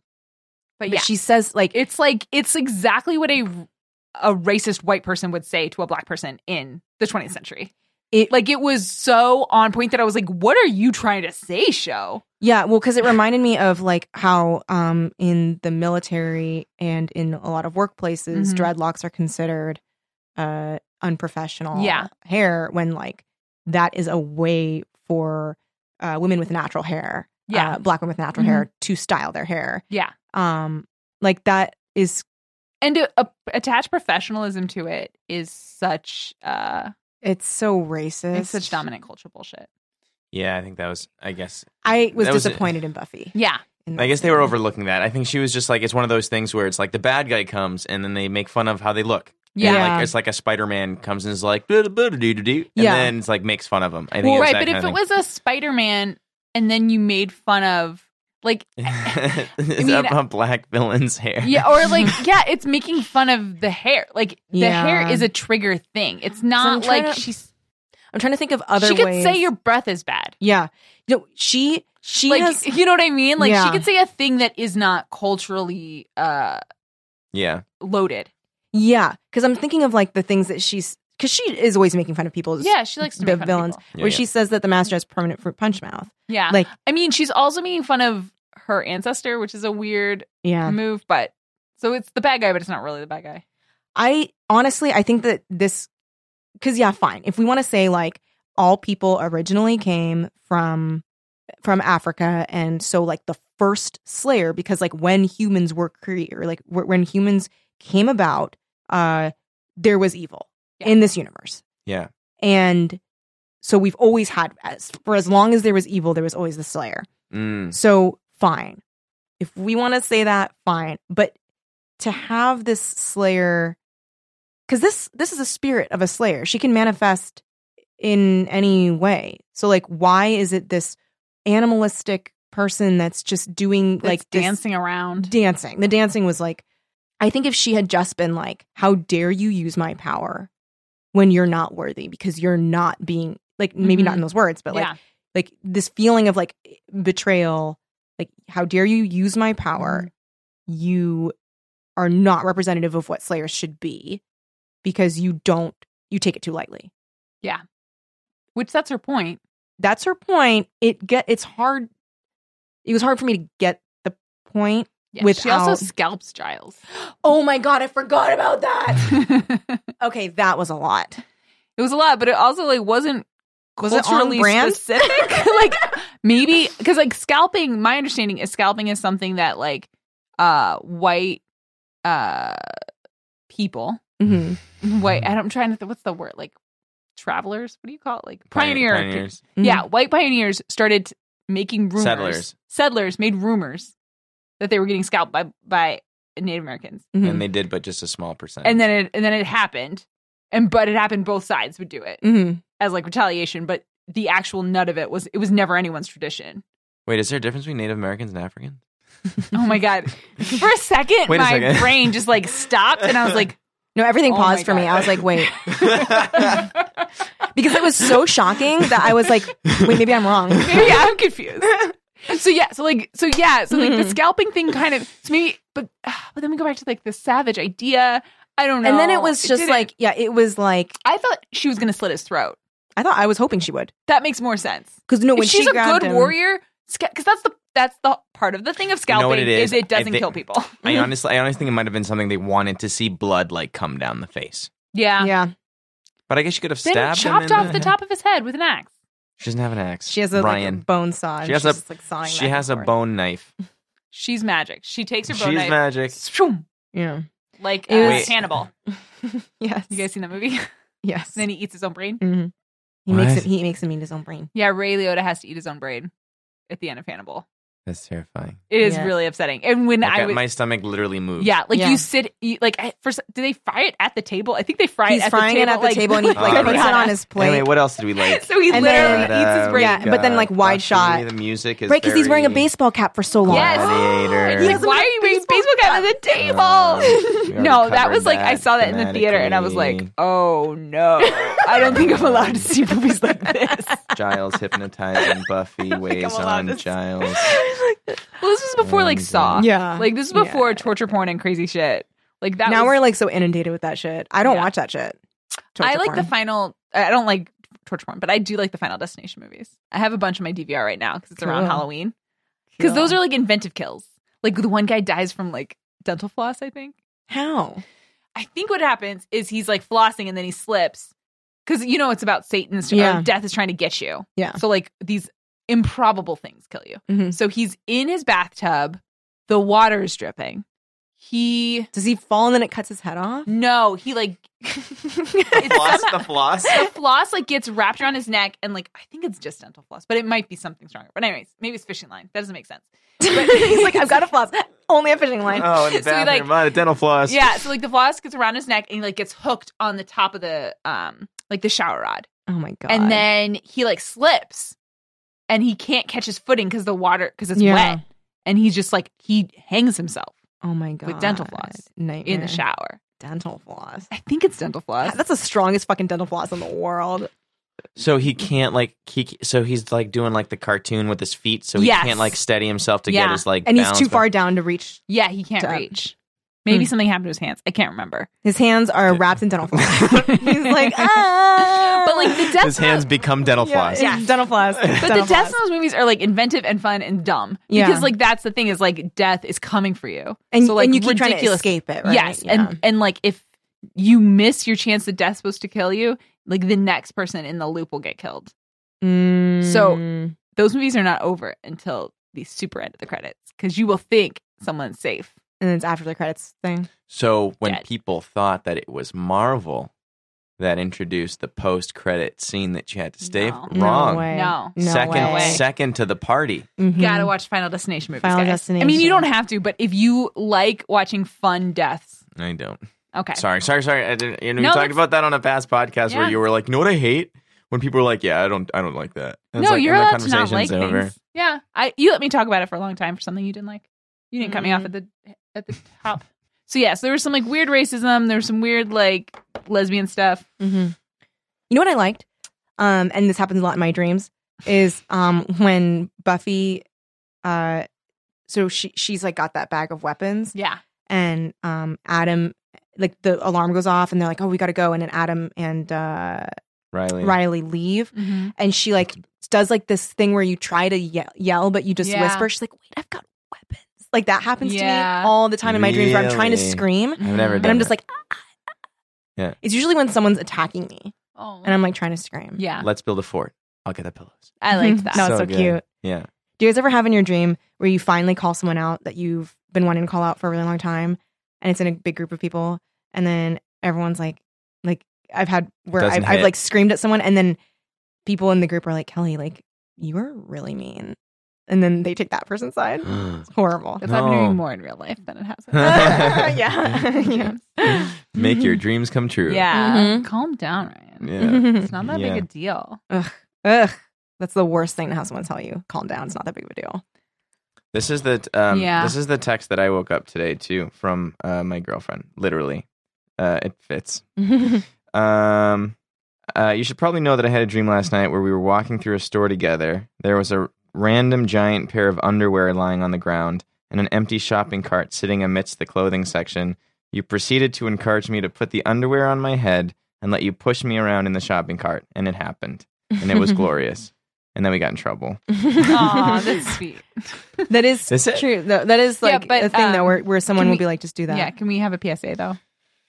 S2: but
S4: but, yeah,
S2: she says, like,
S4: it's like it's exactly what a a racist white person would say to a black person in the 20th century.
S2: It-
S4: like it was so on point that I was like, "What are you trying to say, show?"
S2: Yeah, well, because it reminded me of like how um, in the military and in a lot of workplaces,
S4: Mhm.
S2: dreadlocks are considered uh, unprofessional
S4: Yeah.
S2: hair when like that is a way for uh, women with natural hair,
S4: Yeah.
S2: uh, black women with natural
S4: Mhm.
S2: hair to style their hair.
S4: Yeah,
S2: Um, like that is
S4: and to uh, attach professionalism to it is such uh,
S2: it's so racist.
S4: it's such dominant culture bullshit.
S3: yeah, I think that was. I guess.
S2: I was
S3: That was it.
S2: disappointed in Buffy.
S4: Yeah,
S2: in
S3: I
S2: that
S3: guess they were
S2: scene.
S3: overlooking that. I think she was just like it's one of those things where it's like the bad guy comes and then they make fun of how they look. And,
S4: Yeah.
S2: Yeah.
S3: like uh, it's like a Spider Man comes and is like "Blah, blah, blah, doo, doo, doo," and
S2: Yeah.
S3: then it's like makes fun of him. I think
S4: Well,
S3: it was
S4: right,
S3: that
S4: but if
S3: kind
S4: it
S3: of
S4: was a Spider Man and then you made fun of like
S3: thing.
S4: I
S3: it's
S4: mean- uh,
S3: up on black villain's hair.
S4: yeah, or like yeah, it's making fun of the hair. Like the
S2: Yeah.
S4: hair is a trigger thing. It's not
S2: trying
S4: like
S2: to-
S4: she's
S2: I'm trying to think of other
S4: she could
S2: ways.
S4: say your breath is bad.
S2: yeah. You know, she she
S4: like
S2: has
S4: you know what I mean? Like
S2: Yeah.
S4: she could say a thing that is not culturally uh
S3: yeah.
S4: loaded.
S2: Yeah, because I'm thinking of like the things that she's because she is always making fun of people.
S4: Yeah, she likes to make
S2: the
S4: fun
S2: villains,
S4: of people.
S3: Yeah,
S2: where
S3: yeah.
S2: she says that the master has permanent fruit punch mouth.
S4: Yeah,
S2: Like,
S4: I mean, she's also making fun of her ancestor, which is a weird
S2: yeah,
S4: move. But so it's the bad guy, but it's not really the bad guy.
S2: I honestly I think that this because yeah, fine. If we want to say like all people originally came from from Africa, and so like the first Slayer, because like when humans were created, or like wh- when humans came about, uh, there was evil
S4: Yeah.
S2: in this universe.
S3: Yeah.
S2: and so we've always had as for as long as there was evil there was always the slayer
S3: Mm.
S2: so fine if we want to say that fine but to have this slayer because this this is a spirit of a slayer she can manifest in any way so like why is it this animalistic person that's just doing
S4: That's
S2: like this-
S4: dancing around.
S2: dancing the dancing was like i think if she had just been like how dare you use my power when you're not worthy because you're not being like maybe not
S4: Mhm.
S2: in those words but like
S4: yeah.
S2: like this feeling of like betrayal like how dare you use my power
S4: Mm-hmm.
S2: you are not representative of what slayers should be because you don't you take it too lightly
S4: which that's her point.
S2: that's her point it get it's hard it was hard for me to get the point
S4: Yeah, she also
S2: Without-
S4: scalps Giles.
S2: oh my god i forgot about that
S4: it
S2: okay that was a lot
S4: was a lot, but it also like wasn't
S2: Was it on
S4: culturally
S2: brand?
S4: specific. like maybe because like scalping, my understanding is scalping is something that like uh white uh people, Mm-hmm,
S2: hmm
S4: white. I'm trying to think. What's the word? Like travelers? What do you call it? Like pioneer.
S3: Pioneers.
S4: Yeah,
S2: Mm.
S4: white pioneers started making rumors.
S3: Settlers.
S4: Settlers made rumors that they were getting scalped by by Native Americans.
S2: Mm.
S3: And they did, but just a small percentage.
S4: Mm-hmm. and then it and then it happened and but it happened both sides would do it
S2: hmm
S4: as like retaliation but the actual nut of it was it was never anyone's tradition
S3: Wait, is there a difference between Native Americans and Africans?
S4: oh my god for a second
S3: Wait a
S4: my
S3: second.
S4: brain just like stopped and i was like
S2: No, everything
S4: Oh
S2: paused
S4: my
S2: for me.
S4: God.
S2: I was like, wait, because it was so shocking that I was like, wait, maybe I'm wrong.
S4: maybe i'm confused so yeah so like so yeah so like the
S2: Mhm.
S4: scalping thing kind of so maybe but ah, but then we go back to like the savage idea i don't know
S2: and then it was just
S4: didn't-
S2: like, yeah, it was like,
S4: i thought she was gonna slit his throat
S2: I thought I was hoping she would.
S4: that makes more sense
S2: Because no, when
S4: if she's
S2: she
S4: a
S2: grabbed
S4: good
S2: him-
S4: warrior, because that's the that's the part of the thing of scalping
S3: what it
S4: is?
S3: is?
S4: it
S3: I
S4: doesn't
S3: thi-
S4: kill people.
S3: I honestly, I honestly think it might have been something they wanted to see blood like come down the face.
S4: Yeah.
S2: yeah,
S3: But I guess she could have
S4: Then
S3: stabbed him.
S4: chopped
S3: in
S4: off the top of his head with an axe.
S3: She doesn't have an axe.
S2: She has a
S3: Ryan.
S2: like, bone saw. and
S3: She has
S2: she's
S3: a-
S2: just, like, sawing
S3: she
S2: back
S3: has a
S2: and forth.
S3: bone knife.
S4: She's magic. She takes her
S3: She's
S4: bow knife,
S3: magic.
S4: shoom,
S2: Yeah.
S4: like
S2: It
S4: uh,
S3: was-
S4: Hannibal.
S2: yes.
S4: You guys seen that movie?
S2: Yes.
S4: then he eats his own brain.
S2: hmm He
S3: What?
S2: makes him. He makes him eat his own brain.
S4: Yeah, Ray Liotta has to eat his own brain at the end of Hannibal.
S3: That's terrifying.
S4: It is
S2: Yeah.
S4: really upsetting. And when
S3: Like,
S4: I would,
S3: my stomach literally moved.
S4: yeah, like
S2: Yeah.
S4: you sit, you, like I- first, do they fry it at the table? I think they fry
S2: He's
S4: it at
S2: frying
S4: the
S2: it
S4: table,
S2: at the
S4: like-
S2: table and he like
S3: Alright.
S2: puts it on his plate.
S3: Oh, Anyway, what else did we like?
S4: so he
S2: And
S4: literally
S2: then-
S4: eats his
S3: Uh,
S4: brain.
S2: Yeah,
S3: we
S2: but then,
S3: got
S2: like, wide
S3: Buffy,
S2: shot.
S3: The music is
S2: Right, because he's wearing a
S3: very-
S2: baseball cap for so long.
S4: Yes.
S3: Gladiator.
S4: And he's like, why are you wearing baseball cap at the table?
S3: Um, we already
S4: no, that was like
S3: covered
S4: I saw that in the theater, and I was like,
S3: thematically.
S4: oh no, I don't think I'm allowed to see movies like this.
S3: Giles hypnotizing Buffy weighs
S2: allowed to
S3: on
S2: see-
S3: Giles.
S4: Well, this was before like
S3: And, uh,
S4: Saw.
S2: Yeah.
S4: like this was before torture porn and crazy shit. Like that.
S2: now
S4: was-
S2: we're like so inundated with that shit. I don't
S4: Yeah.
S2: watch that shit.
S4: I
S2: Torture
S4: like the
S2: porn.
S4: final. I don't like torture porn, but I do like the Final Destination movies. I have a bunch on my DVR right now because it's around
S2: Cool.
S4: Halloween. Because
S2: Cool.
S4: those are like inventive kills. Like the one guy dies from like dental floss. I think.
S2: how.
S4: I think what happens is he's like flossing and then he slips because you know it's about Satan's
S2: Yeah.
S4: or death is trying to get you.
S2: Yeah.
S4: So like these improbable things kill you.
S2: Mhm.
S4: So he's in his bathtub. The water is dripping. He
S2: Does he fall and then it cuts his head off?
S4: no, he like it's
S3: floss the floss.
S4: the floss like gets wrapped around his neck and like I think it's just dental floss, but it might be something stronger. But anyways, maybe it's fishing line. That doesn't make sense. But-
S2: he's like, I've got a floss. Only a fishing line.
S3: Oh, in the
S4: So we,
S3: bathroom,
S4: like-
S3: on a dental floss.
S4: Yeah, so like the floss gets around his neck and he like gets hooked on the top of the um like the shower rod.
S2: Oh my god.
S4: And then he like slips and he can't catch his footing because the water because it's
S2: Yeah.
S4: wet. And he's just like he hangs himself
S2: oh my god.
S4: with dental floss
S2: Nightmare.
S4: in the shower.
S2: Dental floss.
S4: I think it's dental floss.
S2: That's the strongest fucking dental floss in the world.
S3: So he can't like he. So he's like doing like the cartoon with his feet, so he
S4: Yes.
S3: can't like steady himself to get
S4: Yeah.
S3: his like.
S2: And he's
S3: balance
S2: too
S3: back.
S2: far down to reach.
S4: Yeah, he can't
S2: Done.
S4: reach.
S2: Hmm.
S4: Maybe something happened to his hands. I can't remember.
S2: His hands are wrapped in dental floss. he's like, ah.
S4: But like the death
S3: His hands become dental
S2: yeah,
S3: floss.
S2: yeah. dental floss.
S4: But the deaths in those movies are like inventive and fun and dumb
S2: Yeah.
S4: because like that's the thing is like death is coming for you
S2: and,
S4: so like
S2: and you keep trying to
S4: ridiculous-
S2: escape it, right?
S4: Yes,
S2: Yeah.
S4: and and like if you miss your chance that death's supposed to kill you, like the next person in the loop will get killed. So-
S2: Mm.
S4: Those movies are not over until the super end of the credits because you will think someone's safe.
S2: and it's after the credits thing.
S3: So when
S4: Dead.
S3: people thought that it was Marvel that introduced the post-credit scene that you had to stay
S4: No.
S3: wrong.
S2: No way.
S4: No.
S2: No
S3: second,
S2: way.
S3: second to the party.
S2: Mhm.
S4: Gotta watch Final Destination movies.
S2: Final
S4: guys. I mean, you
S2: Destination.
S4: don't have to, but if you like watching fun deaths,
S3: I don't.
S4: okay.
S3: Sorry, sorry, sorry. I didn't, you know,
S4: No,
S3: we talked
S4: that's-
S3: about that on a past podcast
S4: Yeah.
S3: where you were like, "You know what I hate when people are like, yeah, I don't, I don't like that." And it's
S4: No,
S3: like,
S4: you're
S3: and the
S4: allowed to not like
S3: conversation's over.
S4: things. Yeah, I you let me talk about it for a long time for something you didn't like. You didn't cut me off at the at the top. So yes, there was some like weird racism. There was some weird like lesbian stuff.
S2: Mhm. You know what I liked? Um, and this happens a lot in my dreams is um when Buffy, uh, so she she's like got that bag of weapons
S4: Yeah,
S2: and um Adam like the alarm goes off and they're like oh we gotta go and then Adam and uh,
S3: Riley,
S2: Riley leave
S3: Mm-hmm.
S2: and she like does like this thing where you try to ye- yell but you just
S4: Yeah.
S2: whisper she's like wait I've got weapons like that happens to
S4: Yeah.
S2: me all the time in my dreams where I'm trying to
S3: Really?
S2: scream
S3: I've never
S2: and
S3: done.
S2: I'm just
S3: that.
S2: like "Ah, ah, ah, ah."
S3: Yeah.
S2: it's usually when someone's attacking me
S4: oh,
S2: and I'm like trying to scream.
S4: yeah,
S3: let's build a fort. I'll get the pillows.
S4: I liked that.
S2: No, it's so,
S3: So good.
S2: cute.
S3: Yeah,
S2: Do you guys ever have in your dream where you finally call someone out that you've been wanting to call out for a really long time, and it's in a big group of people, and then everyone's like, like I've had where
S3: Doesn't
S2: I've, I've
S3: hit.
S2: like screamed at someone, and then people in the group are like, Kelly, like you are really mean, and then they take that person's side. It's horrible.
S4: That's happened to
S3: No.
S4: me more in real life than it has.
S2: yeah. yeah.
S3: make your dreams come true.
S4: yeah,
S2: Mhm.
S4: calm down, Ryan.
S3: yeah.
S4: It's not that
S3: Yeah.
S4: big a deal.
S2: Ugh. That's the worst thing to have someone tell you. Calm down. It's not that big of a deal.
S3: This is the um,
S4: Yeah.
S3: this is the text that I woke up today too from uh, my girlfriend. Literally, uh, it fits. Um, uh, you should probably know that I had a dream last night where we were walking through a store together. There was a random giant pair of underwear lying on the ground and an empty shopping cart sitting amidst the clothing section. You proceeded to encourage me to put the underwear on my head and let you push me around in the shopping cart, and it happened, and it was glorious. And then we got in trouble.
S4: Aw, that's sweet.
S2: That is,
S3: Is it?
S2: true. Though. That is
S4: Yeah,
S2: like
S4: but,
S2: a thing though,
S4: um,
S2: where, where someone
S4: can
S2: will
S4: we-
S2: be like, just do that.
S4: Yeah, can we have a PSA though?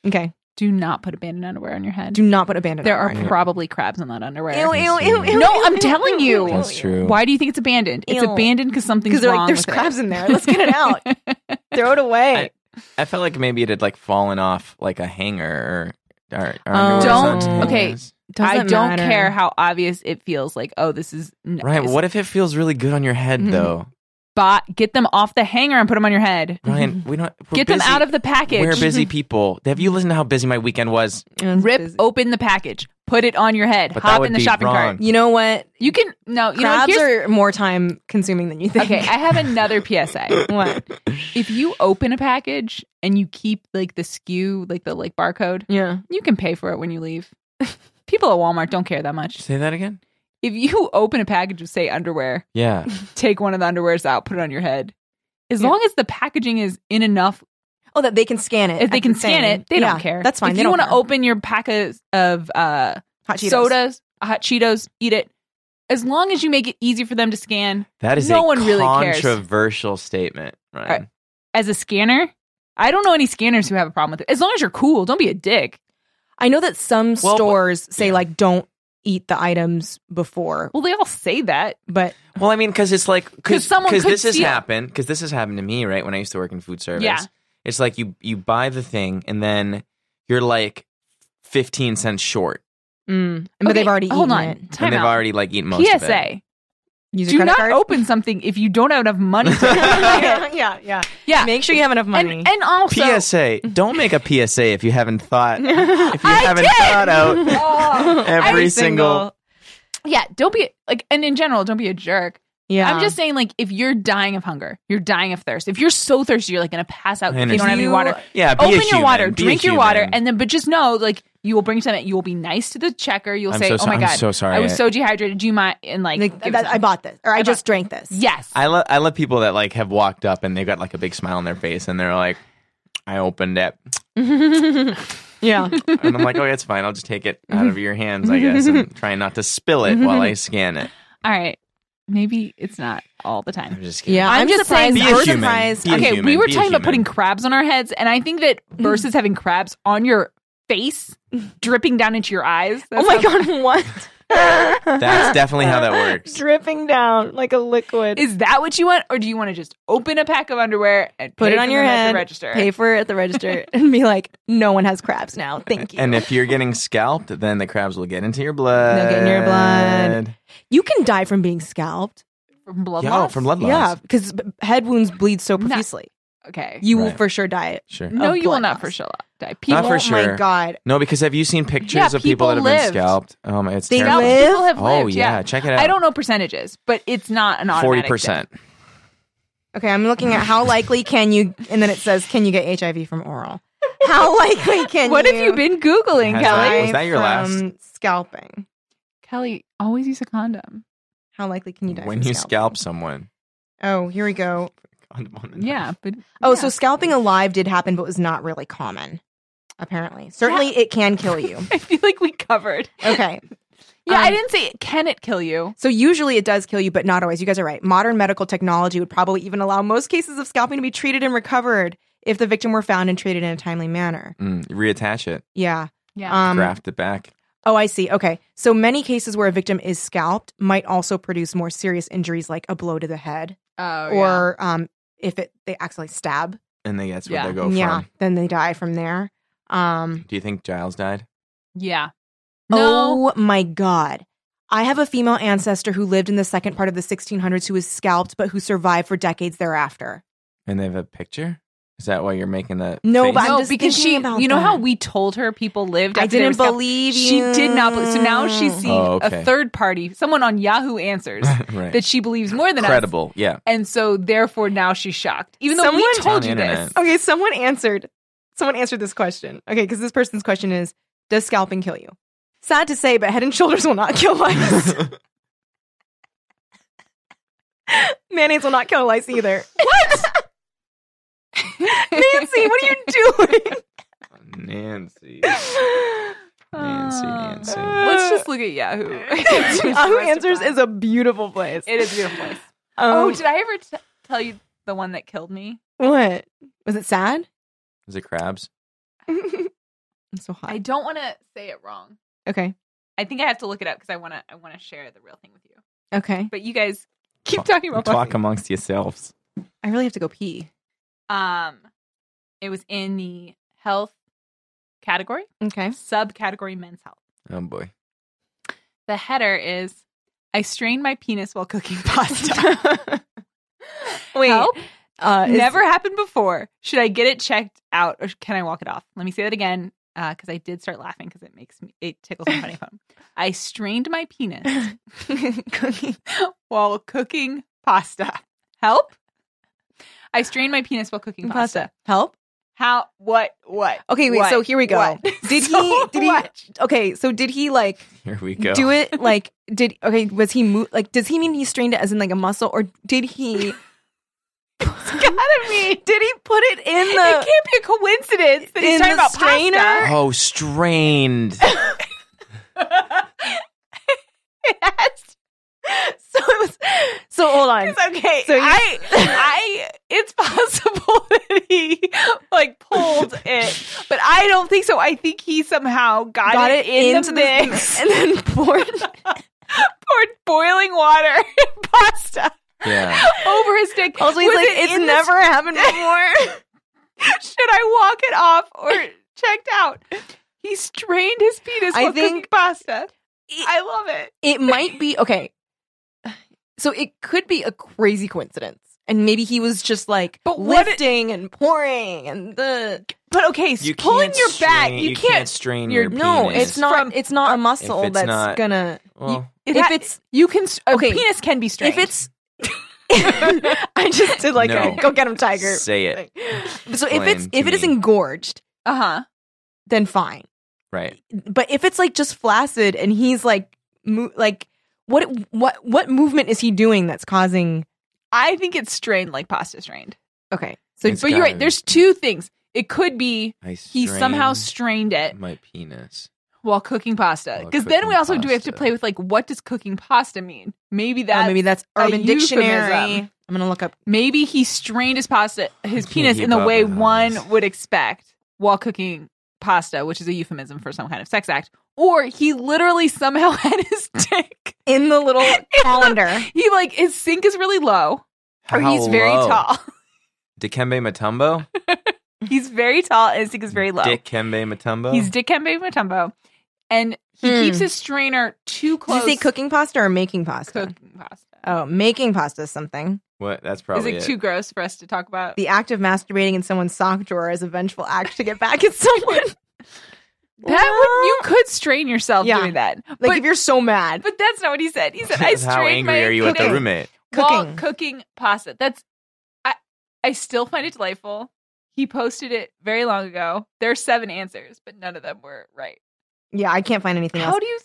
S2: Okay.
S4: Do not put abandoned underwear on your head.
S2: Do not put abandoned.
S4: there are
S2: underwear.
S4: probably crabs in that underwear.
S2: Ew, ew, ew, ew,
S4: No,
S2: ew,
S4: I'm
S2: ew,
S4: telling
S2: ew,
S4: you.
S2: ew,
S3: That's
S2: ew.
S3: true.
S4: Why do you think it's abandoned? It's
S2: Ew.
S4: abandoned because something's
S2: Because they're
S4: wrong
S2: like, there's
S4: with it.
S2: crabs in there. Let's get it out. Throw it away.
S3: I felt like maybe it had like fallen off like a hanger or, or, or
S2: Oh.
S3: underwear or
S4: Um, Don't-
S3: something.
S4: okay.
S3: Yes.
S2: Doesn't
S4: I don't
S2: matter.
S4: care how obvious it feels. Like, oh, this is n-
S3: Right.
S4: it's
S3: What if it feels really good on your head
S4: Mhm.
S3: though?
S4: bot. Get them off the hanger and put them on your head.
S3: Ryan, we don't we're
S4: Mm-hmm. Get them
S3: busy.
S4: out of the package. Mm-hmm.
S3: We're busy people. Have you listened to how busy my weekend was?
S2: And
S4: Rip
S2: it's-
S4: open the package. Put it on your head.
S3: But that
S4: Hop
S3: would
S4: in the
S3: be
S4: shopping
S3: wrong.
S4: cart.
S2: You know what?
S4: You can no. You know
S2: Crabs
S4: here's-
S2: are more time consuming than you think.
S4: okay. I have another PSA.
S2: what?
S4: If you open a package and you keep like the skew, like the like barcode,
S2: Yeah.
S4: you can pay for it when you leave. People at Walmart don't care that much.
S3: Say that again?
S4: If you open a package of say underwear,
S3: Yeah.
S4: take one of the underwears out, put it on your head. As
S2: Yeah.
S4: long as the packaging is in enough
S2: Oh, that they can scan it.
S4: if they
S2: at
S4: can
S2: the
S4: scan
S2: thing.
S4: it, they
S2: Yeah,
S4: don't care.
S2: That's fine.
S4: If
S2: they
S4: you
S2: don't
S4: want to
S2: care.
S4: open your pack of, of uh,
S2: hot Cheetos.
S4: sodas, hot Cheetos, eat it. As long as you make it easy for them to scan.
S3: That is
S4: No
S3: a
S4: one really cares.
S3: controversial statement, Ryan.
S4: All right. As a scanner, I don't know any scanners who have a problem with it. As long as you're cool, don't be a dick.
S2: I know that some
S3: but-
S2: stores say
S3: yeah.
S2: like don't eat the items before,
S4: Well, they all say that.
S2: but
S3: Well, I mean, because it's like
S4: 'Cause
S3: because
S4: someone could
S3: this has
S4: steal.
S3: happened because this has happened to me right when I used to work in food service.
S4: Yeah.
S3: it's like you you buy the thing and then you're like fifteen cents short,
S2: mm, but
S4: Okay,
S2: they've already
S4: hold
S2: eaten
S4: on.
S2: it.
S4: Time
S3: and they've
S4: out.
S3: already like eaten most of it.
S4: PSA:
S2: Use
S4: Do
S2: your
S4: not
S2: credit card.
S4: open something if you don't have enough money.
S2: yeah, yeah, yeah.
S4: yeah,
S2: Make sure you have enough money.
S4: and and also
S3: PSA: Don't make a PSA if you haven't thought if you
S4: I
S3: haven't
S4: did!
S3: thought out
S4: Oh,
S3: every, single.
S4: yeah. Don't be like, and in general, don't be a jerk.
S2: yeah,
S4: I'm just saying, like, if you're dying of hunger, you're dying of thirst. If you're so thirsty, you're like gonna pass out
S3: I
S4: if you don't
S3: understand.
S4: have any
S2: You-
S4: water.
S3: Yeah, Uh, be a
S4: Open your
S3: human,
S4: water,
S3: be a
S4: drink your water,
S3: human.
S4: and then but just know, like, you will bring something. You will be nice to the checker. You'll
S3: I'm
S4: say,
S3: so
S4: "Oh
S3: so-
S4: my
S3: I'm
S4: god,
S3: so sorry.
S4: I was so dehydrated. Do you mind?" And like,
S2: like,
S4: give
S2: that-
S4: some-
S2: I bought this or I,
S4: I
S2: just drank this.
S4: yes,
S3: I love I love people that like have walked up and they've got like a big smile on their face and they're like, I opened it.
S2: yeah.
S3: And I'm like, oh, yeah, it's fine. I'll just take it out of your hands, I guess, and try not to spill it while I scan it.
S4: all right. Maybe it's not all the
S3: I'm
S4: time.
S3: just kidding.
S2: Yeah,
S4: I'm
S2: I'm,
S4: just
S2: just surprised.
S4: saying- Be a
S2: I'm
S3: human.
S2: surprised.
S3: Be a
S4: okay, we
S3: human,
S4: were
S3: be a
S4: talking about
S3: human.
S4: putting crabs on our heads, and I think that versus having crabs on your face dripping down into your eyes. that
S2: Oh my
S4: sounds-
S2: god, what?
S3: That's definitely how that works.
S2: Dripping down like a liquid.
S4: Is that what you want, or do you want to just open a pack of underwear and
S2: Put
S4: pay
S2: it on
S4: for
S2: your
S4: them at the
S2: head.
S4: register?
S2: Pay for it at the register and be like, no one has crabs now. Thank you.
S3: And if you're getting scalped, then the crabs will get into your blood.
S2: They'll get in your blood. you can die from being scalped.
S4: from blood
S3: Yeah,
S4: loss?
S3: from blood loss.
S2: Yeah, because head wounds bleed so
S4: Not-
S2: profusely.
S4: Okay.
S2: You will
S3: Right.
S2: for sure die.
S3: Sure.
S4: no,
S2: of
S4: you will
S2: blood
S4: not
S2: loss.
S4: for sure die. People,
S3: Not for
S2: oh my
S3: sure.
S2: god.
S3: No, because have you seen pictures
S4: Yeah,
S3: of
S4: people
S3: people that have
S4: lived.
S3: been scalped? Oh, man, it's
S2: They
S4: Now,
S3: terrible.
S2: lived.
S4: people have
S3: Oh,
S4: lived.
S3: yeah. Check it out.
S4: I don't know percentages, but it's not an automatic.
S3: 40%.
S2: Okay, I'm looking at how likely can you and then it says can you get HIV from oral? How likely
S4: thing.
S2: can
S4: What
S2: you
S4: have you been googling,
S3: Has
S4: Kelly?
S3: that- was that your
S2: die
S3: last?
S2: from scalping?
S4: Kelly, always use a condom.
S2: How likely can you die
S3: When
S2: from
S3: you
S2: scalping?
S3: scalp someone.
S2: Oh, here we go.
S4: Yeah, but
S2: Oh,
S4: yeah.
S2: so scalping alive did happen, but was not really common, apparently. Certainly, it can kill you.
S4: I feel like we covered.
S2: Okay.
S4: Yeah, I
S2: Um,
S4: didn't say can it kill you.
S2: So, usually it does kill you, but not always. You guys are right. Modern medical technology would probably even allow most cases of scalping to be treated and recovered if the victim were found and treated in a timely manner.
S3: Mm, reattach it,
S2: Yeah.
S4: Yeah.
S2: Um,
S3: graft it back.
S2: oh, I see. Okay. So, many cases where a victim is scalped might also produce more serious injuries like a blow to the head
S4: oh,
S2: or um, if it, they accidentally stab.
S3: And then that's where
S4: Yeah.
S3: they go
S2: yeah.
S3: from.
S2: Then they die from there. Um,
S3: Do you think Giles died?
S4: yeah. yeah. No.
S2: Oh my God. I have a female ancestor who lived in the second part of the 1600s who was scalped, but who survived for decades thereafter.
S3: And they have a picture? Is that why you're making that?
S2: No,
S3: face?
S2: but I'm
S4: no,
S2: just
S4: because
S2: thinking
S4: she,
S2: about
S4: you know how
S2: that.
S4: we told her people lived.
S2: I
S4: after they were
S2: didn't
S4: scalped?
S2: believe
S4: She
S2: you.
S4: did not believe. So now she's seeing
S3: Oh, okay.
S4: a third party, someone on Yahoo Answers,
S3: right.
S4: that she believes more than us.
S3: credible. Yeah.
S4: And so therefore now she's shocked. Even though
S2: Someone-
S4: we told
S3: On
S4: you
S3: the
S4: this.
S3: internet.
S2: Okay, someone answered. Someone answered this question. Okay, because this person's question is Does scalping kill you? Sad to say, but head and shoulders will not kill lice. Mayonnaise will not kill lice either. What? Nancy, what are you doing?
S3: Nancy. Nancy,
S4: Um,
S3: Nancy.
S2: Uh,
S4: Let's just look at Yahoo.
S2: Yahoo Answers is a beautiful place.
S4: It is a beautiful place.
S2: Um,
S4: oh, did I ever t- tell you the one that killed me?
S2: What was it? Sad?
S3: Is it crabs?
S2: I'm so hot.
S4: I don't want to say it wrong.
S2: okay.
S4: I think I have to look it up because I want to. I want to share the real thing with you.
S2: Okay.
S4: But you guys keep talking about
S3: Talk
S4: Buffy.
S3: amongst yourselves.
S2: I really have to go pee.
S4: Um, it was in the health category,
S2: Okay.
S4: subcategory men's health.
S3: Oh boy.
S4: The header is "I strain my penis while cooking pasta."
S2: Wait.
S4: Help?
S2: Uh, is-
S4: Never happened before. Should I get it checked out or can I walk it off? Let me say that again because I did start laughing because it makes me it tickles my funny bone. I strained my penis
S2: Cookie.
S4: while cooking pasta. Help! I strained my penis while cooking pasta.
S2: Pasta. Help.
S4: How? What? What?
S2: Okay, wait,
S4: What?
S2: so here we go.
S4: What?
S2: Did
S4: So
S2: he? Did he?
S4: what?
S2: Okay. So did he like
S3: Here we go.
S2: do it? Like did? Okay. Was he move? Like does he mean he strained it as in like a muscle, or did he?
S4: gotta be.
S2: Did he put it in
S4: it
S2: the?
S4: can't be a coincidence that he's
S2: in
S4: talking
S2: the
S4: about
S2: strainer?
S4: pasta.
S3: Oh, strained.
S4: yes.
S2: So it was. So hold on.
S4: It's okay.
S2: So you-
S4: I, I, it's possible that he like pulled it, but I don't think so. I think he somehow got,
S2: Got it
S4: in
S2: into
S4: the
S2: the
S4: mix
S2: and then poured.
S4: poured boiling water and pasta
S3: yeah.
S4: over his dick.
S2: Also, he's
S4: Was
S2: like,
S4: it
S2: it's
S4: in the
S2: never happened before.
S4: should I walk it off or checked out? He strained his penis
S2: I
S4: while cooking
S2: think-
S4: pasta. I love it.
S2: it might be okay. So it could be a crazy coincidence, and maybe he was just like
S4: But what it-
S2: lifting and pouring and the.
S4: But okay,
S3: You
S4: pulling
S3: can't
S4: your back,
S3: strain-
S4: you,
S3: you
S4: can't.
S3: can't strain
S4: your-
S3: your
S2: No,
S3: penis.
S2: it's not.
S4: From-
S2: it's not a muscle
S3: it's
S2: that's
S3: not-
S2: gonna.
S3: Well,
S4: It
S2: if
S4: ha-
S2: it's
S4: you can, s- a
S2: Okay.
S4: penis can be strained.
S2: if it's. I just did like
S3: No.
S2: a go get him tiger.
S3: say it.
S2: thing. So if it's
S3: Explain to
S2: if it is
S3: me.
S2: engorged,
S4: uh huh.
S2: then fine.
S3: Right.
S2: But if it's like just flaccid and he's like mo- like what what what movement is he doing that's causing?
S4: I think it's strained like pasta strained.
S2: Okay,
S4: So,
S3: It's
S4: but you're
S3: gotta
S4: right.
S3: be.
S4: There's two things. It could be
S3: I
S4: he somehow
S3: strained
S4: strained it
S3: my penis.
S4: while cooking pasta.
S3: While
S4: Because then we
S3: cooking
S4: also do have to
S3: pasta.
S4: play with like, what does cooking pasta mean? Maybe that.
S2: oh, maybe
S4: maybe.
S2: that's
S4: a
S2: Urban Dictionary.
S4: euphemism.
S2: I'm gonna look up.
S4: he strained his pasta, his
S3: I can't
S4: penis, in
S3: keep
S4: the
S3: up
S4: way
S3: with all
S4: one
S3: this.
S4: would expect while cooking pasta, which is a euphemism for some kind of sex act. Or he literally somehow had his dick.
S2: in the little colander.
S4: He like his sink is really low, or
S3: How
S4: he's very
S3: low?
S4: tall.
S3: Dikembe Mutombo?
S4: He's very tall, and his sink is very low.
S3: Dikembe Mutombo?
S4: He's Dikembe Mutombo, and he
S2: Hmm.
S4: keeps his strainer too
S2: Did you
S4: close.
S2: say cooking pasta or making pasta?
S4: Cooking pasta.
S2: Oh, making pasta is something.
S3: what? That's probably
S4: Is it
S3: it.
S4: too gross for us to talk about?
S2: The act of masturbating in someone's sock drawer is a vengeful act to get back at someone.
S4: that would you could strain yourself
S2: Yeah.
S4: doing that,
S2: like
S4: but,
S2: if you're so mad.
S4: but that's not what he said. He said I strained
S3: How
S4: my
S3: angry are you at the
S4: penis
S3: roommate?
S4: while
S2: Cooking.
S4: cooking pasta. That's I. I still find it delightful. He posted it very long ago. There are seven answers, but none of them were right.
S2: Yeah, I can't find anything
S4: How
S2: else.
S4: do you?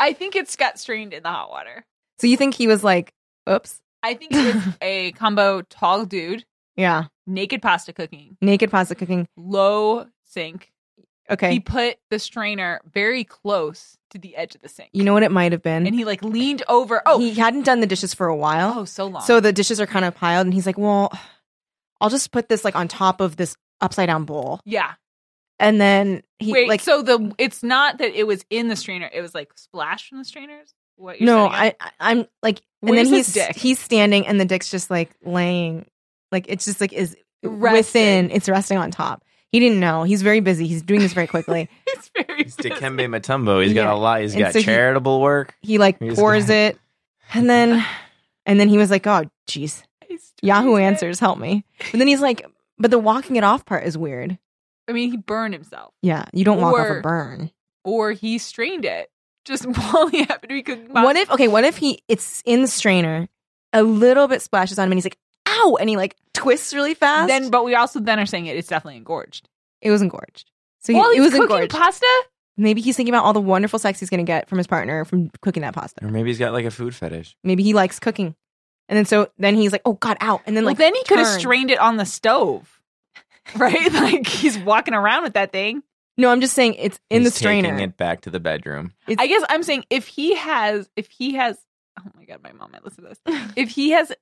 S4: I think it's got strained in the hot water.
S2: so you think he was like, "Oops,
S4: I think it's a combo tall dude,
S2: yeah,
S4: naked pasta cooking,
S2: naked pasta cooking."
S4: low sink. He
S2: Okay,
S4: put the strainer very close to the edge of the sink.
S2: you know what it might have been.
S4: and he like leaned over. Oh,
S2: he hadn't done the dishes for a while,
S4: oh, so long.
S2: so the dishes are kind of piled, and he's like, "Well, I'll just put this like on top of this upside down bowl,"
S4: yeah.
S2: and then he
S4: Wait,
S2: like,
S4: so the it's not that it was in the strainer. It was like splashed from the strainers. What? You're
S2: "No,
S4: setting up?
S2: I, I I'm like," and
S4: Where's
S2: then
S4: his
S2: he's
S4: dick?
S2: he's standing, and the dick's just like laying, like it's just like is
S4: Resting.
S2: within, it's resting on top. He didn't know. He's very busy. He's doing this very quickly.
S4: It's very.
S3: It's Dikembe Mutombo. He's got
S2: Yeah.
S3: a lot. He's
S2: And
S3: got
S2: so he-
S3: charitable work.
S2: he like
S3: He's
S2: pours
S3: got-
S2: it and then and then he was like oh jeez yahoo answers help me but then he's like but the walking it off part is weird
S4: I mean, he burned himself,
S2: yeah you don't walk off
S4: Or-
S2: a burn
S4: or he strained it just while he happened to be cooking.
S2: what
S4: pasta.
S2: if okay what if he it's in the strainer a little bit splashes on him and he's like ow and he like twists really fast
S4: Then, but we also then are saying it. It's definitely engorged.
S2: it was engorged so he,
S4: While
S2: it
S4: he's
S2: was
S4: cooking
S2: engorged
S4: pasta,
S2: maybe he's thinking about all the wonderful sex he's gonna get from his partner from cooking that pasta
S3: Or maybe he's got like a food fetish.
S2: maybe he likes cooking and then so then he's like oh god out and then
S4: Well,
S2: like
S4: then he could have
S2: turn.
S4: strained it on the stove, right? like he's walking around with that thing.
S2: no i'm just saying it's in
S3: he's
S2: the strainer
S3: Taking it back to the bedroom.
S4: I guess I'm saying if he has, if he has, oh my god, my mom might listen to this. If he has,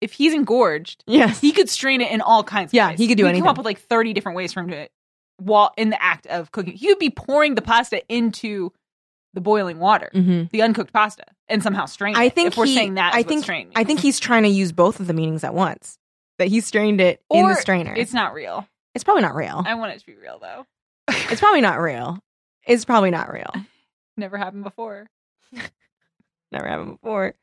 S4: if he's engorged,
S2: yes
S4: he could strain it in all kinds. of
S2: Yeah,
S4: ways.
S2: he could do
S4: We Come
S2: anything.
S4: up with like 30 different ways for him to while in the act of cooking. He would be pouring the pasta into the boiling water,
S2: Mm-hmm.
S4: the uncooked pasta, and somehow strain.
S2: I
S4: it,
S2: think
S4: if we're
S2: he-
S4: saying that,
S2: I
S4: is what
S2: think-
S4: strain
S2: I
S4: means.
S2: think he's trying to use both of the meanings at once. That he strained it in
S4: Or
S2: the strainer.
S4: it's not real.
S2: It's probably not real.
S4: I want it to be real though.
S2: It's probably not real. It's probably not real.
S4: Never happened before.
S2: Never happened before.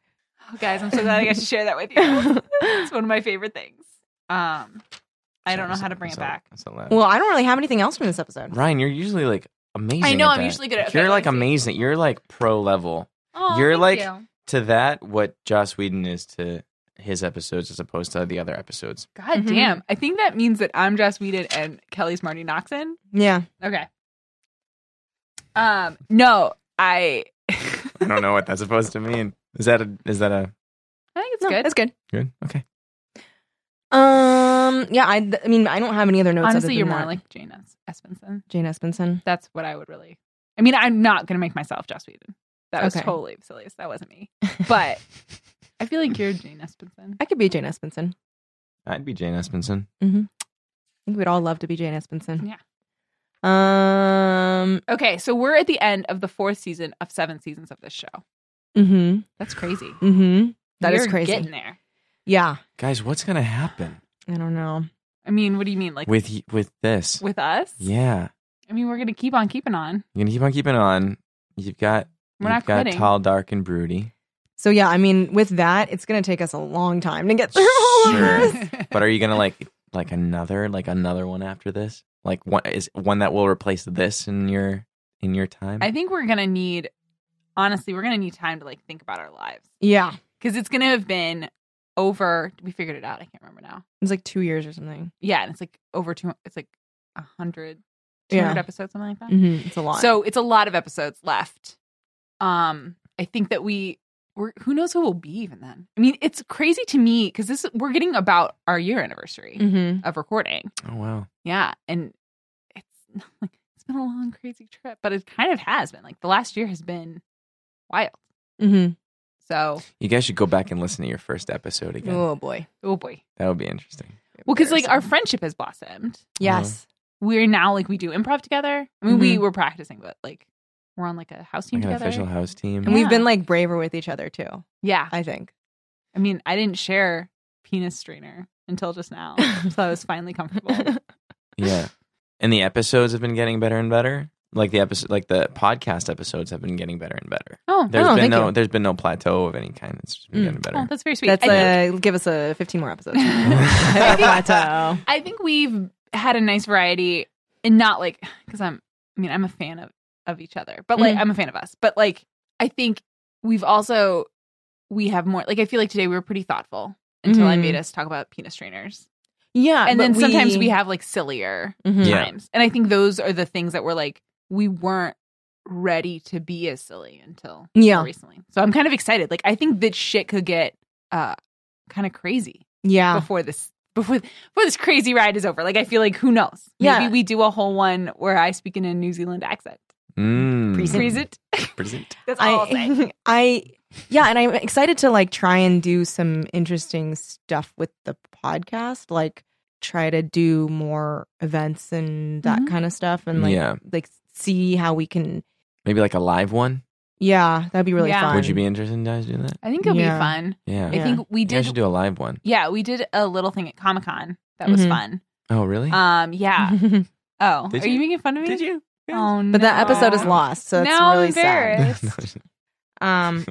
S4: Oh, guys, I'm so glad I got to share that with you. it's one of my favorite things. Um, I don't know how to bring it back.
S3: That's a lot.
S2: Well, I don't really have anything else from this episode.
S3: Ryan, you're usually like amazing.
S4: I know
S3: at
S4: I'm
S3: that.
S4: usually good at. okay,
S3: You're like
S4: let me see.
S3: amazing. You're like pro level
S4: Aw,
S3: You're
S4: thank
S3: like-
S4: you.
S3: to that. What Joss Whedon is to his episodes as opposed to the other episodes.
S4: God
S2: Mhm.
S4: damn. I think that means that I'm Joss Whedon and Kelly's Marty Noxon.
S2: Yeah.
S4: Okay. Um. No, I. I
S3: I don't know what that's supposed to mean. Is that a? Is that a
S4: think it's
S2: No,
S4: good.
S2: That's good.
S3: good? Okay.
S2: Um. Yeah. I. I mean, I don't have any other notes. other
S4: Honestly,
S2: than
S4: you're more
S2: that.
S4: like Jane Es- Espenson.
S2: Jane Espenson.
S4: That's what I would really. I mean, I'm not gonna make myself Joss Whedon. That was
S2: Okay.
S4: totally silly. That wasn't me. But I feel like you're Jane Espenson.
S2: I could be Jane Espenson.
S3: I'd be Jane Espenson.
S2: I think we'd all love to be Jane Espenson.
S4: Yeah.
S2: Um.
S4: Okay, so we're at the end of the fourth season of seven seasons of this show.
S2: Mm-hmm.
S4: That's crazy.
S2: Mm-hmm. That is
S4: You're
S2: crazy.
S4: Getting there.
S2: Yeah.
S3: Guys, what's gonna happen
S2: I don't know.
S4: I mean, what do you mean, like with,
S3: with y- with this?
S4: us?
S3: yeah,
S4: I mean, we're gonna keep on keeping on.
S3: you're gonna keep on keeping on. You've got
S4: We're
S3: you've
S4: not
S3: got
S4: quitting.
S3: tall, dark, and broody.
S2: So yeah, I mean, with that, it's gonna take us a long time to get through all of
S3: Sure.
S2: this.
S3: But are you gonna like like another like another one after this? Like one is one that will replace this in your in your time?
S4: I think we're gonna need, honestly, we're gonna need time to like think about our lives
S2: Yeah.
S4: because it's gonna have been over. We figured it out. I can't remember now.
S2: It's like two years or something.
S4: Yeah, and it's like over two. It's like a hundred, two
S2: Yeah.
S4: hundred episodes, something like that.
S2: Mm-hmm. It's a lot.
S4: So it's a lot of episodes left. Um, I think that we we're who knows who will be even then. I mean, it's crazy to me because this we're getting about our year anniversary
S3: Mm.
S2: Mm-hmm.
S4: of recording.
S3: oh wow.
S4: Yeah, and it's like it's been a long crazy trip, but it kind of has been. Like the last year has been wild.
S2: Mm-hmm.
S4: So
S3: You guys should go back and listen to your first episode again.
S2: Oh boy.
S4: oh boy.
S3: That would be interesting.
S4: Well, because like our friendship has blossomed.
S2: yes.
S4: We're now like we do improv together. I mean, we
S2: Mhm.
S4: were practicing, but like we're on like a house team
S3: Mm-hmm. Like an
S4: together.
S3: official house team.
S2: And we've
S4: Yeah.
S2: been like braver with each other too.
S4: Yeah.
S2: I think.
S4: I mean, I didn't share penis strainer until just now, so I was finally comfortable. Oh,
S3: Yeah. And the episodes have been getting better and better. Like the episode like the podcast episodes have been getting better and better.
S4: Oh,
S3: There's
S2: Oh,
S3: been
S2: thank
S3: no
S2: you.
S3: there's been no plateau of any kind. It's just been
S2: Mm.
S3: getting better.
S4: oh, that's very sweet.
S2: That's
S4: I think-
S2: uh, give us a 15 more episodes.
S4: I think-
S2: Plateau.
S4: I think we've had a nice variety and not like because I'm I mean I'm a fan of of each other but like
S2: Mhm.
S4: I'm a fan of us but like I think we've also we have more like I feel like today we were pretty thoughtful until I
S2: Mhm.
S4: made us talk about penis trainers
S2: Yeah.
S4: and
S2: Uh, but
S4: then sometimes we have like sillier
S2: Mhm.
S3: Yeah.
S4: times and I think those are the things that were like we weren't ready to be as silly until
S2: Yeah.
S4: recently so I'm kind of excited like I think that shit could get uh kind of crazy
S2: Yeah.
S4: before this before before this crazy ride is over. Like I feel like who knows?
S2: Yeah.
S4: Maybe we do a whole one where I speak in a New Zealand accent.
S3: Mm.
S2: Present.
S4: Freeze it.
S3: Present.
S4: That's all I'll say.
S2: Mm-hmm. I, I, yeah, and I'm excited to like try and do some interesting stuff with the podcast, like try to do more events and that
S4: Mhm.
S2: kind of stuff, and like,
S3: Yeah.
S2: like see how we can.
S3: Maybe like a live one.
S2: Yeah, that'd be really
S4: Yeah.
S2: fun.
S3: Would you be interested in guys doing that?
S4: I think it'll
S2: Yeah.
S4: be fun.
S3: Yeah.
S4: I think we
S3: You guys
S4: did.
S3: should do a live one.
S4: yeah, we did a little thing at Comic Con that was
S2: Mhm.
S4: fun.
S3: Oh, really?
S4: Um, yeah. Oh,
S3: Did
S4: are you?
S3: you?
S4: making fun of me?
S3: you?
S4: Oh no!
S2: Mm-hmm. but that episode is lost, so that's
S4: Now I'm
S2: really sad.
S4: embarrassed.
S2: Um,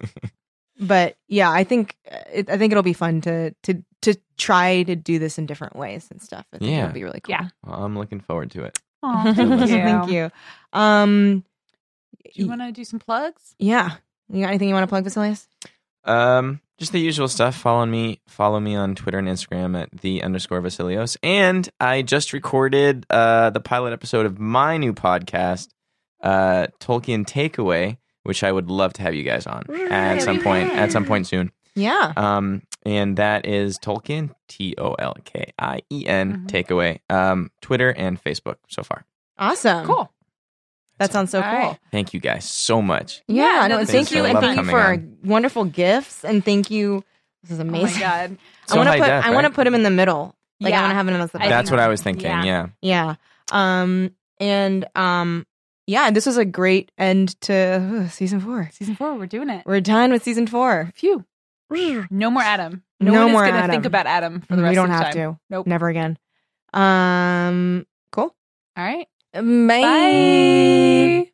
S2: but yeah, I think uh, it, I think it'll be fun to to to try to do this in different ways and stuff. I think
S3: Yeah.
S2: it'll be really cool.
S4: Yeah.
S3: Well, I'm looking forward to it.
S4: Aw, thank you.
S2: Thank you. Um,
S4: Do you want to do some plugs?
S2: yeah. You got anything you want to plug, Vasilius?
S3: Um, just the usual stuff. Follow me. Follow me on Twitter and Instagram at the underscore Vasilios. And I just recorded uh, the pilot episode of my new podcast, uh, Tolkien Takeaway, which I would love to have you guys on at some point. At some point soon.
S2: Yeah.
S3: Um, and that is Tolkien T O L K I E N
S4: Mhm.
S3: Takeaway. Um, Twitter and Facebook so far.
S2: Awesome.
S4: Cool.
S2: That sounds so
S4: All
S2: cool.
S4: right.
S3: Thank you guys so much.
S2: Yeah.
S4: Yeah,
S2: no,
S4: no,
S2: and
S3: thanks
S2: thank
S3: for
S2: you. And
S3: love
S2: thank you
S3: coming
S2: for our
S3: on.
S2: wonderful gifts. And thank you. This is
S4: Oh my
S2: amazing.
S4: god!
S3: So
S2: I want to
S3: high
S2: put.
S3: def,
S2: I want to
S3: right?
S2: put him in the middle. Like I
S4: Yeah.
S2: want to have him as the.
S4: I
S3: That's
S4: think
S3: what I
S4: so.
S3: was thinking.
S4: Yeah.
S3: yeah.
S2: Yeah. Um. And um, yeah, this was a great end to uh, season four.
S4: Season four, we're doing it.
S2: We're done with season four.
S4: Phew. No more Adam. No,
S2: No
S4: one
S2: more
S4: is gonna
S2: Adam.
S4: think about Adam for the rest
S2: we don't
S4: of
S2: have
S4: time.
S2: to.
S4: Nope.
S2: Never again. Um, cool.
S4: All right.
S2: Bye.
S4: Bye.